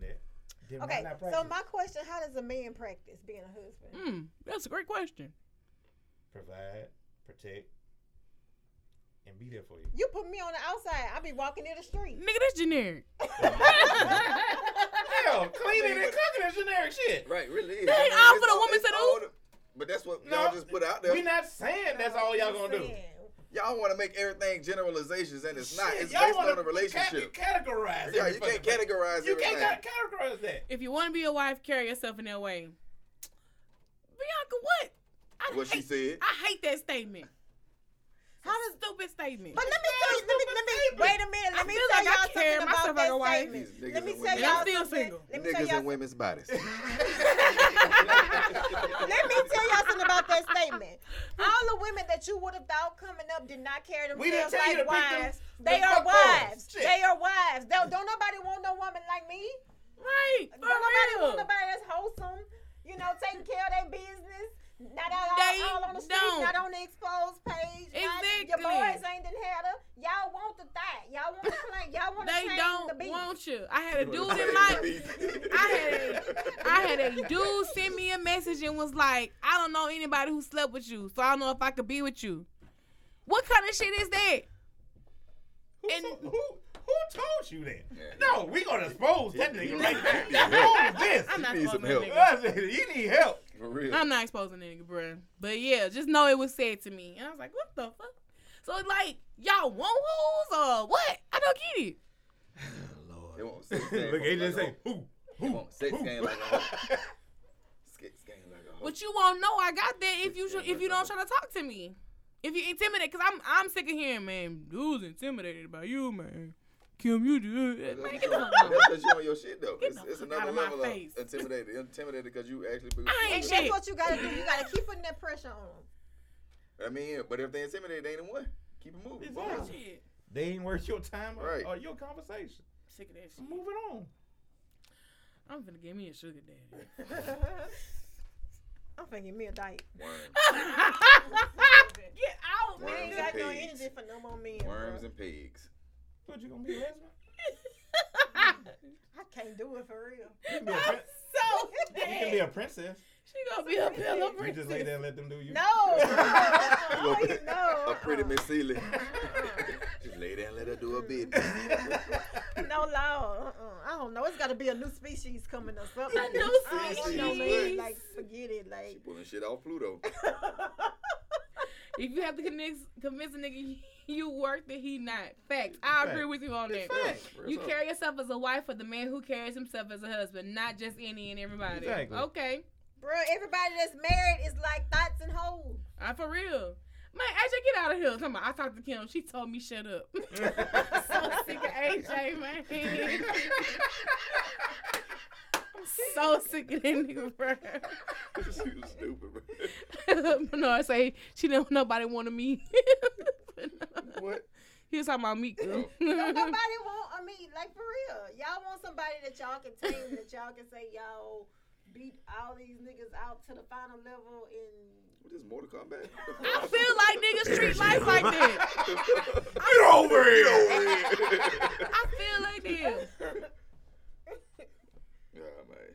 S6: then why
S3: Okay,
S6: not practice?
S3: so my question: How does a man practice being a husband?
S2: Hmm, that's a great question.
S6: Provide, protect, and be there for you.
S3: You put me on the outside, I be walking in the street.
S6: Mm.
S2: Nigga, that's generic.
S6: Hell, cleaning and cooking is generic shit.
S5: Right, really. is.
S2: That ain't
S5: I mean,
S2: all
S5: it's
S2: for the woman
S5: it's
S2: to do.
S5: all the- But that's what
S6: No,
S5: y'all just put out there.
S6: We're not saying that's all y'all gonna do.
S5: Y'all want to make everything generalizations, and it's not.
S6: Shit,
S5: It's
S6: y'all
S5: based
S6: wanna
S5: on a relationship.
S6: Cat- categorize.
S5: Yeah,
S6: every
S5: you can't
S6: fucking thing.
S5: categorize
S6: You
S5: everything.
S6: can't ca- categorize that.
S2: If you want to be a wife, carry yourself in that way. Bianca, what? I
S5: What she
S2: hate-
S5: said.
S2: I hate that statement.
S3: How does?
S2: Stupid statement.
S3: But let me tell you. Let me. Let me. Wait a minute.
S2: I
S3: Let me
S2: feel
S3: tell
S2: like I
S3: y'all
S2: carry
S3: something
S2: myself
S3: about
S2: like a
S3: that
S2: wife.
S3: statement.
S5: These niggas
S3: Let me
S5: and
S3: tell
S5: women.
S3: y'all
S2: I'm still
S3: something.
S2: single.
S3: Let me tell
S5: Niggas
S3: y'all
S5: in women's bodies.
S3: Let me tell y'all something about that statement. All the women that you would have thought coming up did not carry
S6: We didn't
S3: themselves
S6: tell you
S3: like
S6: to pick them-
S3: wives.
S6: them
S3: They are
S6: fuck boys.
S3: wives.
S6: Shit.
S3: They are wives. Don't, don't nobody want no woman like me.
S2: right? For
S3: Don't nobody
S2: real.
S3: want nobody that's wholesome. You know, taking care of their business. Not out,
S2: They
S3: all on the street,
S2: don't.
S3: not on the exposed page. not-
S2: Exactly.
S3: your boys ain't done had her. Y'all want the thought. Y'all want the plank. Y'all want to
S2: They
S3: change the
S2: don't
S3: beat.
S2: want you. I had a dude in my. I had a, I had a dude send me a message and was like, I don't know anybody who slept with you, so I don't know if I could be with you. What kind of shit is that?
S6: Who,
S2: And-
S6: to- who, who told you that?
S5: Yeah.
S6: No, we gonna expose that nigga right now.
S5: Yeah.
S6: Expose this.
S2: I'm not
S5: Need some
S2: exposing that nigga.
S5: help.
S6: I said, you need help.
S5: For real.
S2: I'm not exposing that nigga, bruh. But yeah, just know it was said to me. And I was like, what the fuck? So it's like, y'all want hoes or what? I don't get it.
S5: They want sex game
S6: Look, he just
S5: like
S6: say, who?
S5: a- they want sex game like a hoe. Sex game like a hoe.
S2: But you won't know I got that if you if you don't try to talk to me. If you intimidate, cause I'm I'm sick of hearing, man, dudes intimidated by you, man. Kim, you do that. Man, get the fuck out.
S5: That's because you on your shit though. It's,
S2: the
S5: it's
S2: fuck out
S5: another
S2: of my
S5: level of
S2: face.
S5: intimidated. Intimidated because you actually. Be,
S2: I ain't
S3: And
S2: shit.
S3: that's what you gotta do. You gotta keep putting that pressure on them.
S5: I mean, but if they intimidated, they ain't the one. Keep it moving.
S6: Exactly.
S5: Boom.
S2: Shit.
S6: They ain't worth your time or,
S5: Right.
S6: or your conversation.
S2: Sick of that shit.
S6: Moving on.
S2: I'm finna give me a sugar daddy.
S3: I'm finna give me a diet.
S5: Worms,
S2: Get out,
S3: I
S5: Worms
S3: ain't
S5: and
S3: got no
S5: pigs.
S3: energy for no more men.
S5: worms
S3: bruh.
S5: and pigs.
S6: What, you gonna be a lesbian?
S3: I can't do it for real.
S6: You can be a, prin-
S2: so
S6: you can be a princess.
S2: She gonna be a pillow
S6: You just lay
S2: princess.
S6: there and let them do you.
S3: No. oh, you know.
S5: A pretty
S3: uh-uh.
S5: Miss Seeley. Just lay down, let her do her bit.
S3: No, Lord. Uh-uh. I don't know. It's got to be a new species coming or something.
S2: A new
S3: I don't know,
S2: species.
S3: man. Like, forget it.
S5: She
S3: Like,
S5: pulling shit off Pluto.
S2: If you have to convince convince a nigga you worth it, he not. Facts. I agree
S6: Fact.
S2: with you on that.
S6: Fact.
S5: Real
S2: You
S5: talk.
S2: carry yourself as a wife for the man who carries himself as a husband, not just any and everybody.
S6: Exactly.
S2: Okay.
S3: bro, everybody that's married is like thoughts and hoes.
S2: I for real. Man, AJ, get out of here. Come on, I talked to Kim. She told me shut up. so sick of AJ, man. I'm so sick of that nigga, bro.
S5: She was stupid, bro.
S2: Bernard say she didn't want nobody wanted me.
S5: What?
S2: he was talking about me.
S3: Don't nobody want. I mean, like for real, y'all want somebody that y'all can tame, that y'all can say y'all beat all these niggas out to the final level in.
S5: What is Mortal
S2: I
S5: Kombat?
S2: feel like niggas treat life like that.
S5: Get over here!
S2: I feel like that.
S5: yeah, man.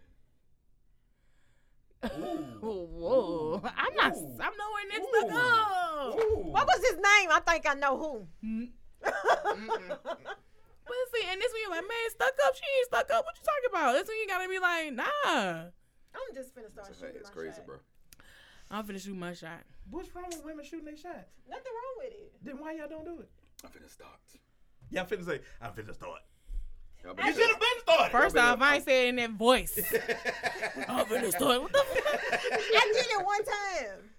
S2: Whoa, I'm not.
S4: Ooh.
S2: I'm nowhere near stuck up.
S4: Ooh.
S3: What was his name? I think I know who.
S2: But see, and this when you're like, man, stuck up. She ain't stuck up. What you talking about? That's when you gotta be like, nah.
S3: I'm just finna start shooting
S5: It's
S3: my
S5: crazy,
S3: shot.
S5: bro.
S2: I'm finna shoot my shot.
S6: What's wrong with women shooting their shots?
S3: Nothing wrong with it.
S6: Then why y'all don't do it?
S5: I'm finna start.
S6: Y'all finna say, I'm finna start.
S5: Y'all
S6: You
S5: better-
S6: should have been started.
S2: First
S5: been
S2: off,
S5: a-
S2: I ain't saying that voice. I'm finna start. What the fuck?
S3: I did it one time.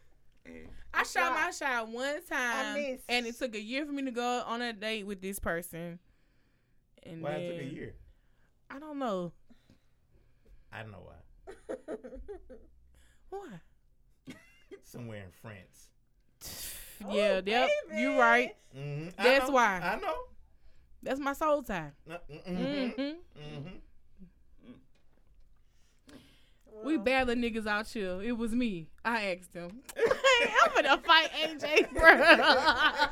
S5: And
S2: I shot
S3: shot.
S2: my shot one time,
S3: missed.
S2: and it took a year for me to go on a date with this person. And
S6: Why
S2: then,
S6: it took a year?
S2: I don't know
S6: I know why.
S2: why.
S6: Somewhere in France.
S2: yeah, yep, you right.
S6: Mm-hmm.
S2: That's why.
S6: I know.
S2: That's my soul tie.
S6: Mm-hmm.
S2: Mhm.
S6: Mm-hmm.
S2: We battling niggas out here. It was me. I asked him. I'm gonna fight AJ, bro. I'm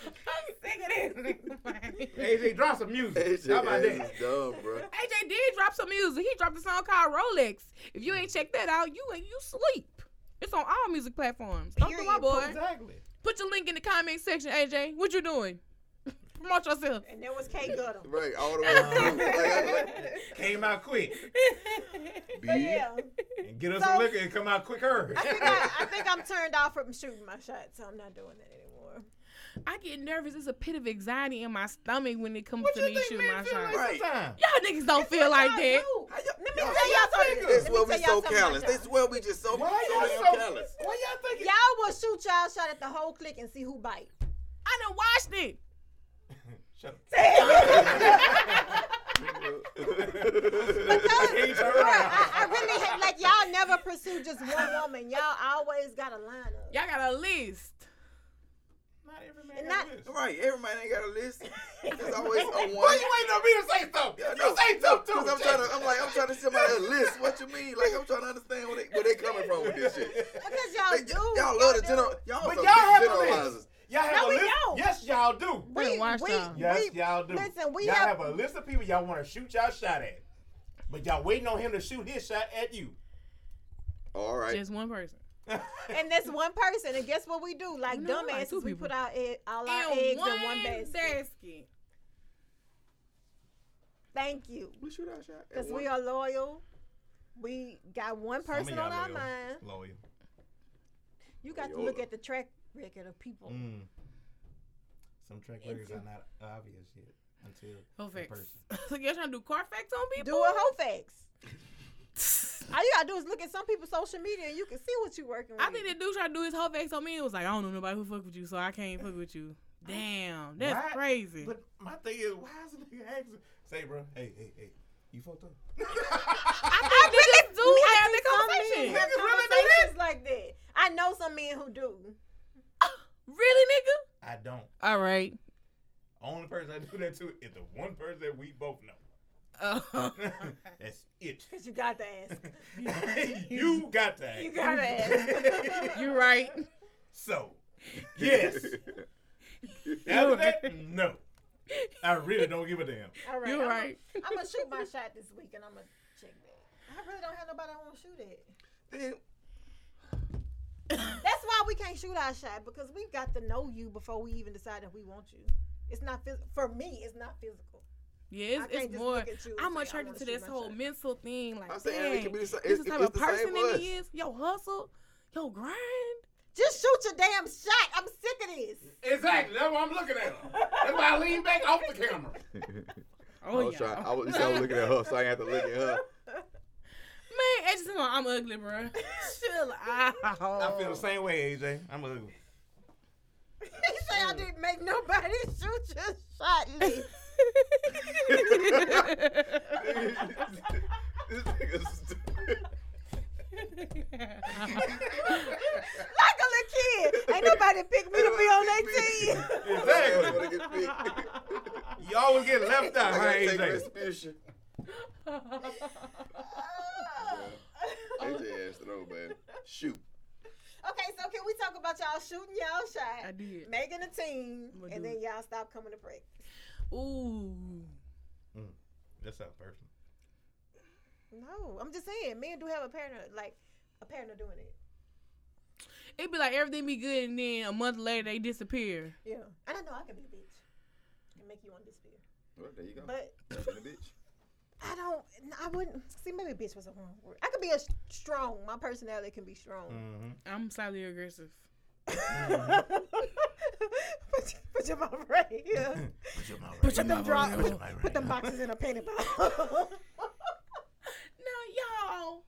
S6: Mm-hmm.
S2: sick of this. nigga.
S6: AJ, drop some music.
S5: AJ
S6: How about
S5: is
S6: that?
S5: dumb, bro.
S2: AJ did drop some music. He dropped a song called Rolex. If you ain't checked that out, you ain't you sleep. It's on all music platforms. Don't do my
S3: Period.
S2: boy.
S6: Exactly.
S2: Put your link in the comment section, AJ. What you doing? Promote yourself.
S3: And there was K Goodham.
S5: Right, all the way through. Like, I-
S6: Came out quick.
S5: like,
S3: But
S5: B,
S3: yeah,
S6: And get us
S3: So-
S6: some liquor and come out quicker.
S3: I think, I, I think I'm turned off from shooting my shot, so I'm not doing that anymore.
S2: I get nervous. It's a pit of anxiety in my stomach when it comes
S6: What
S2: to
S6: you
S2: me
S6: think
S2: shooting
S6: men
S2: my
S6: feel
S2: shot.
S6: like sometimes?
S2: Y'all niggas don't feel like that.
S3: Let me tell y'all something.
S5: This is
S3: Let me
S5: where we
S3: tell
S5: so
S3: y'all something about
S5: callous. This
S3: y'all.
S5: is where we just so, so
S6: Why
S5: damn
S6: y'all so?
S5: callous.
S6: Why y'all thinking?
S3: Y'all will shoot y'all shot at the whole clique and see who bite.
S2: I done watched it.
S6: Shut up.
S3: Because,
S6: can't turn
S3: bruh,
S6: around.
S3: I, I really hate, like y'all never pursue just one woman. Y'all always got a lineup.
S2: Y'all got a list.
S6: Not every man.
S3: And
S6: got
S3: not-
S6: this.
S5: Right, everybody ain't got a list. There's always a one.
S6: Why you waiting on me to say something? You say something too.
S5: Cause I'm trying to, I'm like, I'm trying to send my a list. What you mean? Like, I'm trying to understand where they, where they coming from with this shit.
S3: Because y'all
S5: They,
S3: do.
S5: y'all love the
S3: do.
S5: general, y'all
S6: But
S5: some
S6: y'all have
S5: big
S6: a
S5: generalizers.
S6: list. Y'all have
S3: No,
S6: a
S3: we
S6: list.
S3: don't.
S6: Yes, y'all do.
S2: Better
S3: We,
S2: watch
S3: we,
S2: y'all.
S6: Yes,
S3: we-
S6: y'all do.
S3: Listen, we
S6: y'all
S3: have,
S6: have, a list of people y'all want to shoot y'all shot at, but y'all waiting on him to shoot his shot at you.
S5: All right.
S2: Just one person.
S3: and that's one person. And guess what we do? Like
S2: No, like
S3: dumbasses,
S2: two
S3: we
S2: people.
S3: put our egg, all our eggs in one basket.
S2: basket.
S3: Thank you,
S5: we shoot our shot. at
S3: because
S5: one.
S3: we are loyal. We got one
S6: Some of
S3: person
S6: y'all
S3: on our
S6: loyal.
S3: mind.
S6: Loyal.
S3: You got to
S5: Loyal.
S3: look at the track record of people.
S6: Mm. Some track records are not obvious yet until
S2: Whole
S6: the
S2: facts.
S6: person.
S2: so y'all trying to do car facts on people?
S3: Do a whole facts. All you gotta do is look at some people's social media and you can see what you're working with.
S2: I think the dude tried to do his whole facts on me and was like, I don't know nobody who fuck with you, so I can't fuck with you. Damn, that's
S6: Why-
S2: crazy.
S6: But my thing is, why is a nigga asking? Say, bro, hey, hey, hey, you fucked up.
S2: I really do have the
S3: some
S2: conversation.
S3: men have
S6: Niggas really do
S3: conversations like that. I know some men who do.
S2: Really, nigga?
S6: I don't.
S2: All right.
S6: Only person I do that to is the one person that we both know.
S2: Uh,
S6: That's it.
S3: Cause you got to ask.
S6: you got that.
S3: You got to ask.
S2: you're right.
S6: So, yes. After that, no. I really don't give a damn.
S3: All right.
S2: You're
S3: I'm
S2: right.
S3: I'm gonna shoot my shot this week and I'm gonna check that. I really don't have nobody I want to shoot at.
S5: Then,
S3: That's why we can't shoot our shot because we've got to know you before we even decide if we want you. It's not phys- for me. It's not physical.
S2: Yeah,
S3: I
S2: it's,
S3: can't
S2: it's
S3: just
S2: more.
S3: look at you and
S2: I'm
S3: say, I
S2: attracted
S3: wanna
S2: to
S3: shoot
S2: this
S3: my
S2: whole
S3: shot.
S2: mental thing. Like,
S5: I'm
S2: dang,
S5: saying it can be the same.
S2: this is
S5: It's,
S2: the type
S5: it's
S2: of
S5: the same
S2: person
S5: for
S2: that
S5: us.
S2: he is. Yo, hustle. Yo, grind.
S3: Just shoot your damn shot. I'm sick of this.
S6: Exactly. That's why I'm looking at her. That's why I lean back off the camera.
S5: I
S2: Oh,
S5: was
S2: yeah.
S5: trying. I was, I was looking at her, so I ain't have to look at her.
S2: Man, it's just, I'm ugly, bro. Chill out.
S6: I feel the same way, AJ. I'm a.
S3: He say I didn't make nobody shoot your shot. Lee.
S5: this nigga's
S6: Oh.
S5: AJ asked it over, man. Shoot.
S3: Okay, so can we talk about y'all shooting y'all
S2: I
S3: shot,
S2: did.
S3: making a team,
S2: I'ma do
S3: and then y'all stop coming to break?
S2: Ooh.
S6: That's not personal.
S3: No, I'm just saying, men do have a pattern, of- like a pattern of doing it.
S2: It'd be like everything be good and then a month later they disappear.
S3: Yeah, and I know I can be a bitch and make you want to disappear,
S5: Well, there you go.
S3: but
S5: Nothing, bitch.
S3: I don't. I wouldn't see. Maybe bitch was a wrong word. I could be a s- strong. My personality can be strong.
S6: Mm-hmm.
S2: I'm slightly aggressive.
S3: Mm. put, your- put your mouth right here. Put your mouth right. Put them, dro- put them boxes in a painted box.
S2: No, y'all.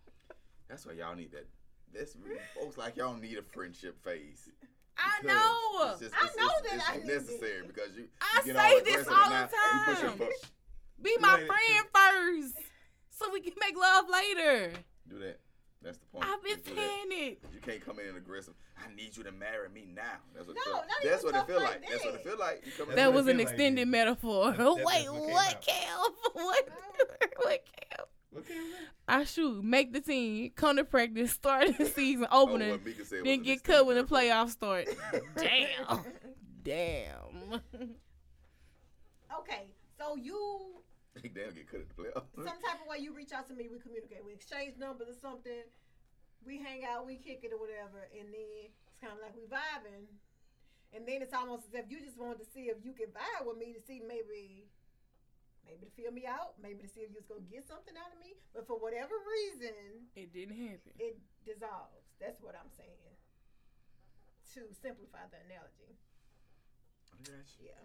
S5: That's why y'all need that. That's folks like y'all need a friendship phase.
S2: I
S5: because
S2: know.
S5: it's just-
S3: I
S5: it's-
S3: know
S5: it's-
S3: that
S5: it's
S3: I need
S5: necessary because you.
S2: I
S5: you get
S2: say
S5: all
S2: this
S5: aggressive
S2: all
S5: and
S2: the
S5: now you push your
S2: time.
S5: butt.
S2: Be my
S6: Later.
S2: friend first, so we can make love later.
S5: Do that. That's the point.
S2: I've been
S5: You do that.
S2: saying it.
S5: You can't come in and aggressive. I need you to marry me now. That's what.
S3: No,
S5: it feel-
S3: not even
S5: that's what it
S3: stuff
S5: feel like.
S3: like
S5: That's what
S3: that.
S5: it feel like. You come
S6: That's
S5: in-
S2: That
S6: what
S2: was
S6: it
S2: an
S6: feel like,
S2: extended
S6: dude.
S2: metaphor.
S6: that's
S2: Wait,
S6: what came
S2: what,
S6: out.
S2: Cal? What? What, Cal? I shoot, make the team, come to practice, start the season
S5: Oh,
S2: opener,
S5: what Mika said was
S2: then
S5: an
S2: get
S5: extended
S2: cut when the
S5: metaphor.
S2: playoffs start. Damn. Damn.
S3: okay, so you
S5: Damn, get cut at the playoffs.
S3: some type of way you reach out to me, we communicate, we exchange numbers or something, we hang out, we kick it or whatever, and then it's kind of like we vibing, and then it's almost as if you just wanted to see if you can vibe with me to see maybe, maybe to feel me out, maybe to see if you was gonna get something out of me, but for whatever reason,
S2: It didn't happen.
S3: it dissolves. That's what I'm saying. To simplify the analogy, yeah.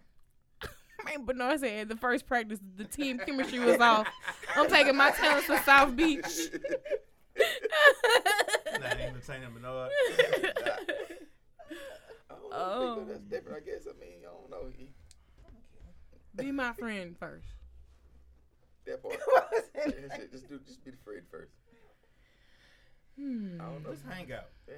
S2: Man, Bernard said at the first practice, the team chemistry was off. I'm taking my talents to South Beach.
S6: Not entertaining, but no. uh,
S5: Oh,
S2: Oh.
S5: Mika, that's different. I guess. I mean, I don't know He-
S2: Be my friend first.
S5: that part.
S3: Okay.
S5: Yeah, shit, just do, just be the friend first.
S2: Hmm.
S5: I don't know.
S6: Let's hang out
S5: Yeah.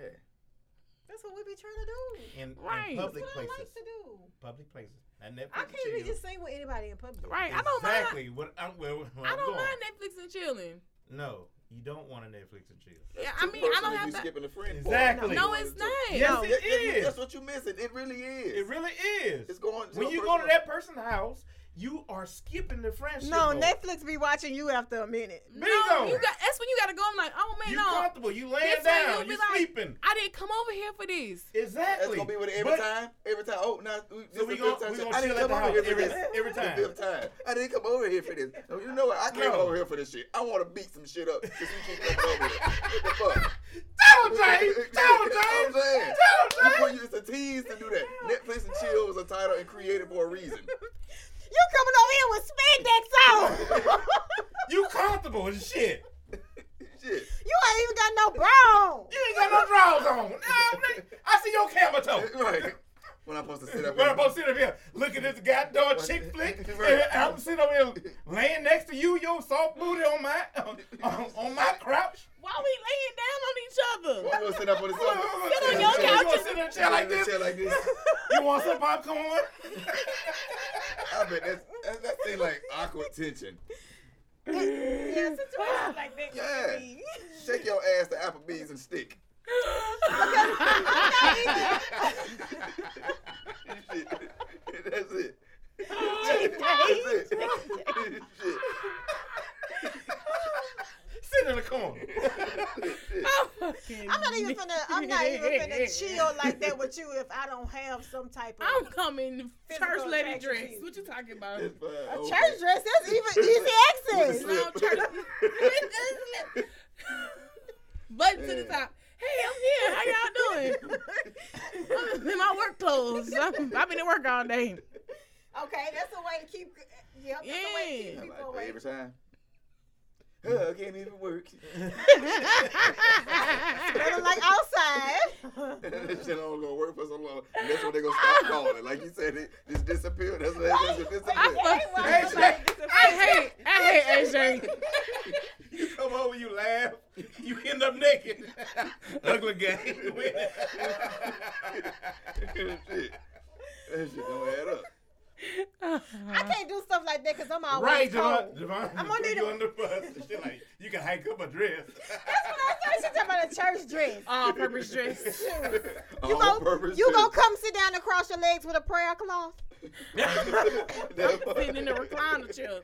S3: That's what we be trying to do.
S6: in,
S2: Right.
S6: in public
S3: That's what
S6: places.
S3: I like to do.
S6: Public places. Not Netflix
S3: I
S6: and
S3: can't be
S6: chill.
S3: just same with anybody in public.
S2: Right. I don't mind.
S6: Exactly. What I'm, where, where
S2: I
S6: I'm
S2: don't
S6: going.
S2: mind Netflix and chilling.
S6: No, you don't want a Netflix and chill.
S2: Yeah,
S5: That's
S2: I
S5: too
S2: mean, I
S5: personal.
S2: don't
S5: you
S2: have that.
S5: skipping the friend
S6: Exactly.
S2: No, it's not.
S6: Yes,
S5: Part.
S6: it
S5: That- that-
S6: is.
S5: That's what you're missing. It really is.
S6: It really is.
S5: It's going.
S6: when
S5: so
S6: you go to
S5: personal.
S6: that person's house, you are skipping the friendship.
S3: No,
S6: goal.
S3: Netflix be watching you after a minute.
S2: No,
S6: Bingo.
S2: you got. That's when you gotta go. I'm like, oh man,
S6: You
S2: no,
S6: comfortable? You laying
S2: This way you'll
S6: down?
S2: be
S6: You
S2: like-
S6: sleeping?
S2: I didn't come over here for this.
S6: Exactly.
S5: That's gonna be with it every
S6: But-
S5: time. Every time. Oh, now we, this
S6: So we
S5: is the
S6: gon-
S5: fifth time.
S6: we
S5: she-
S6: gonna
S5: I didn't
S6: chill at
S5: come
S6: the
S5: over here
S6: house
S5: for this.
S6: every- every
S5: This is
S6: time.
S5: the fifth time. I didn't come over here for this. Oh, You know what? I came
S6: No.
S5: over here for this shit. I want to beat some shit up. 'cause you keep coming over here. What the fuck?
S6: Tell him, James. Tell him,
S5: I'm
S6: James.
S5: saying.
S6: Tell him,
S5: You put
S6: James.
S5: you it's a tease to do that. Netflix and chill was a title and created for a reason.
S3: You coming over here with spandex on?
S6: You comfortable as shit.
S5: Shit.
S3: you ain't even got no bra on.
S6: You ain't got no drawers on. Nah, man. I see your camera toe.
S5: Right. When I'm supposed to sit up.
S6: But I'm
S5: and-
S6: supposed to sit up here looking at this goddamn chick flick.
S5: Right.
S6: and I'm sitting over here laying next to you, your soft booty on my on, on my crouch.
S2: Why we laying down on each
S5: I'm
S2: other?
S5: gonna sit up on the sofa.
S6: Sit
S2: on your
S6: You
S2: couch
S6: wanna
S2: and-
S6: sit in a chair like this?
S5: Chair like this.
S6: You want some popcorn?
S5: I bet that's, that's that thing like awkward tension.
S3: Yeah, situations like that.
S5: Yeah.
S3: be.
S5: Shake your ass to Applebee's and stick. That's it. That's it.
S6: Sit in the corner.
S3: I'm not even finna. I'm not even finna chill like that with you if I don't have some type of
S2: I'm coming
S3: Physical
S2: church lady
S3: attraction
S2: dress.
S3: to you.
S2: What you talking about?
S5: It's fine. Okay.
S3: church dress. That's even easy access.
S5: With
S2: No,
S5: a
S2: church.
S5: slip.
S2: Button to the top. Hey, I'm here. How y'all doing? in my work clothes. I'm- I've been at work all day.
S3: Okay, that's a way to keep. Yep, that's a way
S2: Yeah.
S3: to keep
S5: I'm
S3: people
S5: like,
S3: away.
S5: every time. Oh, can't even work.
S3: Better like outside.
S5: that shit don't gonna work for so long. And that's when they gonna stop calling it. Like you said, it just disappeared. That's what that's
S2: I
S5: what disappeared.
S3: Ain't why nobody disappears.
S2: I hate, I hate AJ.
S6: You come over, you laugh, you end up naked. Ugly guy.
S5: Shit. That shit don't add up.
S3: I can't do stuff like that because I'm always
S6: Right, Javon.
S3: cold.
S6: Javon
S3: I'm gonna
S6: threw
S3: need
S6: you
S3: a-
S6: under the bus. And she like, you can hike up a dress.
S3: That's what I said. She's talking about a church dress.
S2: All purpose dress.
S3: You
S5: On
S3: go,
S5: purpose
S3: you go
S5: too.
S3: come sit down and cross your legs with a prayer cloth.
S5: That part.
S2: Sitting in the recliner chair.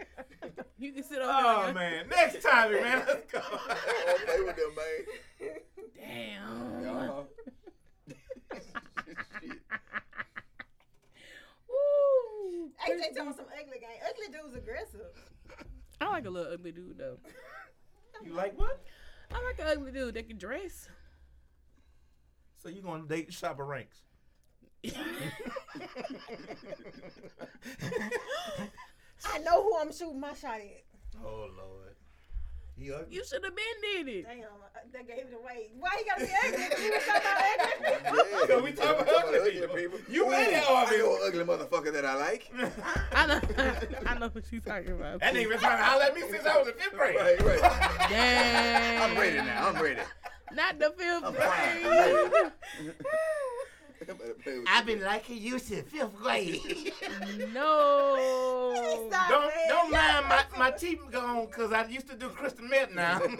S2: You can sit over
S6: oh
S2: there.
S6: man, next time, man, let's go.
S5: I don't play with them, man.
S2: Damn.
S5: Y'all. Shit.
S2: Woo.
S3: AJ talking some ugly game. Ugly dudes aggressive.
S2: I like a little ugly dude though.
S6: You like what?
S2: I like an ugly dude that can dress.
S6: So you gonna date shopper ranks?
S3: I know who I'm shooting my shot at.
S6: Oh lord. He ugly.
S2: You should have been did it.
S3: Damn, uh, that gave it away. Why he gotta be ugly? if He was talking about ugly.
S5: Yeah,
S6: So we talking about ugly people. You
S5: Ooh,
S6: in that
S5: I
S6: army.
S5: know an ugly motherfucker that I like.
S2: I know. I know what she's talking about.
S6: That nigga been trying to holler at me since I was in fifth grade.
S5: Right, right.
S2: Dang.
S5: I'm ready now. I'm ready.
S2: Not the fifth
S5: fine.
S2: grade.
S5: I've
S6: liking you since fifth grade.
S2: no.
S3: Stop,
S6: don't
S3: man.
S6: don't
S3: Y'all
S6: mind my,
S3: ugly.
S6: my teeth gone because I used to do crystal meth now.
S5: Damn.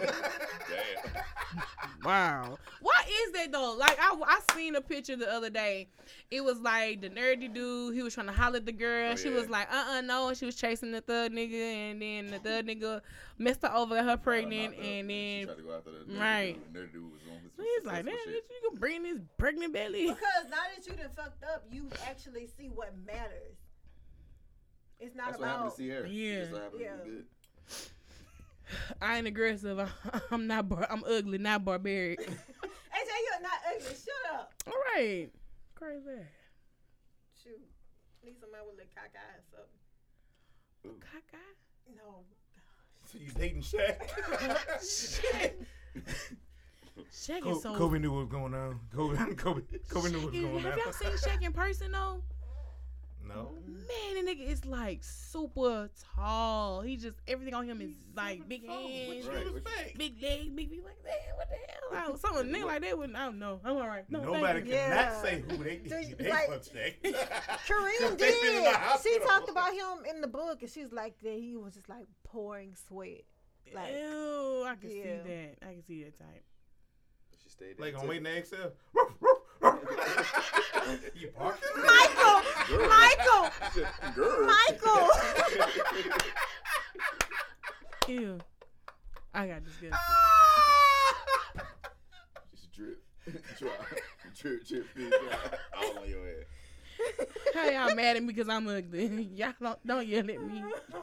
S2: Wow. What is that though? Like I, I seen a picture the other day. It was like the nerdy dude. He was trying to holler at the girl.
S5: Oh,
S2: she
S5: yeah.
S2: was like, uh uh no. And she was chasing the thug nigga, and then the thug nigga messed her over, got her pregnant, and
S5: She
S2: then
S5: tried to go after the nerdy
S2: Right.
S5: dude. The Nerdy dude was on his
S2: he's like,
S5: successful
S2: damn, bitch,
S5: shit.
S2: you can bring this pregnant belly.
S3: Because now that you done fucked up, you actually see what matters. It's not
S5: That's what
S3: about.
S5: happened to Sierra. She
S2: Yeah.
S5: just so happened to
S3: Yeah.
S5: be good.
S2: I ain't aggressive. I, I'm not. Bar- I'm ugly, not barbaric.
S3: AJ, you're not ugly. Shut up.
S2: All right. Crazy.
S3: Shoot. Need somebody with a little cock eye or something.
S2: Caca.
S3: No.
S6: so you dating Shaq?
S2: Shaq
S6: Kobe,
S2: is so.
S6: Kobe knew what was going on. Kobe, Kobe, Kobe knew what was
S2: Shaq is-
S6: going
S2: have
S6: on.
S2: y'all seen Shaq in person though?
S6: No.
S2: Man, the nigga is like super tall. He just everything on him is like
S3: Oh,
S2: big hands,
S5: Right. which-
S2: big legs, big feet. Like, man, what the hell? Like, something nigga like that wouldn't. I don't know. I'm all right. No,
S6: Nobody
S2: Thank
S6: cannot
S2: you.
S3: Yeah.
S6: say who they
S3: Do you-
S6: they
S3: like-
S6: fuck Shaq.
S3: Kareem
S6: They been in
S3: did.
S6: the
S3: She
S6: hospital.
S3: talked about him in the book, and she's like that. He was just like pouring sweat. Like,
S2: Ew, I can
S3: Yeah.
S2: see that. I can see that type.
S5: She stayed there.
S6: Like
S5: too.
S6: on waiting to exhale. you barking?
S3: Michael,
S5: Girl.
S3: Michael,
S5: Girl.
S3: Michael.
S2: Ew. I got this good.
S5: Just drip. Drop. drip, drip, drip, drip. All on your head.
S2: How y'all mad at me because I'm ugly? y'all don't, don't yell at me. All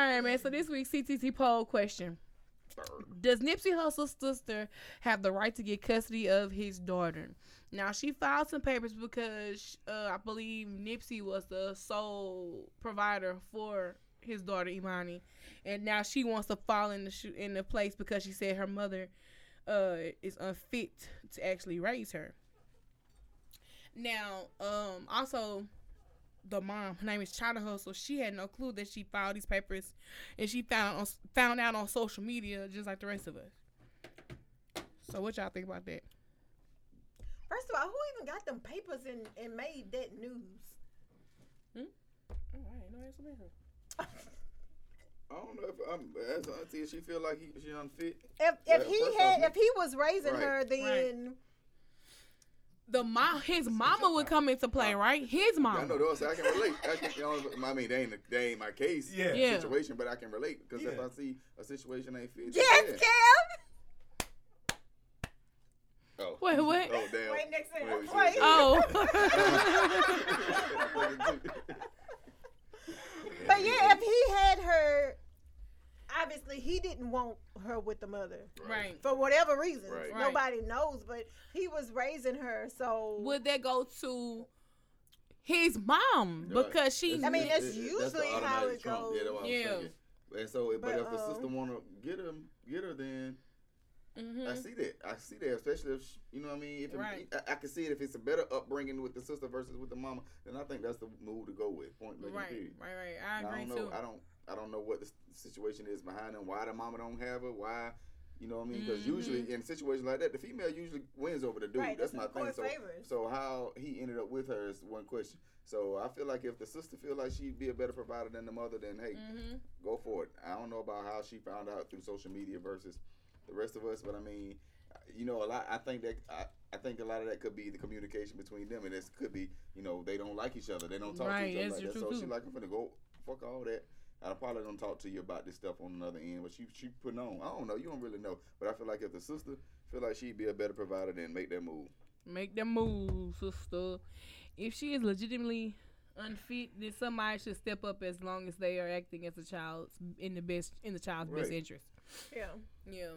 S2: right, man. So this week's CTT poll question: Does Nipsey Hussle's sister have the right to get custody of his daughter? Now she filed some papers because uh, I believe Nipsey was the sole provider for his daughter Imani, and now she wants to fall in the sho- in the place because she said her mother uh, is unfit to actually raise her. Now, um, also the mom, her name is China Hustle. She had no clue that she filed these papers, and she found on, found out on social media just like the rest of us. So, what y'all think about that?
S3: First of all, who even got them papers and, and made that news? Oh,
S5: I don't know if I'm as auntie. If she feel like he, she unfit,
S3: If
S5: Yeah,
S3: if he
S5: first
S3: had
S5: off,
S3: if he was raising
S5: Right.
S3: her, then
S2: The mom, his mama would come into play, right? His
S5: I know
S2: mama.
S5: those. I can relate. I, can, you know, I mean, they ain't they ain't my case
S6: Yeah.
S2: Yeah.
S5: situation, but I can relate because if
S6: Yeah.
S5: I see a situation ain't fit,
S3: yes,
S5: yeah.
S3: Kev.
S5: Oh.
S2: Wait, what?
S5: Oh damn.
S3: Right next to him.
S5: Wait,
S3: Right.
S5: shit,
S2: Oh,
S5: shit.
S3: But yeah, if he had her, obviously he didn't want her with the mother
S2: right.
S3: for whatever reason.
S5: Right.
S2: Right.
S3: Nobody knows, but he was raising her, so
S2: Would that go to his mom
S5: Right.
S2: because she?
S3: I mean, that's
S5: it- the
S3: usually how
S5: automatic
S3: it
S5: trump. Yeah, that's what I'm
S2: goes. Yeah.
S5: thinking. And so, but,
S3: But,
S5: if the
S3: uh,
S5: sister wanna get him, get her, then I
S2: Mhm.
S3: Mm-hmm.
S5: see that. I see that, especially if sh you know what I mean. If it-
S2: Right.
S5: I, I can see it if it's a better upbringing with the sister versus with the mama, then I think that's the move to go with. Point
S2: Right,
S5: blank.
S2: right,
S5: period.
S2: right. I
S5: I
S2: agree
S5: don't know.
S2: too.
S5: I don't. I don't know what the s- situation is behind them. Why the mama don't have her? Why You know what I mean? Because usually in situations like that, the female usually wins over the dude.
S3: Mm-hmm. Right,
S5: that's
S3: that's
S5: my
S3: who the
S5: thing.
S3: court
S5: So,
S3: favors.
S5: so how he ended up with her is one question. So I feel like if the sister feel like she'd be a better provider than the mother, then
S2: Mm.
S5: hey,
S2: Mm-hmm.
S5: go for it. I don't know about how she found out through social media versus the rest of us, but I mean, you know, a lot. I think that I, I think a lot of that could be the communication between them, and this could be, you know, they don't like each other. They don't talk
S2: Right,
S5: to each
S2: that's
S5: other
S2: the
S5: like that. So
S2: truth,
S5: she
S2: too.
S5: like, I'm gonna go fuck all that. I probably don't talk to you about this stuff on another end, but she she putting on. I don't know. You don't really know, but I feel like if the sister feel like she'd be a better provider, then make that move.
S2: Make them move, sister. If she is legitimately unfit, then somebody should step up as long as they are acting as a child's in the best in the child's best
S5: Right.
S2: interest.
S3: Yeah.
S2: Yeah.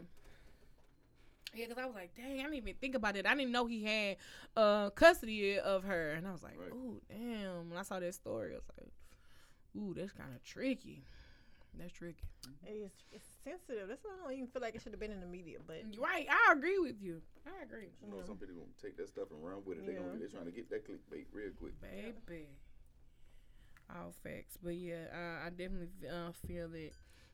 S2: Yeah, because I was like, dang, I didn't even think about it. I didn't know he had uh, custody of her. And I was like,
S5: Right.
S2: ooh, damn. When I saw that story, I was like, ooh, that's kind of tricky. That's tricky.
S3: It's, it's sensitive. That's why I don't even feel like it should have been in the media. But
S2: You're Right. I agree with you. I agree.
S5: You know, some people gonna take that stuff and run with it. They
S3: Yeah.
S5: gonna be- they trying to get that clickbait real quick.
S2: Baby. All facts. But yeah, I, I definitely uh, feel that,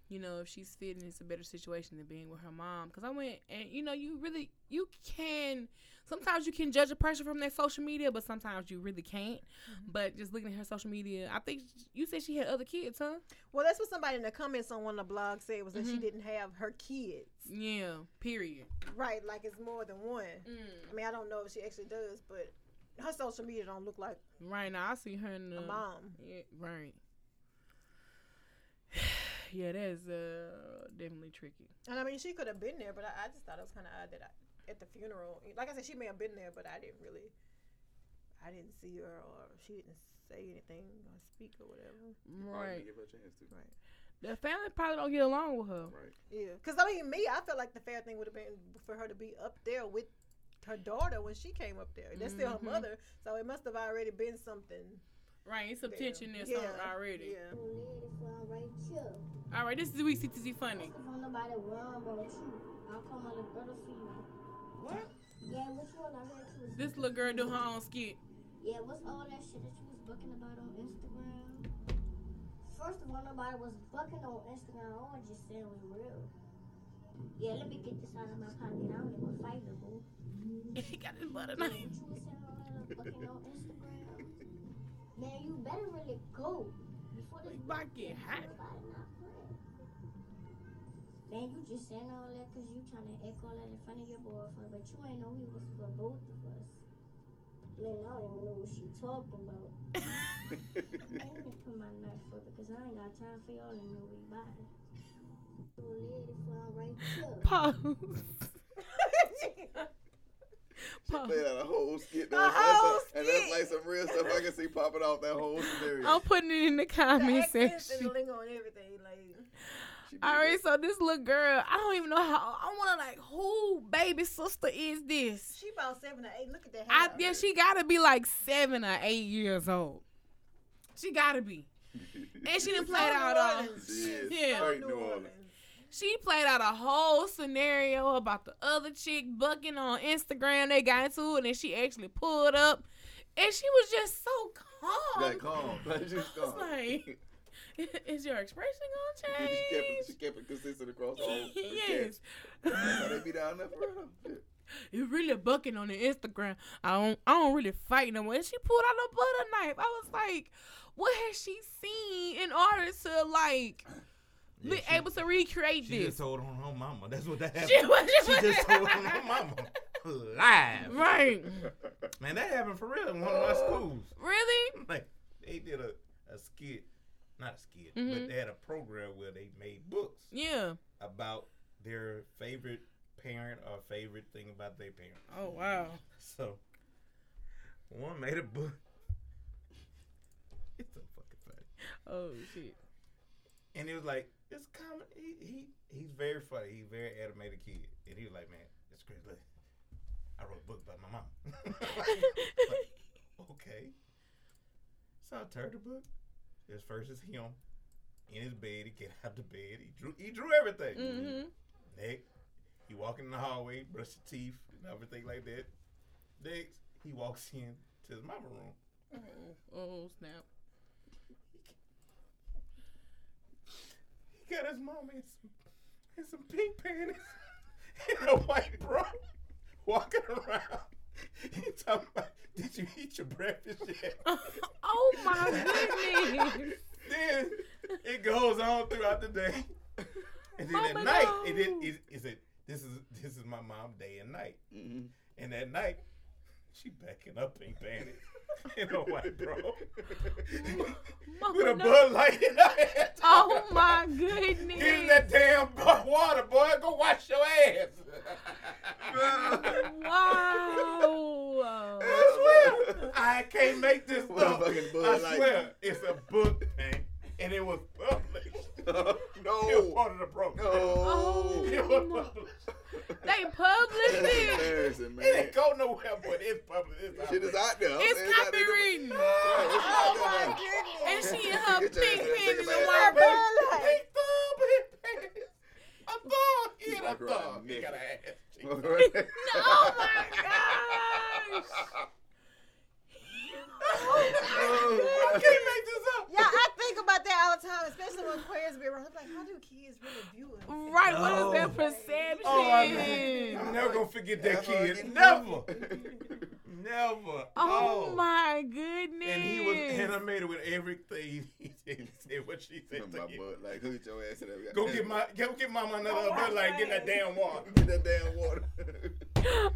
S2: you know, if she's fitting, it's a better situation than being with her mom. Because I went and, you know, you really, you can, sometimes you can judge a person from their social media, but sometimes you really can't. But just looking at her social media, I think sh- you said she had other kids, huh?
S3: well, that's what somebody in the comments on one of the blogs said was that she didn't have her kids.
S2: Yeah, period.
S3: Right, like it's more than one.
S2: Mm.
S3: I mean, I don't know if she actually does, but her social media don't look like
S2: Right now, I see her in the.
S3: a mom.
S2: Yeah, right. yeah, that's uh, definitely tricky.
S3: And I mean, she could have been there, but I, I just thought it was kind of odd that I, at the funeral, like I said, she may have been there, but I didn't really, I didn't see her or she didn't say anything or speak or whatever.
S5: I didn't
S2: Right.
S5: Give her a chance to.
S3: Right.
S2: The family probably don't get along with her.
S5: Right.
S3: Yeah, because I mean, me, I felt like the fair thing would have been for her to be up there with her daughter when she came up there. That's still
S2: Mm-hmm.
S3: her mother, so it must have already been something.
S2: Right, it's some
S3: there.
S2: tension there some- already.
S3: Yeah.
S2: All right, this is Week CTZ Funny.
S7: Don't nobody worry about you. I'll come on the brother for you. What? Yeah, what you on? I heard you was.
S2: This little girl do her own skit.
S7: Yeah, what's all that shit that you was bucking about on Instagram? First of all, nobody was bucking on Instagram. I was just saying it was real. Yeah, let me get this out of my pocket. I don't give a fight no more.
S2: he got his butter
S7: Yeah, what
S2: knife.
S7: you was saying all that bucking on Instagram? Man, you better really go before this
S2: It's about to get hot.
S7: Nobody not playing. Man, you just saying all that 'cause you trying to act all that in front of your boyfriend, but you ain't know he was for both of us. Man, I don't even know what she talking about. I ain't gonna put my knife up because I ain't got time for y'all to know we body.
S2: Pause.
S5: She played out a whole skit. That
S3: A
S5: was,
S3: whole
S5: that's and that's like some real stuff I can see popping off that whole scenario.
S2: I'm putting it in the
S3: The
S2: comment
S3: accents and
S2: section.
S3: the lingo and everything, like
S5: She did
S2: All right,
S5: that.
S2: so this little girl, I don't even know how. I want to like, who baby sister is this?
S3: she about seven or eight. Look at that
S2: I
S3: hair.
S2: yeah, she gotta be like seven or eight years old. She gotta be, and she didn't play it out all.
S5: Yes,
S2: Yeah.
S5: Straight
S3: New
S5: New Orleans.
S3: Orleans.
S2: She played out a whole scenario about the other chick bucking on Instagram. They got into it, and she actually pulled up, and she was just so calm.
S5: Got calm. Like, she's
S2: I was
S5: calm.
S2: like, "Is your expression
S5: she,
S2: gonna
S5: kept it, she
S2: change?"
S5: kept it consistent across the whole
S2: yes,
S5: That's how they be down there for real. Shit.
S2: you really bucking on the Instagram. I don't, I don't really fight no more. And she pulled out a butter knife. I was like, "What has she seen in order to like
S6: Yeah,
S2: be
S6: she-
S2: able to recreate
S6: She
S2: this?"
S6: just told on her mama. That's what that
S2: She
S6: happened.
S2: was-
S6: She just told on her mama. Live.
S2: right.
S6: Man, that happened for real in one of my schools.
S2: Really?
S6: Like they did a, a skit, not a skit,
S2: Mhm.
S6: but they had a program where they made books
S2: Yeah.
S6: about their favorite parent or favorite thing about their parent.
S2: Oh wow.
S6: So one made a book. It's so fucking funny.
S2: Oh shit.
S6: And it was like, it's common. He, he he's very funny. He's a very animated kid. And he was like, man, it's great. Look, I wrote a book about my mom. Like, okay. So I turned the book. This first is him in his bed. He get out the bed. He drew. He drew everything.
S2: Mm-hmm.
S6: Next, he walking in the hallway, brush his teeth and everything like that. Next, he walks in to his mama room.
S2: Oh, oh snap.
S6: He got his mama in some, in some pink panties and a white bro walking around. He talking about, did you eat your breakfast yet?
S2: oh my goodness.
S6: then it goes on throughout the day. And then
S2: Oh
S6: at
S2: my
S6: night,
S2: God.
S6: it is it, is it this is this is my mom day and night.
S5: Mhm.
S6: And at night, she backing up and panties in a white bro
S2: Mama,
S6: with a
S2: no.
S6: Bud Light in her hand.
S2: Oh my
S6: Here's
S2: goodness.
S6: that damn bu- water, boy. Go wash your ass.
S2: Wow.
S6: I swear, I can't make this
S5: What a
S6: up.
S5: fucking Bud
S6: I
S5: Light.
S6: swear, it's a book thing, and it was published. It was
S5: no.
S6: part of the program.
S5: No.
S6: It was published.
S2: Oh. They published
S5: That's
S2: it.
S5: embarrassing,
S6: It
S5: man.
S6: ain't go nowhere, but it's published. It's out
S5: Shit is
S6: there.
S5: out there.
S2: It's
S5: out there.
S2: copywritten.
S5: Yeah, it's out
S2: Oh
S5: there.
S2: my And she in her
S5: Get your
S2: pink
S5: ass in
S2: panties
S5: the
S2: and
S5: back.
S2: white
S6: Pink-
S2: bra.
S3: Bud Light.
S6: pink thumb, pink pants. A thumb,
S5: He's
S6: he a
S5: walking around
S6: thumb. He
S5: naked.
S6: got an ass. cheek.
S2: Oh my gosh.
S6: I can't make this up.
S3: Yeah, I think about that all the time, especially when queers be around. I'm like, how do kids really view it?
S2: Right, what is
S6: Oh.
S2: that perception?
S6: Oh, I- I'm never gonna forget that kid. Never, never.
S2: Oh,
S6: No.
S2: my goodness.
S6: And he was animated with everything he said. He said what she said
S5: In
S6: to
S5: my
S6: him.
S5: butt, like, who get your ass in there?
S6: Go get my, go get mama
S3: Oh
S6: another butt like get that damn water.
S5: Get that damn water.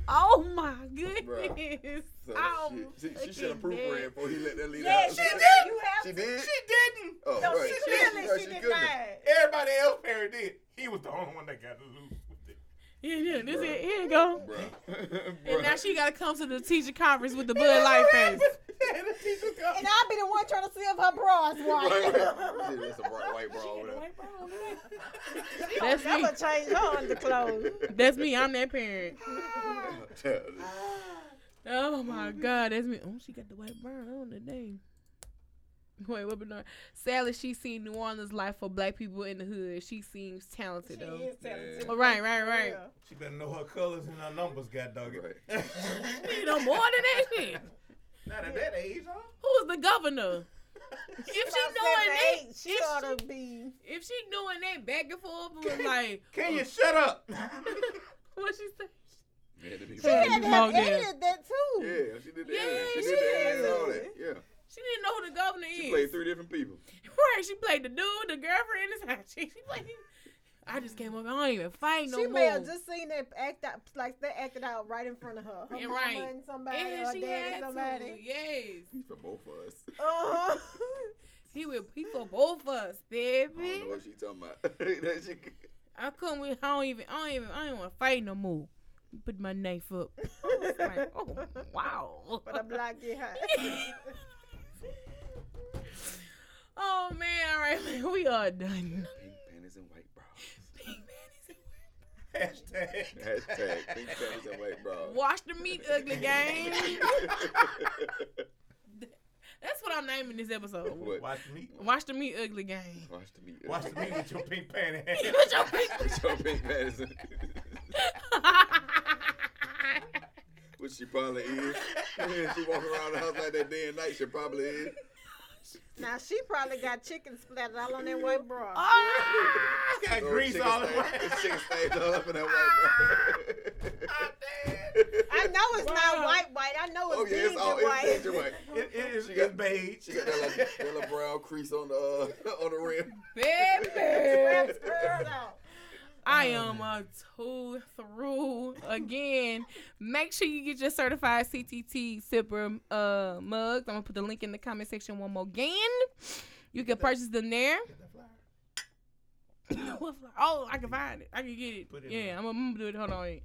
S2: Oh my goodness.
S5: So,
S2: Oh,
S5: shit. She, she should have
S2: looking
S5: proofread
S2: dead.
S5: before he let that lead
S3: Yeah,
S5: out.
S3: she did. You have
S5: She
S3: to.
S5: did?
S6: She didn't.
S5: Oh,
S3: No,
S5: right.
S3: she really,
S5: No,
S3: she, did
S5: couldn't
S3: not.
S5: have.
S6: Everybody else parent did. He was the only one that got to lose. with it.
S2: Yeah, yeah, this is, here you go.
S5: Bruh.
S2: And now
S5: Bruh.
S2: she got to come to the teacher conference with the Bud Light face.
S6: And the teacher come.
S3: And I'll be the one trying to see if her bra's
S5: Right,
S3: white.
S5: right. Shit, That's a bright white bra over there.
S2: That's
S3: I'm
S2: me.
S3: gonna change her underclothes.
S2: That's me. I'm that parent.
S5: Child,
S2: Oh my God, that's me. Oh, she got the white brown on the name. Wait, what? Bernard? Sadly, she seen New Orleans life for black people in the hood. She seems talented
S3: She
S2: though.
S3: is talented.
S2: Oh, right, right, right.
S3: Yeah.
S6: She better know her colors and her numbers, god dog it.
S5: Right.
S2: You know more than that shit.
S6: Not at that age, huh?
S2: Who's the governor? If she knowing that,
S3: Seven, eight,
S2: if
S3: she
S2: she-
S3: ought to be.
S2: if she knowing that back and forth was like,
S6: Can you shut up?
S2: what she say?
S5: Yeah, to be
S3: She
S5: fair.
S3: had to
S2: Hog
S3: have
S2: there.
S3: edited that too.
S5: Yeah, she did the
S2: Yeah,
S5: yeah, She
S2: she
S5: did the
S3: did.
S5: ad and all that. Yeah.
S2: She didn't know who the governor
S5: She
S2: is.
S5: played three different people.
S2: Right, she played the dude, the girlfriend, and his She played. I just came up. I don't even fight no
S3: she
S2: more.
S3: may have just seen that act out, like they acted out right in front of her. Her
S2: Yeah,
S3: mama
S2: right.
S3: and somebody,
S2: and
S3: or
S2: she
S3: daddy,
S2: had
S3: somebody.
S2: to. Yes,
S5: For both of us.
S3: Uh-huh.
S2: he would. He for both of us, baby.
S5: I don't know what she talking about. that she,
S2: I couldn't. with- I don't even. I don't even. I don't want to fight no more. Put my knife up. Like, oh wow.
S3: But I'm black, yeah.
S2: oh man. All right, man, we are done.
S5: pink panties and white bras.
S6: Hashtag.
S5: Hashtag pink panties and white bras.
S2: Wash the meat, ugly game. That's what I'm naming this episode.
S5: what?
S6: Watch me.
S2: Watch the meat, ugly game.
S5: Watch the meat.
S6: Watch me with your pink panty.
S2: Put your feet-
S5: With your pink panties. Which she probably is. she walking around the house like that day and night. She probably is.
S3: now she probably got chicken splattered all on that white bra.
S2: Ah!
S6: got
S5: Those
S6: grease
S5: chicken
S6: all over.
S5: stains- those Chicken stains all up in that white bra.
S3: I know it's
S2: Wow.
S3: not white white. I know it's
S5: Oh yeah, it's all it's
S3: ginger
S5: ginger
S3: white.
S5: white.
S6: It, it is
S5: She
S6: it's
S5: got-
S6: beige.
S5: She got that like that little brown crease on the uh, on the rim.
S2: Baby.
S3: That's girl out.
S2: I
S6: Oh,
S2: am a two through again. Make sure you get your certified CTT sipper uh, mugs. I'm gonna put the link in the comment section one more again. You can purchase them there. What flyer? oh, I can find it. I can get it.
S6: Put it in.
S2: yeah, I'm gonna, I'm gonna do it. Hold on. Let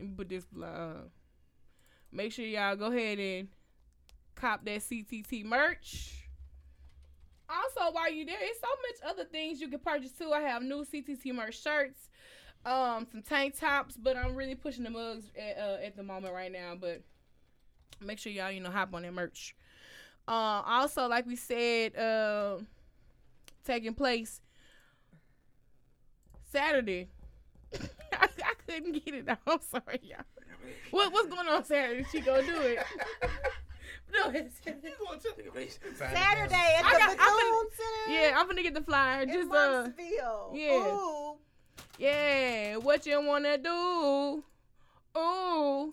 S2: me put this. fly- Uh, make sure y'all go ahead and cop that CTT merch. Also, while you're there, it's so much other things you can purchase too. I have new CTT merch shirts, um, some tank tops, but I'm really pushing the mugs at, uh, at the moment right now. But make sure y'all, you know, hop on that merch. Uh, also, like we said, uh, taking place Saturday. I, I couldn't get it out. I'm sorry, y'all. What, what's going on Saturday? She gonna do it. no, it's,
S3: Saturday at
S2: I
S3: the
S2: got- I'm
S3: Bethune Center
S2: yeah, I'm gonna get the flyer.
S3: in
S2: Just uh,
S3: Marksville.
S2: yeah.
S3: Ooh,
S2: yeah, And what you wanna do? Ooh.
S3: I'm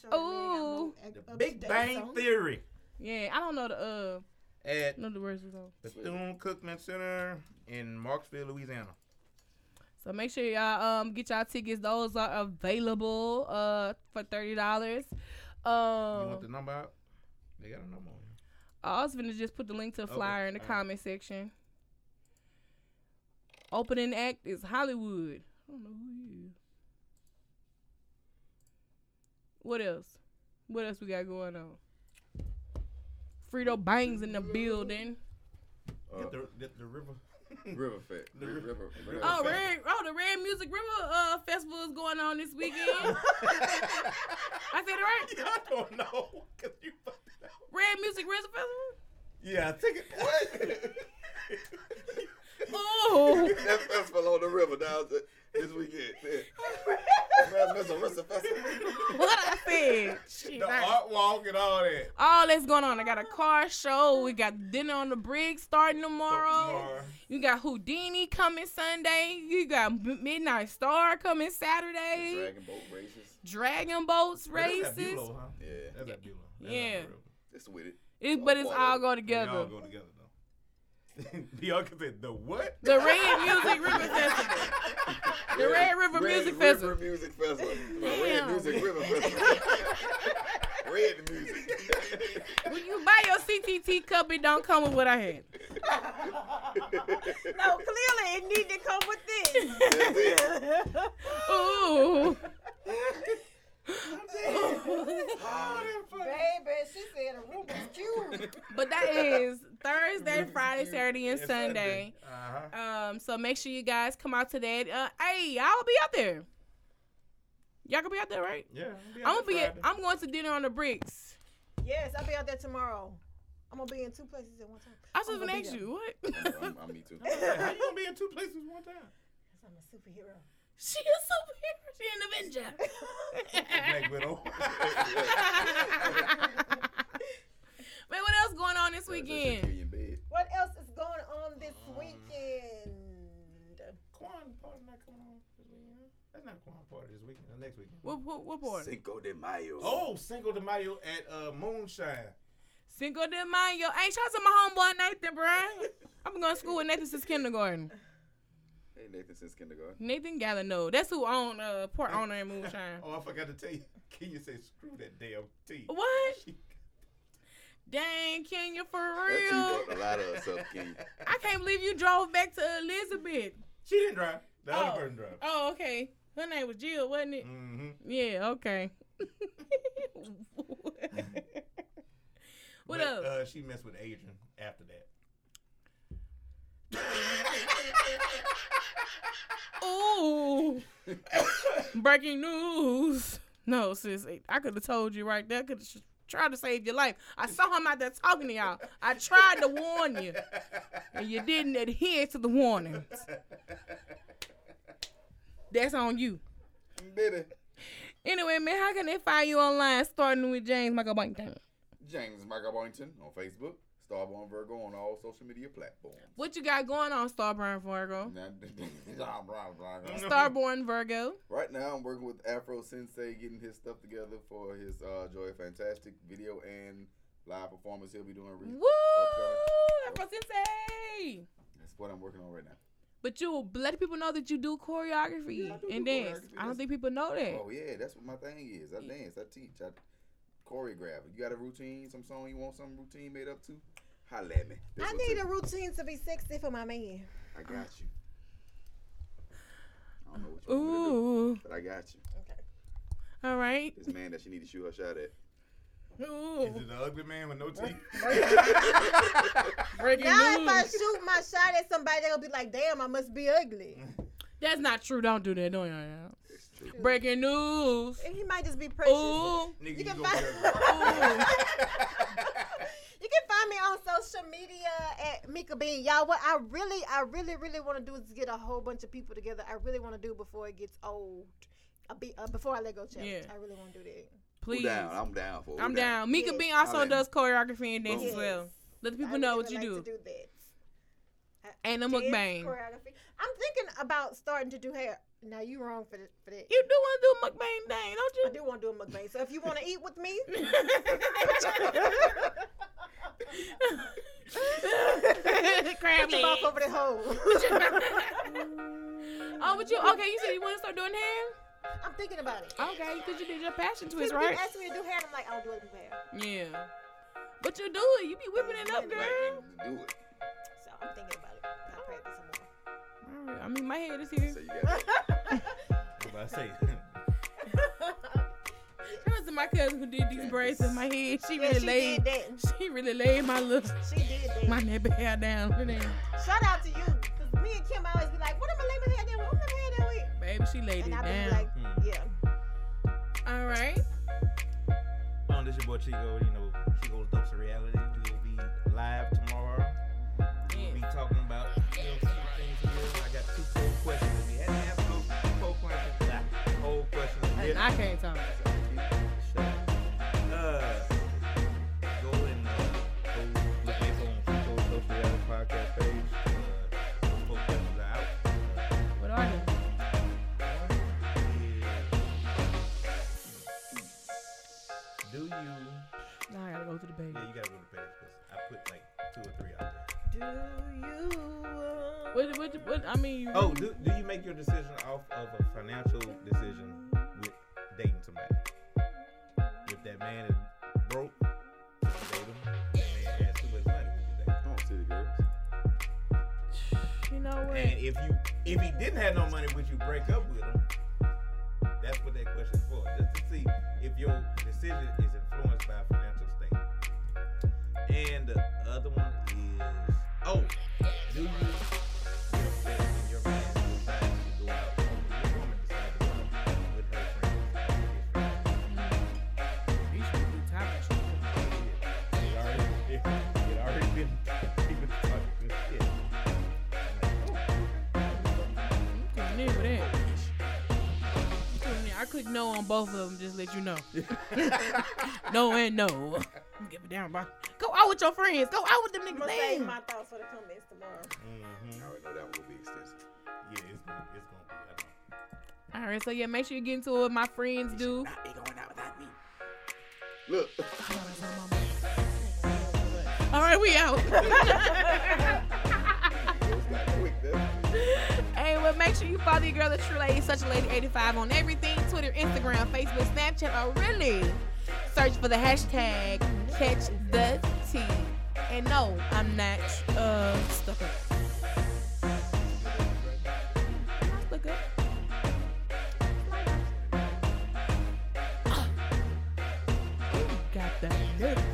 S3: sure that man got more ac-
S6: The
S3: up
S6: Big
S3: to date
S6: Bang
S3: songs.
S6: Theory
S2: Yeah, I don't know the uh
S6: at
S2: know the words of those.
S6: Bethune Cookman Center in Marksville, Louisiana.
S2: So make sure y'all um get y'all tickets. Those are available uh for thirty dollars.
S6: you want
S2: Um,
S6: the number out? They got a number on here.
S2: I was gonna just put the link to the
S6: Okay,
S2: flyer in the
S6: alright.
S2: comment section. Opening act is Hollywood. I don't know who he is. What else? What else we got going on? Frito Bangs in the building.
S5: Uh,
S6: Get the, get the river.
S5: River Fest. Ri- River, river,
S2: Oh,
S5: Fest.
S2: Red, oh, the Red Music River uh, Festival is going on this weekend. I said it right.
S6: I don't know. Cause you fucked it up.
S2: Red Music River Festival.
S6: Yeah, I think it. What?
S2: Oh,
S5: That's festival on the river down th- this weekend. Man, that's a river festival.
S2: what I said. Shit,
S6: the
S2: I-
S6: art walk and all that.
S2: all that's going on. I got a car show. We got dinner on the brig starting tomorrow.
S6: Tomorrow.
S2: You got Houdini coming Sunday. You got M- Midnight Star coming Saturday.
S5: Dragon boat races.
S2: Dragon boats
S6: Hey, that's at
S2: races.
S6: Bulow, huh?
S5: Yeah,
S6: That's at Bulow. That's
S2: Yeah.
S6: at the river.
S5: it's with it.
S2: It, but it's all go
S6: They
S2: together.
S6: all go together though. Bianca said the what?
S2: The Red Music River Festival. The Red River
S5: Red
S2: Music
S5: River
S2: Festival.
S5: Music Festival. No,
S2: Damn.
S5: Red Music River Festival. Red music.
S2: When you buy your CTT cup, it don't come with what I had.
S3: No, clearly it need to come with this.
S5: That's it.
S2: Ooh.
S6: Oh,
S3: Baby, she said a Rubik's Cube.
S2: But that is Thursday, Friday, Saturday, and Sunday.
S6: Uh huh.
S2: Um, so make sure you guys come out to that. Uh, hey, I'll be out there. Y'all gonna be out there, right?
S6: Yeah.
S2: I'm gonna be. I'm going to dinner on the bricks.
S3: Yes, I'll be out there tomorrow. I'm gonna be in two places at one time.
S2: I was just
S3: I'm
S2: gonna
S3: gonna be
S2: ask
S3: there.
S2: you what.
S5: I'm, I'm me too.
S6: How you gonna be in two places one time?
S3: I'm a superhero.
S2: she is superhero. She an Avenger.
S6: Black Widow.
S2: Man, what else going on this weekend?
S5: You in bed.
S3: What else is going on this
S2: Um,
S3: weekend?
S6: Quan party not coming on this weekend. That's not Quan party this weekend. The next weekend.
S2: What what what party?
S5: Cinco de Mayo.
S6: Oh, Cinco de Mayo at uh, Moonshine.
S2: Cinco de Mayo. Hey, shout out to my homeboy Nathan, bruh. I've been going to school with Nathan since kindergarten.
S5: Hey, Nathan since kindergarten.
S2: Nathan Galliano. That's who owned uh, Port Owner and Moonshine.
S6: Oh, I forgot to tell you. Kenya said, "Screw that damn tea."
S2: What?
S6: She-
S2: Dang, Kenya, for
S5: That you
S2: real.
S5: bought a lot of us up, King.
S2: I can't believe you drove back to Elizabeth.
S6: She didn't drive. The
S2: Oh.
S6: other person drove.
S2: Oh, okay. Her name was Jill, wasn't it?
S6: Mm-hmm.
S2: Yeah, okay. What
S6: but,
S2: else?
S6: Uh, she messed with Adrian after that. uh,
S2: Ooh. Breaking news. No, sis, I could have told you right there. could have tried to save your life. I saw him out there talking to y'all. I tried to warn you, and you didn't adhere to the warnings. That's on you.
S5: Did it.
S2: Anyway, man, how can they find you online? Starting with James Michael Boynton.
S5: James Michael Boynton on Facebook. Starborn Virgo on all social media platforms.
S2: What you got going on, Starborn Virgo?
S5: Now- blah, blah, blah, blah.
S2: Starborn Virgo.
S5: Right now, I'm working with Afro Sensei, getting his stuff together for his uh, Joy Fantastic video and live performance. He'll be doing. Re-
S2: Woo! Afro Sensei.
S5: That's what I'm working on right now.
S2: But you let people know that you do choreography
S5: Yeah, I do
S2: and
S5: do
S2: dance.
S5: choreography.
S2: I don't
S5: That's-
S2: think people know that.
S5: Oh yeah, that's what my thing is. I dance, I teach, I choreograph. You got a routine, some song you want, some routine made up to? Holla at me. This
S3: I
S5: one
S3: need
S5: too.
S3: a routine to be sexy for my man.
S5: I got you. I don't know what you want me to do,
S2: Ooh.
S5: but I got you.
S2: All right.
S5: This man that she need to shoot her shot at.
S6: Is
S2: Ooh.
S6: it the ugly man with no teeth?
S2: Breaking
S3: Now, if I
S2: news.
S3: shoot my shot at somebody, they'll be like, "Damn, I must be ugly."
S2: That's not true. Don't do that. Don't y'all. Breaking news.
S3: And he might just be
S2: Ooh.
S3: precious.
S2: Ooh.
S6: Nigga,
S3: You
S6: you
S3: can
S6: gonna
S3: find-
S6: be ugly.
S3: You can find me on social media at Mika Bean. Y'all, what I really, I really, really want to do is get a whole bunch of people together. I really want to do before it gets old. A be, uh, before I let go challenge.
S2: Yeah.
S3: I really want to do that.
S5: Who
S2: Please.
S5: down? I'm down for it. Who
S2: I'm down. Mika
S3: Yes.
S2: Bean also
S5: I'm in.
S2: does choreography and dance
S5: Boom.
S2: as well. Let the
S3: I
S2: people know
S3: really
S2: what you
S3: would
S2: do.
S3: like To do that. I
S2: and a
S3: dance
S2: mukbang.
S3: choreography. I'm thinking about starting to do hair. Now you wrong for th- for that.
S2: You do want to do a mukbang thing, don't
S3: I
S2: you?
S3: do want to do a mukbang. So if you want to eat with me,
S2: Crab
S3: put your mouth
S2: legs.
S3: over the hole.
S2: Oh, but you okay? You said you want to start doing hair?
S3: I'm thinking about it.
S2: Okay, because you did your passion twist,
S3: People
S2: right?
S3: keep asking me to do hair, and I'm like, I don't do it with hair.
S2: Yeah. But you do it. You be whipping it up, girl.
S5: Like, do it.
S3: So I'm thinking about it. I'll practice some more.
S2: All right, I mean, my head is here.
S5: So you got
S6: But I say,
S2: Shout out to my cousin who did these braids in my head. She
S3: Yeah,
S2: really
S3: she
S2: laid.
S3: did that.
S2: She really laid my little
S3: She did that.
S2: my nappy hair down. in there.
S3: Shout out to you, cause me and Kim always be like, what am I laying my hair down? What am I laying my hair down
S2: Baby, she laid
S3: with? And
S2: it
S3: I
S2: down.
S3: be like,
S6: hmm.
S3: yeah.
S2: All right.
S6: on this your boy Chico. You know, Chico's Dopes of Reality. We will be live tomorrow. We'll be
S2: Yeah.
S6: talking about you know, some things. we did. I got two full questions. We had to have two full questions. Nah, whole questions.
S2: And I can't talk.
S6: Uh, go and uh, go look at on Chico's Dopes of Reality podcast page. Uh, those full questions are out.
S2: What are they?
S6: Do you?
S2: Now I gotta go to the baby.
S6: Yeah, you gotta go to page because I put like two or three out there.
S3: Do you? uh,
S2: What,
S3: want-
S2: what, what, I mean, you
S6: Oh, do, do you make your decision off of a financial decision with dating somebody? If that man is broke, you date him. That man has too much money, would you date him?
S5: Come on, city girls.
S2: you know what?
S6: And if you if he didn't have no money, would you break up with him? That's what that question's for, just to see if your decision is influenced by financial state. And the other one is, oh, do you get upset when your man decides to go out, or your woman decides to go out with her friends? or his friends?
S2: You should be tired. of shit.
S6: It already, it, it already been, people talking this shit.
S2: You couldn't live with that. You couldn't live- I clicked no on both of them, just let you know. no and no. Give it down, bro. Go out with your friends. Go out with them
S3: I'm
S2: niggas.
S3: gonna save
S2: Damn.
S3: my thoughts for the comments tomorrow.
S5: I already know that one will be extensive.
S6: Yeah, it's gonna, it's gonna be. I know.
S2: All right, so yeah, make sure you get into it. My friends do.
S5: Look,
S2: All right, we out.
S5: it was not quick. That's
S2: Hey, well, make sure you follow your girl, the true lady, such a lady 85 on everything Twitter, Instagram, Facebook, Snapchat, or really search for the hashtag catch the tea. And no, I'm not uh, stuck up. I'm not stuck up. You got that. nut.